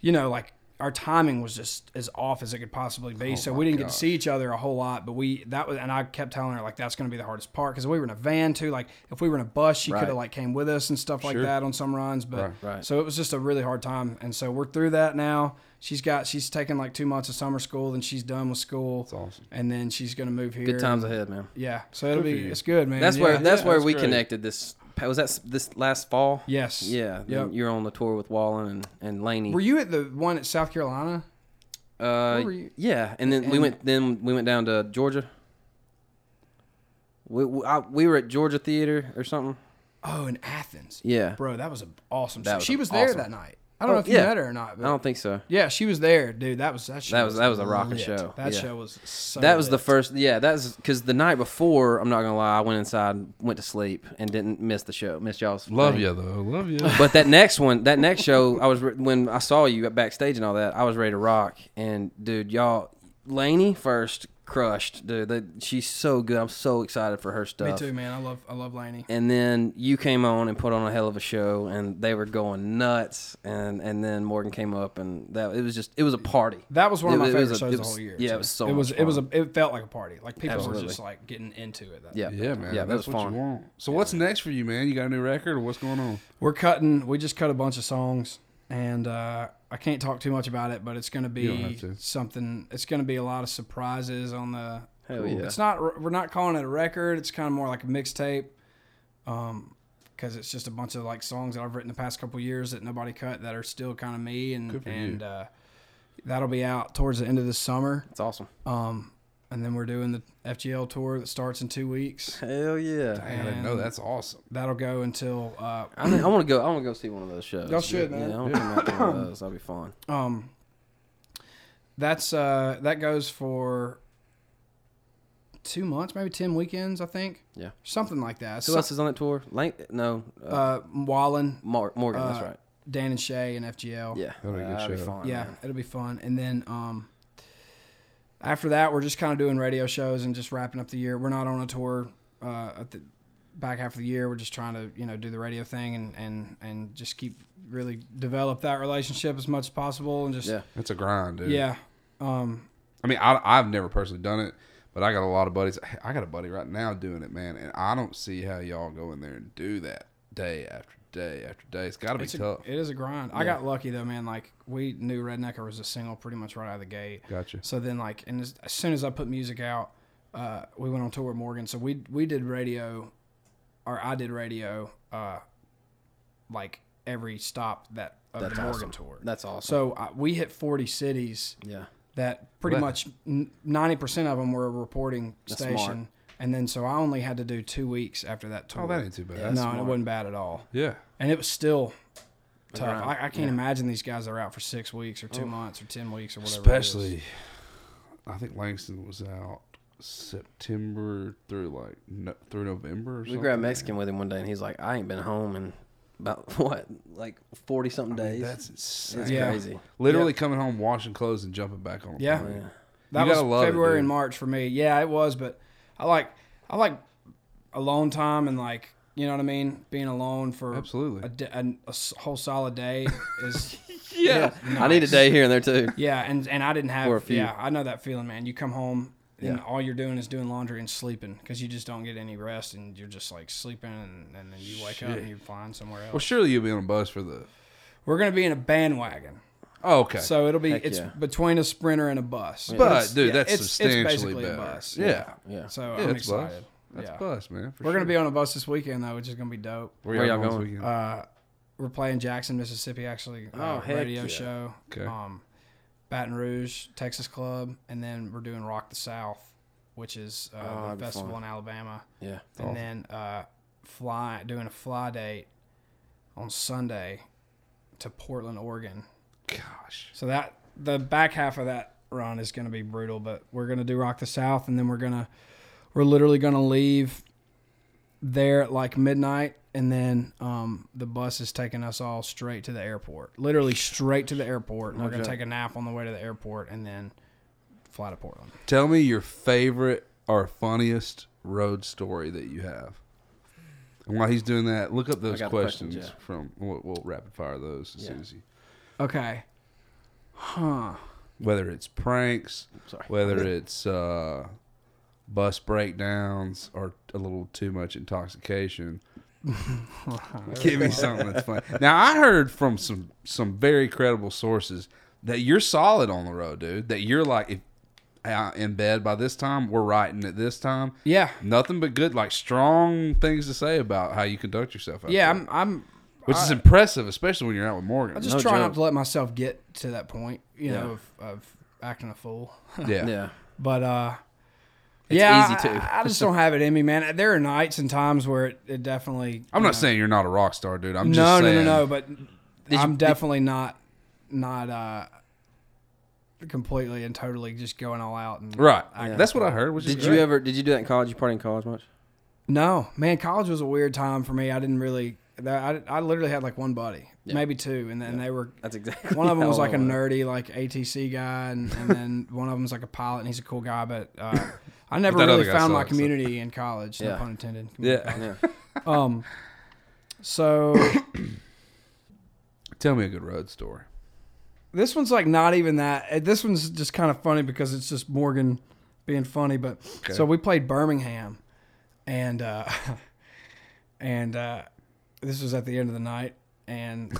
E: you know, like our timing was just as off as it could possibly
B: Oh
E: be. so we didn't get to see each other a whole lot, but we that was and I kept telling her like that's going to be the hardest part because we were in a van too. Like if we were in a bus, she could
B: Right.
E: have like came with us and stuff like that on some runs. But
A: Right.
B: Right.
E: so it was just a really hard time, and so we're through that now. She's got she's taken like two months of summer school, then she's done with school. That's
A: awesome.
E: And then she's going to move here.
B: Good times ahead, man.
E: Yeah, so it'll
A: for
E: be
A: you.
E: it's good, man.
B: That's
E: Yeah.
B: where that's
A: yeah,
B: where
A: that's
B: we
A: great.
B: connected. This was that s- this last fall.
E: Yes.
B: Yeah.
E: Yep.
B: You're on the tour with Wallen and and Laney.
E: Were you at the one at South Carolina?
B: Uh,
E: were you-
B: yeah, and then we went. Then we went down to Georgia. We we, I, we were at Georgia Theater or something.
E: Oh, in Athens.
B: Yeah.
E: Bro, that was an awesome.
B: That was
E: she
B: a-
E: was there
B: awesome. Oh,
E: that night. I don't know if you
B: yeah.
E: met her or not.
B: I
E: But
B: don't think so.
E: yeah, she was there, dude. That was that. Show
B: That was- that was a rocking
E: lit.
B: show.
E: That
B: Yeah.
E: show was. So
B: that was the
E: lit.
B: first. Yeah, that's because the night before. I'm not gonna lie. I went inside, went to sleep, and didn't miss the show. Missed y'all's
A: Love
B: thing.
A: you though. Love you.
B: But that next one, that next show, I was re- when I saw you backstage and all that. I was ready to rock. And dude, y'all, Laney first crushed. Dude, that, she's so good. I'm so excited for her stuff.
E: Me too, man. I love I love Laney.
B: and then you came on and put on a hell of a show and they were going nuts and and then morgan came up and that it was just it was a party
E: That was one of
B: It
E: my
B: was- it was
E: favorite
B: a-
E: shows
B: it
E: the
B: was-
E: whole year.
B: yeah, it
E: too.
B: was so
E: It was
B: much
E: it was a
B: fun.
E: it felt like a party. Like people were just
B: Absolutely.
E: like getting into it. That
B: yeah
A: yeah, man.
B: yeah that
A: that's
B: was
A: what
B: fun
A: you want. So what's next for you, man? You got a new record or what's going on?
E: we're cutting we just cut a bunch of songs and uh, i can't talk too much about it but it's going to
A: don't
E: be
A: have to.
E: something it's going to be a lot of surprises on the
B: Hell Cool. yeah.
E: it's not we're not calling it a record it's kind of more like a mixtape um because it's just a bunch of like songs that i've written the past couple years that nobody cut that are still kind of me and
A: for you.
E: and uh that'll be out towards the end of this summer
B: it's awesome
E: and then we're doing the fgl tour that starts in two weeks
B: hell yeah
A: Dang, I didn't
E: And-
A: know that's awesome.
E: that'll go until uh
B: i, mean, I want to go i want to go see one of those shows
E: Y'all should, man.
B: yeah, I want to come out to one of those that'd be fun
E: um that's uh that goes for two months maybe 10 weekends i think
B: Yeah.
E: something like that
B: who
E: So-
B: else is on that tour Lang- no uh,
E: uh wallen
B: Mar- morgan
E: uh,
B: that's right
E: dan and shay and fgl
B: yeah
A: That'd be a good
B: that'd
A: show.
B: be fun
E: yeah
B: man.
E: it'll be fun and then um after that we're just kind of doing radio shows and just wrapping up the year we're not on a tour uh at the back half of the year we're just trying to you know do the radio thing and and and just keep really develop that relationship as much as possible and just
B: Yeah.
A: That's a grind, dude.
E: yeah um
A: I mean, I, I've never personally done it, but I got a lot of buddies. I got a buddy right now doing it, man, and I don't see how y'all go in there and do that day after day after day. It's got to be
E: It's a-
A: tough.
E: it is a grind. I got lucky though, man. Like we knew Rednecker was a single pretty much right out of the gate.
A: Gotcha.
E: So then, like, and as, as soon as I put music out, uh, we went on tour with Morgan. So we we did radio, or I did radio, uh, like every stop that of
B: That's
E: the Morgan
B: awesome.
E: tour.
B: that's awesome
E: so uh, we hit forty cities
B: yeah
E: that pretty
A: What?
E: much much ninety percent of them were a reporting
B: smart.
E: station. And then so I only had to do two weeks after that tour.
A: Oh, that ain't too bad.
E: no, it wasn't bad at all
A: Yeah.
E: and it was still tough.
B: Right.
E: I, I can't imagine these guys that are out for six weeks or two
A: Oh.
E: months or ten weeks or whatever. it is.
A: Especially, I think Langston was out September through like no, through November. Or
B: we
A: something.
B: grabbed mexican with him one day and he's like i ain't been home in about what like 40 something days
A: That's insane.
B: It's
E: Yeah.
B: crazy.
A: Literally coming home, washing clothes, and jumping back on.
E: Yeah,
B: Yeah.
A: Oh,
E: that
A: You
E: was
A: gotta love it,
E: February and
A: dude.
E: March for me. Yeah, it was, but I like I like alone time and like you know what I mean. Being alone for
A: Absolutely.
E: a, da- an- a s- whole solid day is
B: Yeah. I need a day here and there too.
E: yeah, and and I didn't have
B: Or a few.
E: yeah. I know that feeling, man. You come home. And
B: Yeah.
E: all you're doing is doing laundry and sleeping because you just don't get any rest and you're just like sleeping and, and then you wake up and you're flying somewhere else.
A: Well, surely you'll be on a bus for the.
E: We're gonna be in a bandwagon.
A: Oh, okay.
E: So it'll be
B: Heck
E: it's
B: yeah.
E: between a sprinter and a bus.
A: but dude,
E: yeah,
A: that's
E: it's- it's
A: substantially
E: basically
A: better.
E: a bus.
A: Yeah.
B: Yeah.
E: so
A: Yeah,
E: I'm
A: it's bus.
E: excited.
A: That's
E: yeah.
A: bus, man. for
E: We're gonna
A: sure.
E: be on a bus this weekend though, which is gonna be dope.
A: Where,
B: Where y'all
A: y'all
B: going?
A: going?
E: Uh, we're playing Jackson, Mississippi, actually.
B: Oh,
E: uh,
B: heck
E: radio
B: yeah.
E: show.
A: Okay.
E: Um, Baton Rouge, Texas Club, and then we're doing Rock the South, which is uh,
B: Oh, that'd
E: the
B: be
E: festival
B: fun.
E: in Alabama,
B: Yeah.
E: and then uh, fly doing a fly date on Sunday to Portland, Oregon.
A: Gosh.
E: So that the back half of that run is going to be brutal, but we're going to do Rock the South, and then we're gonna we're literally going to leave there at like midnight, and then um, the bus is taking us all straight to the airport, literally straight to the airport. And we're going to take a nap on the way to the airport, and then fly to Portland.
A: Tell me your favorite or funniest road story that you have. And while he's doing that, look up those
B: got the
A: questions,
B: questions, yeah.
A: from. We'll, we'll rapid fire those as soon as you.
E: Okay.
A: Whether it's pranks, whether it's uh, bus breakdowns, or a little too much intoxication. Give me something that's funny. Now I heard from some some very credible sources that you're solid on the road, dude. That you're like if uh, in bed by this time, we're writing at this time.
E: Yeah.
A: nothing but good, like strong things to say about how you conduct yourself. Out
E: Yeah,
A: there.
E: I'm. I'm
A: which is impressive, especially when you're out with Morgan.
E: I just
B: No
E: try
B: joke.
E: not to let myself get to that point. You know, of, of acting a fool.
A: yeah.
B: Yeah.
E: But uh, yeah,
B: easy to.
E: I, I just don't have it in me, man. There are nights and times where it, it definitely.
A: I'm not saying you're not a rock star, dude. I'm
E: no,
A: just
E: no,
A: saying.
E: no, no. But I'm definitely not, not uh, completely and totally just going all out. And
A: Right. That's what I heard. Which
B: Did
A: is
B: you
A: great.
B: ever? Did you do that in college? You party in college much?
E: no, man, college was a weird time for me. I didn't really. I, I literally had like one buddy, maybe two, and then they were
B: That's exactly.
E: One of them
B: how
E: was
B: I
E: like a nerdy, like ATC guy, and, and then one of them's like a pilot, and he's a cool guy. But uh, I never
A: But that
E: really
A: other guy
E: found my
A: sucks, so-
E: community in college.
B: Yeah.
E: No pun intended.
A: Yeah.
E: Um. So
A: Tell me a good road story.
E: this one's like not even that. uh, This one's just kind of funny because it's just Morgan being funny. But so we played Birmingham, and uh, and uh, this was at the end of the night, and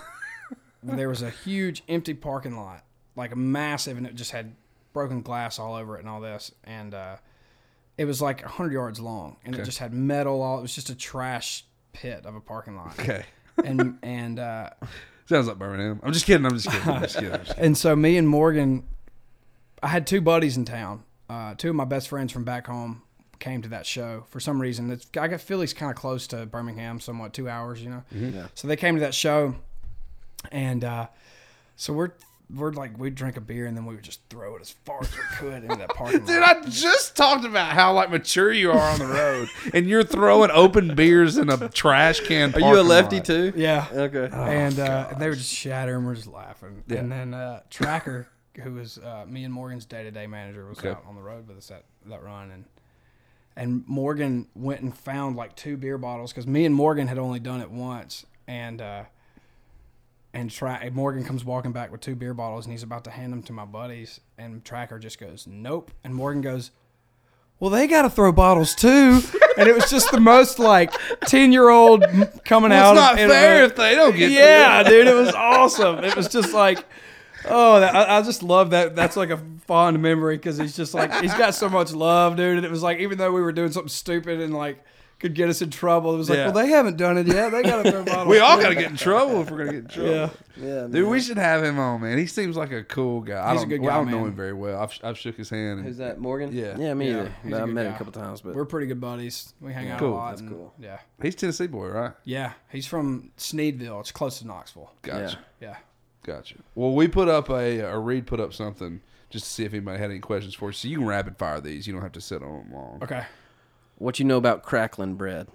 E: there was a huge empty parking lot, like a massive, and it just had broken glass all over it and all this, and uh, it was like hundred yards long, and it just had metal all. It was just a trash pit of a parking lot,
A: Okay.
E: and and. Uh,
A: Sounds like Birmingham. I'm just kidding. I'm just kidding. I'm just kidding. I'm just kidding.
E: and so me and Morgan, I had two buddies in town. Uh, two of my best friends from back home came to that show for some reason. It's I got Philly's kind of close to Birmingham, somewhat two hours, you know.
A: Mm-hmm.
E: So they came to that show, and uh, so we're we're like we'd drink a beer and then we would just throw it as far as we could into that parking lot.
A: Dude, I just talked about how like mature you are on the road, and you're throwing open beers in a trash can.
B: Are you a lefty too?
E: yeah.
B: Okay.
E: and uh, they were just shattering. We're just laughing.
A: Oh, Yeah.
E: And then uh, Tracker, who was uh, me and Morgan's day to day manager, was
A: Okay.
E: out on the road with us that, that run, and and Morgan went and found like two beer bottles because me and Morgan had only done it once, and uh, and try and Morgan comes walking back with two beer bottles, and he's about to hand them to my buddies, and Tracker just goes, "Nope," and Morgan goes. Well, they got to throw bottles too, and it was just the most like ten-year-old coming
A: Well,
E: out.
A: it's not
E: of, in a-
A: fair if they don't get.
E: yeah, dude, it was awesome. It was just like, oh, that, I, I just love that. That's like a fond memory because he's just like he's got so much love, dude. And it was like even though we were doing something stupid and like could get us in trouble, it was like,
A: Yeah.
E: well, they haven't done it yet. They got to throw bottles.
A: We all gotta get in trouble if we're gonna get in trouble.
E: Yeah.
B: Yeah.
A: Dude, we should have him on, man. He seems like a cool guy.
E: He's
A: I
E: a
A: don't,
E: good
A: well, I
E: guy,
A: don't know
E: man.
A: him very well. I've, I've shook his hand. and-
B: Who's that? Morgan.
A: Yeah.
B: Yeah, me
E: Yeah,
B: either.
E: he's
B: But
E: a
B: I
E: good
B: met him
E: guy.
B: a couple times, but
E: We're pretty good buddies. We hang out
A: Cool,
E: a lot.
B: that's
E: and-
B: cool.
E: Yeah,
A: He's Tennessee boy, right?
E: yeah. He's from Sneedville. It's close to Knoxville.
A: Gotcha.
B: Yeah.
E: Yeah.
A: Gotcha. Well, we put up a, uh, or Reed put up something just to see if anybody had any questions for us. So you can rapid fire these. You don't have to sit on them long.
E: Okay.
B: what you know about crackling bread?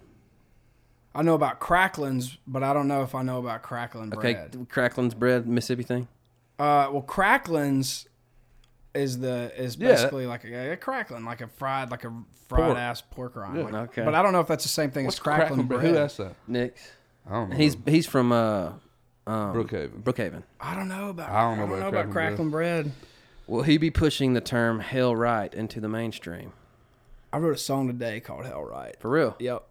E: I know about cracklins, but I don't know if I know about crackling bread.
B: Okay, crackling's bread, Mississippi thing.
E: Uh, well, cracklins is the is
A: Yeah.
E: basically like a, a cracklin, like a fried, like a fried
A: Pork.
E: ass pork rind. Like-
B: Okay.
E: But I don't know if that's the same thing
A: What's
E: as
A: cracklin'
E: cracklin, bread.
A: Who asked that?
B: Nick's.
A: I don't know.
B: He's he's from uh, um,
A: Brookhaven.
B: Brookhaven.
E: I don't know about.
A: I don't know about
E: about
A: cracklin'
E: cracklin bread.
B: Will he be pushing the term "hell right" into the mainstream?
E: I wrote a song today called Hell Right.
B: For real? Oh,
E: Yep.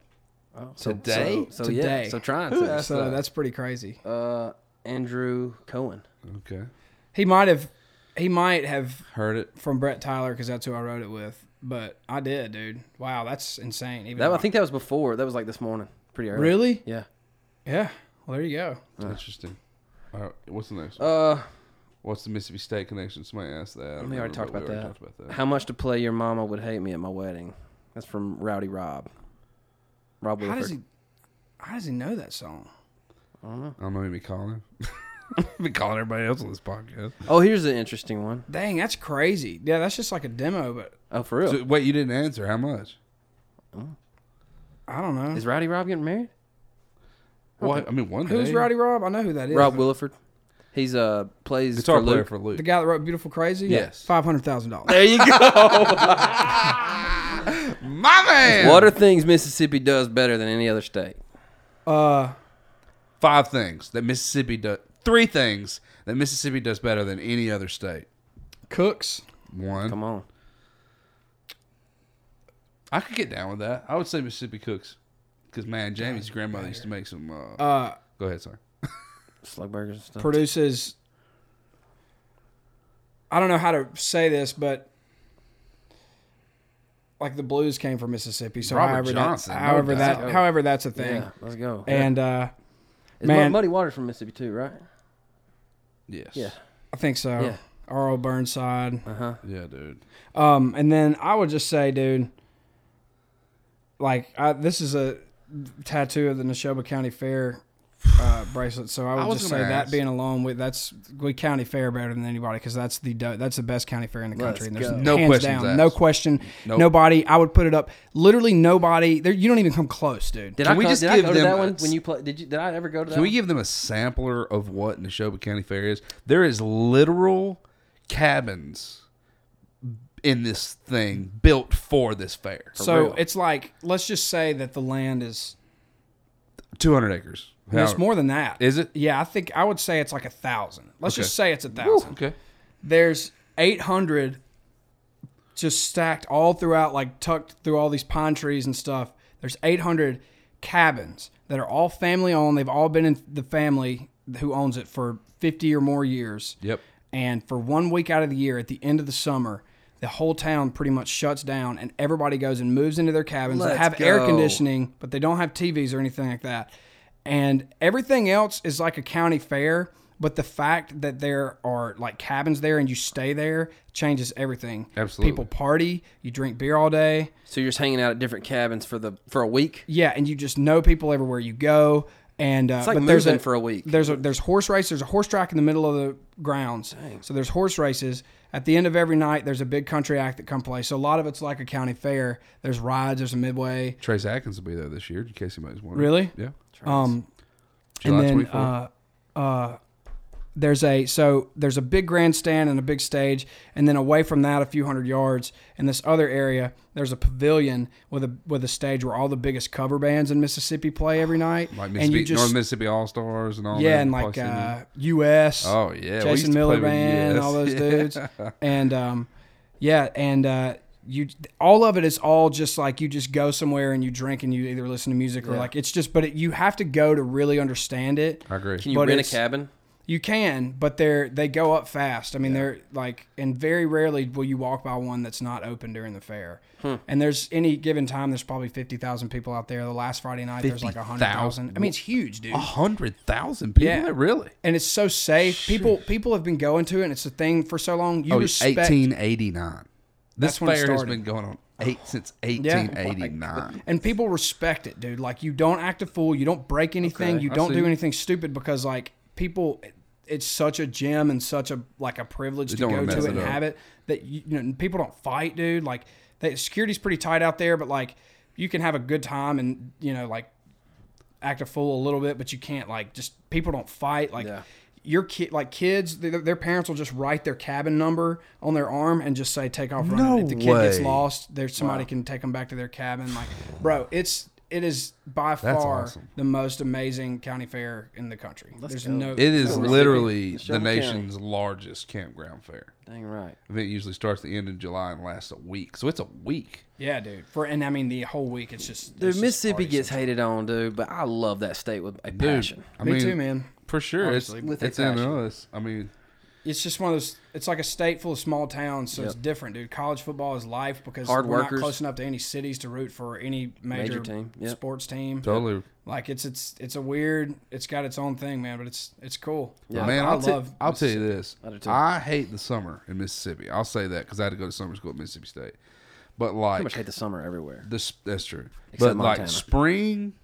B: So,
A: Today?
B: So, so
E: Today.
B: yeah. So trying
A: Who
B: to.
A: asked
E: So
A: that?
E: that's pretty crazy.
B: Uh, Andrew Cohen.
A: okay.
E: He might have, he might have
A: Heard it.
E: from Brett Tyler because that's who I wrote it with. But I did, dude. Wow, that's insane. Even
B: That
E: though
B: I think that was before. That was like this morning, pretty early.
E: Really?
B: Yeah.
E: Yeah. Well, there you go.
A: Interesting. All right. What's the next one?
B: Uh,
A: What's the Mississippi State connection? Somebody asked that. I don't
B: we already
A: remember,
B: talked
A: but
B: about
A: we
B: that.
A: already talked about that.
B: How much to play your mama would hate me at my wedding? That's from Rowdy Rob. Rob
E: How
B: Wilford.
E: does he? How does he know that song?
A: I don't know. Maybe calling. been calling everybody else on this podcast.
B: Oh, here's an interesting one.
E: Dang, that's crazy. Yeah, that's just like a demo, but
B: Oh, for real?
A: So, wait, you didn't answer. How much?
E: I don't know.
B: Is Rowdy Rob getting married?
A: What? I mean, one
E: Who's
A: day.
E: Rowdy Rob? I know who that is.
B: Rob Williford. He's uh plays
A: Guitar
B: for
A: player
B: Luke.
A: for Luke.
E: the guy that wrote Beautiful Crazy.
A: Yes.
E: five hundred thousand dollars.
B: There you go.
A: My man.
B: what are things Mississippi does better than any other state?
E: Uh,
A: five things that Mississippi does? three things that Mississippi does better than any other state.
E: Cooks.
A: One,
B: Come on.
A: I could get down with that. I would say Mississippi cooks, because man, Jamie's grandmother used to make some. Uh,
E: Uh,
A: go ahead, sorry.
B: Slug burgers and stuff.
E: produces I don't know how to say this, but like the blues came from Mississippi, so
A: Robert
E: however
A: Johnson, no
E: that, however
A: doubt.
E: that however that's a thing.
B: Yeah, let's go.
E: And uh,
B: Is
E: man-
B: Muddy Waters from Mississippi too, right?
A: Yes.
B: Yeah.
E: I think so.
B: Yeah.
E: R.O. Burnside.
B: Uh huh.
A: Yeah, dude.
E: Um, and then I would just say, dude, like I, this is a tattoo of the Neshoba County Fair uh, bracelet. So I would
A: I was
E: just say
A: gonna ask.
E: that being alone with that's we county fair better than anybody because that's the do- that's the best county fair in the country. And there's
B: go.
A: No
E: hands
A: questions
E: down,
A: asked.
E: no question,
A: Nope.
E: nobody. I would put it up. Literally nobody. There, you don't even come close, dude.
B: Did
A: Can
B: I
A: we
B: co-
A: just
B: did
A: give
B: I go to
A: them
B: that
A: a-
B: one when you play? Did you? Did I ever go to that?
A: Can we
B: one?
A: give them a sampler of what Neshoba County Fair is? There is literal cabins in this thing built for this fair.
E: so
B: real.
E: it's like let's just say that the land is.
A: Two hundred acres.
E: no,
A: How-
E: it's more than that.
A: Is it?
E: Yeah, I think I would say it's like a thousand. Let's
A: Okay.
E: just say it's a thousand.
A: Okay.
E: there's 800 just stacked all throughout like tucked through all these pine trees and stuff there's 800 cabins that are all family owned they've all been in the family who owns it for 50 or more years
A: Yep.
E: and for one week out of the year at the end of the summer the whole town pretty much shuts down and everybody goes and moves into their cabins that
B: Let's
E: have air
B: go.
E: conditioning but they don't have tvs or anything like that and everything else is like a county fair but the fact that there are like cabins there and you stay there changes everything
A: Absolutely.
E: people party you drink beer all day
B: So you're just hanging out at different cabins for the for a week.
E: yeah, and you just know people everywhere you go. And uh,
B: like
E: but there's
B: moving
E: a,
B: for a week.
E: There's a there's horse race. There's a horse track in the middle of the grounds. So there's horse races. At the end of every night, there's a big country act that come play. So a lot of it's like a county fair. There's rides. There's a midway.
A: Trace Atkins will be there this year, in case anybody's wondering.
E: Really?
A: Yeah.
E: Um,
A: July
E: and then
A: 24th.
E: uh, uh, there's a so there's a big grandstand and a big stage, and then away from that, a few hundred yards in this other area, there's a pavilion with a with a stage where all the biggest cover bands in Mississippi play every night.
A: like
E: and
A: Mississippi,
E: you just
A: Northern Mississippi All Stars and all that.
E: yeah, and like
A: Plus,
E: uh, U.S.
A: oh yeah, we used to
E: Jason
A: play
E: Miller
A: with
E: Band,
A: yes.
E: all those
A: Yeah.
E: dudes, and um, yeah, and uh, you all of it is all just like you just go somewhere and you drink and you either listen to music or like it's just, but it, you have to go to really understand it.
A: I agree.
B: Can you
E: But
B: rent a
E: it's-
B: cabin?
E: You can, but they're they go up fast. I mean, they're like, and very rarely will you walk by one that's not open during the fair. And there's any given time, there's probably fifty thousand people out there. The last Friday night, there's like
A: 50,000?
E: hundred thousand. I mean, it's huge, dude.
A: A hundred thousand people.
E: Yeah.
A: there? Really?
E: And it's so safe. People people have been going to it, and it's a thing for so long. You
A: Oh,
E: respect.
A: 1889. This
E: That's when it
A: fair has
E: started.
A: been going on eight since
B: Oh
A: 1889.
E: and people respect it, dude. Like you don't act a fool, you don't break anything,
A: Okay,
E: you
A: I
E: don't
A: see.
E: do anything stupid because like people, it's such a gem and such a like a privilege to
A: don't
E: go
A: wanna
E: to
A: mess
E: it
A: it
E: and
A: up.
E: have it that you, you know people don't fight, dude. Like the security's pretty tight out there, but like you can have a good time and you know like act a fool a little bit, but you can't like just people don't fight like.
B: Yeah.
E: Your kid, like kids, their, their parents will just write their cabin number on their arm and just say, "Take off running."
A: No
E: if the kid gets
A: way.
E: lost lost, there's somebody can take them back to their cabin. Like, bro, it's it is by far
A: awesome.
E: the most amazing county fair in the country. there's no
A: It is
B: Mississippi.
A: literally the
B: Shelby
A: nation's largest campground fair.
B: Dang right.
A: Event usually starts the end of July and lasts a week, so it's a week.
E: yeah, dude. For and I mean the whole week, it's just
B: Dude,
E: it's just
B: Mississippi
E: party
B: gets
E: stuff.
B: hated on, dude, but I love that state with a
A: Dude,
B: passion.
A: I
E: Me
A: mean,
E: too, man.
A: For sure, it's
B: Obviously, with
A: it's
B: their
A: in
B: passion.
A: us. I mean,
E: It's just one of those. It's like a state full of small towns, so it's different, dude. College football is life because
B: Hard
E: we're
B: workers.
E: not close enough to any cities to root for any
B: Major
E: major,
B: team, yep.
E: sports team.
A: totally.
E: Like it's it's it's a weird. It's got its own thing, man. But it's it's cool.
B: Yeah.
A: Man,
E: I
A: I'll, te-
E: love
A: I'll tell you this.
B: I do too.
A: I hate the summer in Mississippi. I'll say that because I had to go to summer school at Mississippi State. But like,
B: Pretty much hate the summer everywhere.
A: This that's true.
B: Except
A: but
B: Montana.
A: like spring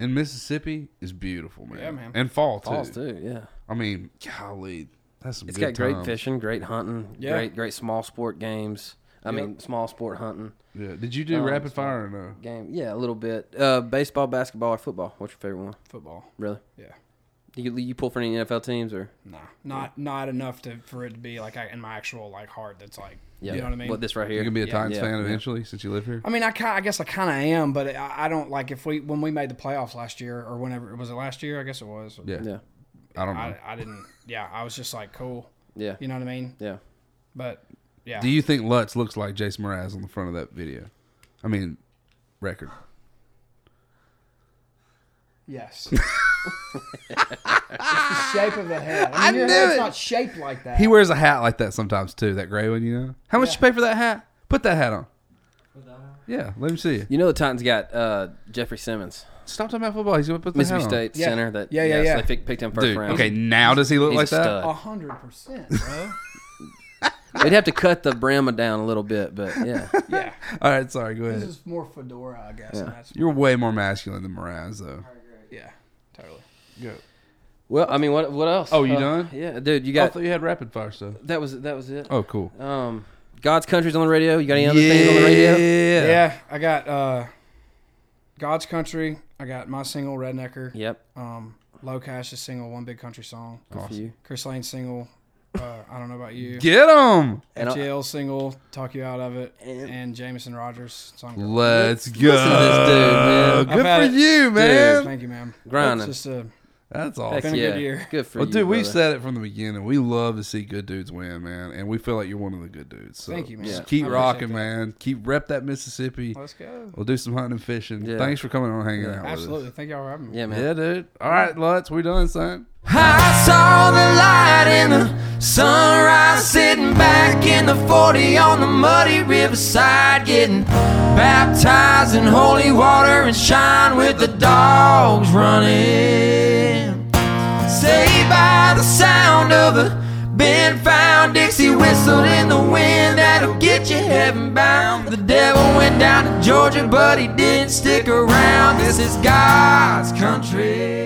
A: in Mississippi is beautiful, man.
E: Yeah, man.
A: And fall too.
B: Falls too, yeah.
A: I mean, golly, that's some
B: It's
A: good
B: got great
A: times.
B: fishing, great hunting,
E: Yeah.
B: great great small sport games. I mean, small sport hunting
A: Yeah. Did you do
B: Um,
A: rapid fire uh, or no?
B: game. Yeah, a little bit. Uh, baseball, basketball, or football. What's your favorite one?
E: Football.
B: Really?
E: Yeah.
B: Do you, you pull for any NFL teams or?
E: Nah, not not enough to for it to be like I, in my actual like heart. That's like
B: Yeah.
E: you know what I mean.
B: What this right here?
A: You can be a
B: Yeah,
A: Titans
B: yeah,
A: fan
B: yeah.
A: eventually since you live here.
E: I mean, I kind I guess I kind of am, but I, I don't like if we when we made the playoffs last year or whenever was it last year? I guess it was.
A: Yeah.
B: Yeah.
A: I don't know.
E: I, I didn't. Yeah, I was just like, cool.
B: Yeah.
E: You know what I mean?
B: Yeah.
E: But yeah,
A: Do you think Lutz looks like Jason Mraz on the front of that video? I mean, record.
E: yes. it's the shape of the head. I, mean, your
A: knew
E: head's
A: it.
E: not shaped like that.
A: He wears a hat like that sometimes too. That gray one, you know. How much you pay for that hat? Put that hat on. Yeah, let me see you.
B: You know the Titans got uh, Jeffrey Simmons,
A: Stop talking about football. He's gonna put the
B: Mississippi
A: hat on.
B: State
E: Yeah.
B: center. That
E: Yeah, yeah,
B: yes,
E: yeah.
B: They pick, picked him first
A: Dude,
B: round.
A: okay, now does he look
B: He's
A: like
B: a
A: that?
B: stud.
E: A hundred percent, bro.
B: They'd have to cut the brim down a little bit, but yeah,
E: yeah,
A: All right, sorry, go
E: this
A: ahead.
E: is more fedora, I guess. and that's,
A: You're way more masculine than Mraz, though.
E: yeah, totally.
A: Go.
B: Well, I mean, what what else?
A: Oh, you
B: Uh,
A: done? Oh,
B: Yeah, dude, you
A: Yeah. I
B: got
A: thought you had rapid fire stuff.
B: that was that was it.
A: Oh, cool.
B: Um, God's country's on the radio. You got any other things on the radio?
A: Yeah.
E: Yeah, I got uh, God's Country. I got my single Rednecker.
B: Yep.
E: Um, Low Cash's single One Big Country Song.
B: For you.
E: Chris Lane's single. Uh, I don't know about you.
A: Get him.
B: And I-
E: FGL single Talk You Out of It
B: And-
E: and, Jameson Rogers song.
A: Let's go.
B: Listen to this dude, man.
E: I've
A: Good
E: had
A: for
E: it.
A: you, man.
E: Thank you, ma'am.
B: Grinding.
E: It's just a
A: That's
B: Heck
A: awesome.
E: been a
B: yeah.
E: good year.
B: Good for
A: Well,
B: you.
A: dude, we've
B: brother.
A: said it from the beginning. We love to see good dudes win, man, and we feel like you're one of the good dudes. So
E: Thank you, man.
A: just
E: Yeah.
A: Keep
E: I appreciate
A: rocking,
E: that.
A: man. Keep rep that Mississippi.
E: let's go.
A: We'll do some hunting and fishing.
B: Yeah.
A: Thanks for coming on, hanging out.
E: Absolutely. Thank y'all for having me.
B: Yeah,
A: With us.
B: man.
A: Yeah, dude. All right, Lutz, we done, son.
C: I saw the light in the sunrise, sitting back in the 40 on the muddy riverside, getting baptized in holy water and shine with the dogs running. Saved by the sound of a been found Dixie whistle in the wind that'll get you heaven bound. The devil went down to Georgia, but he didn't stick around. This is God's country.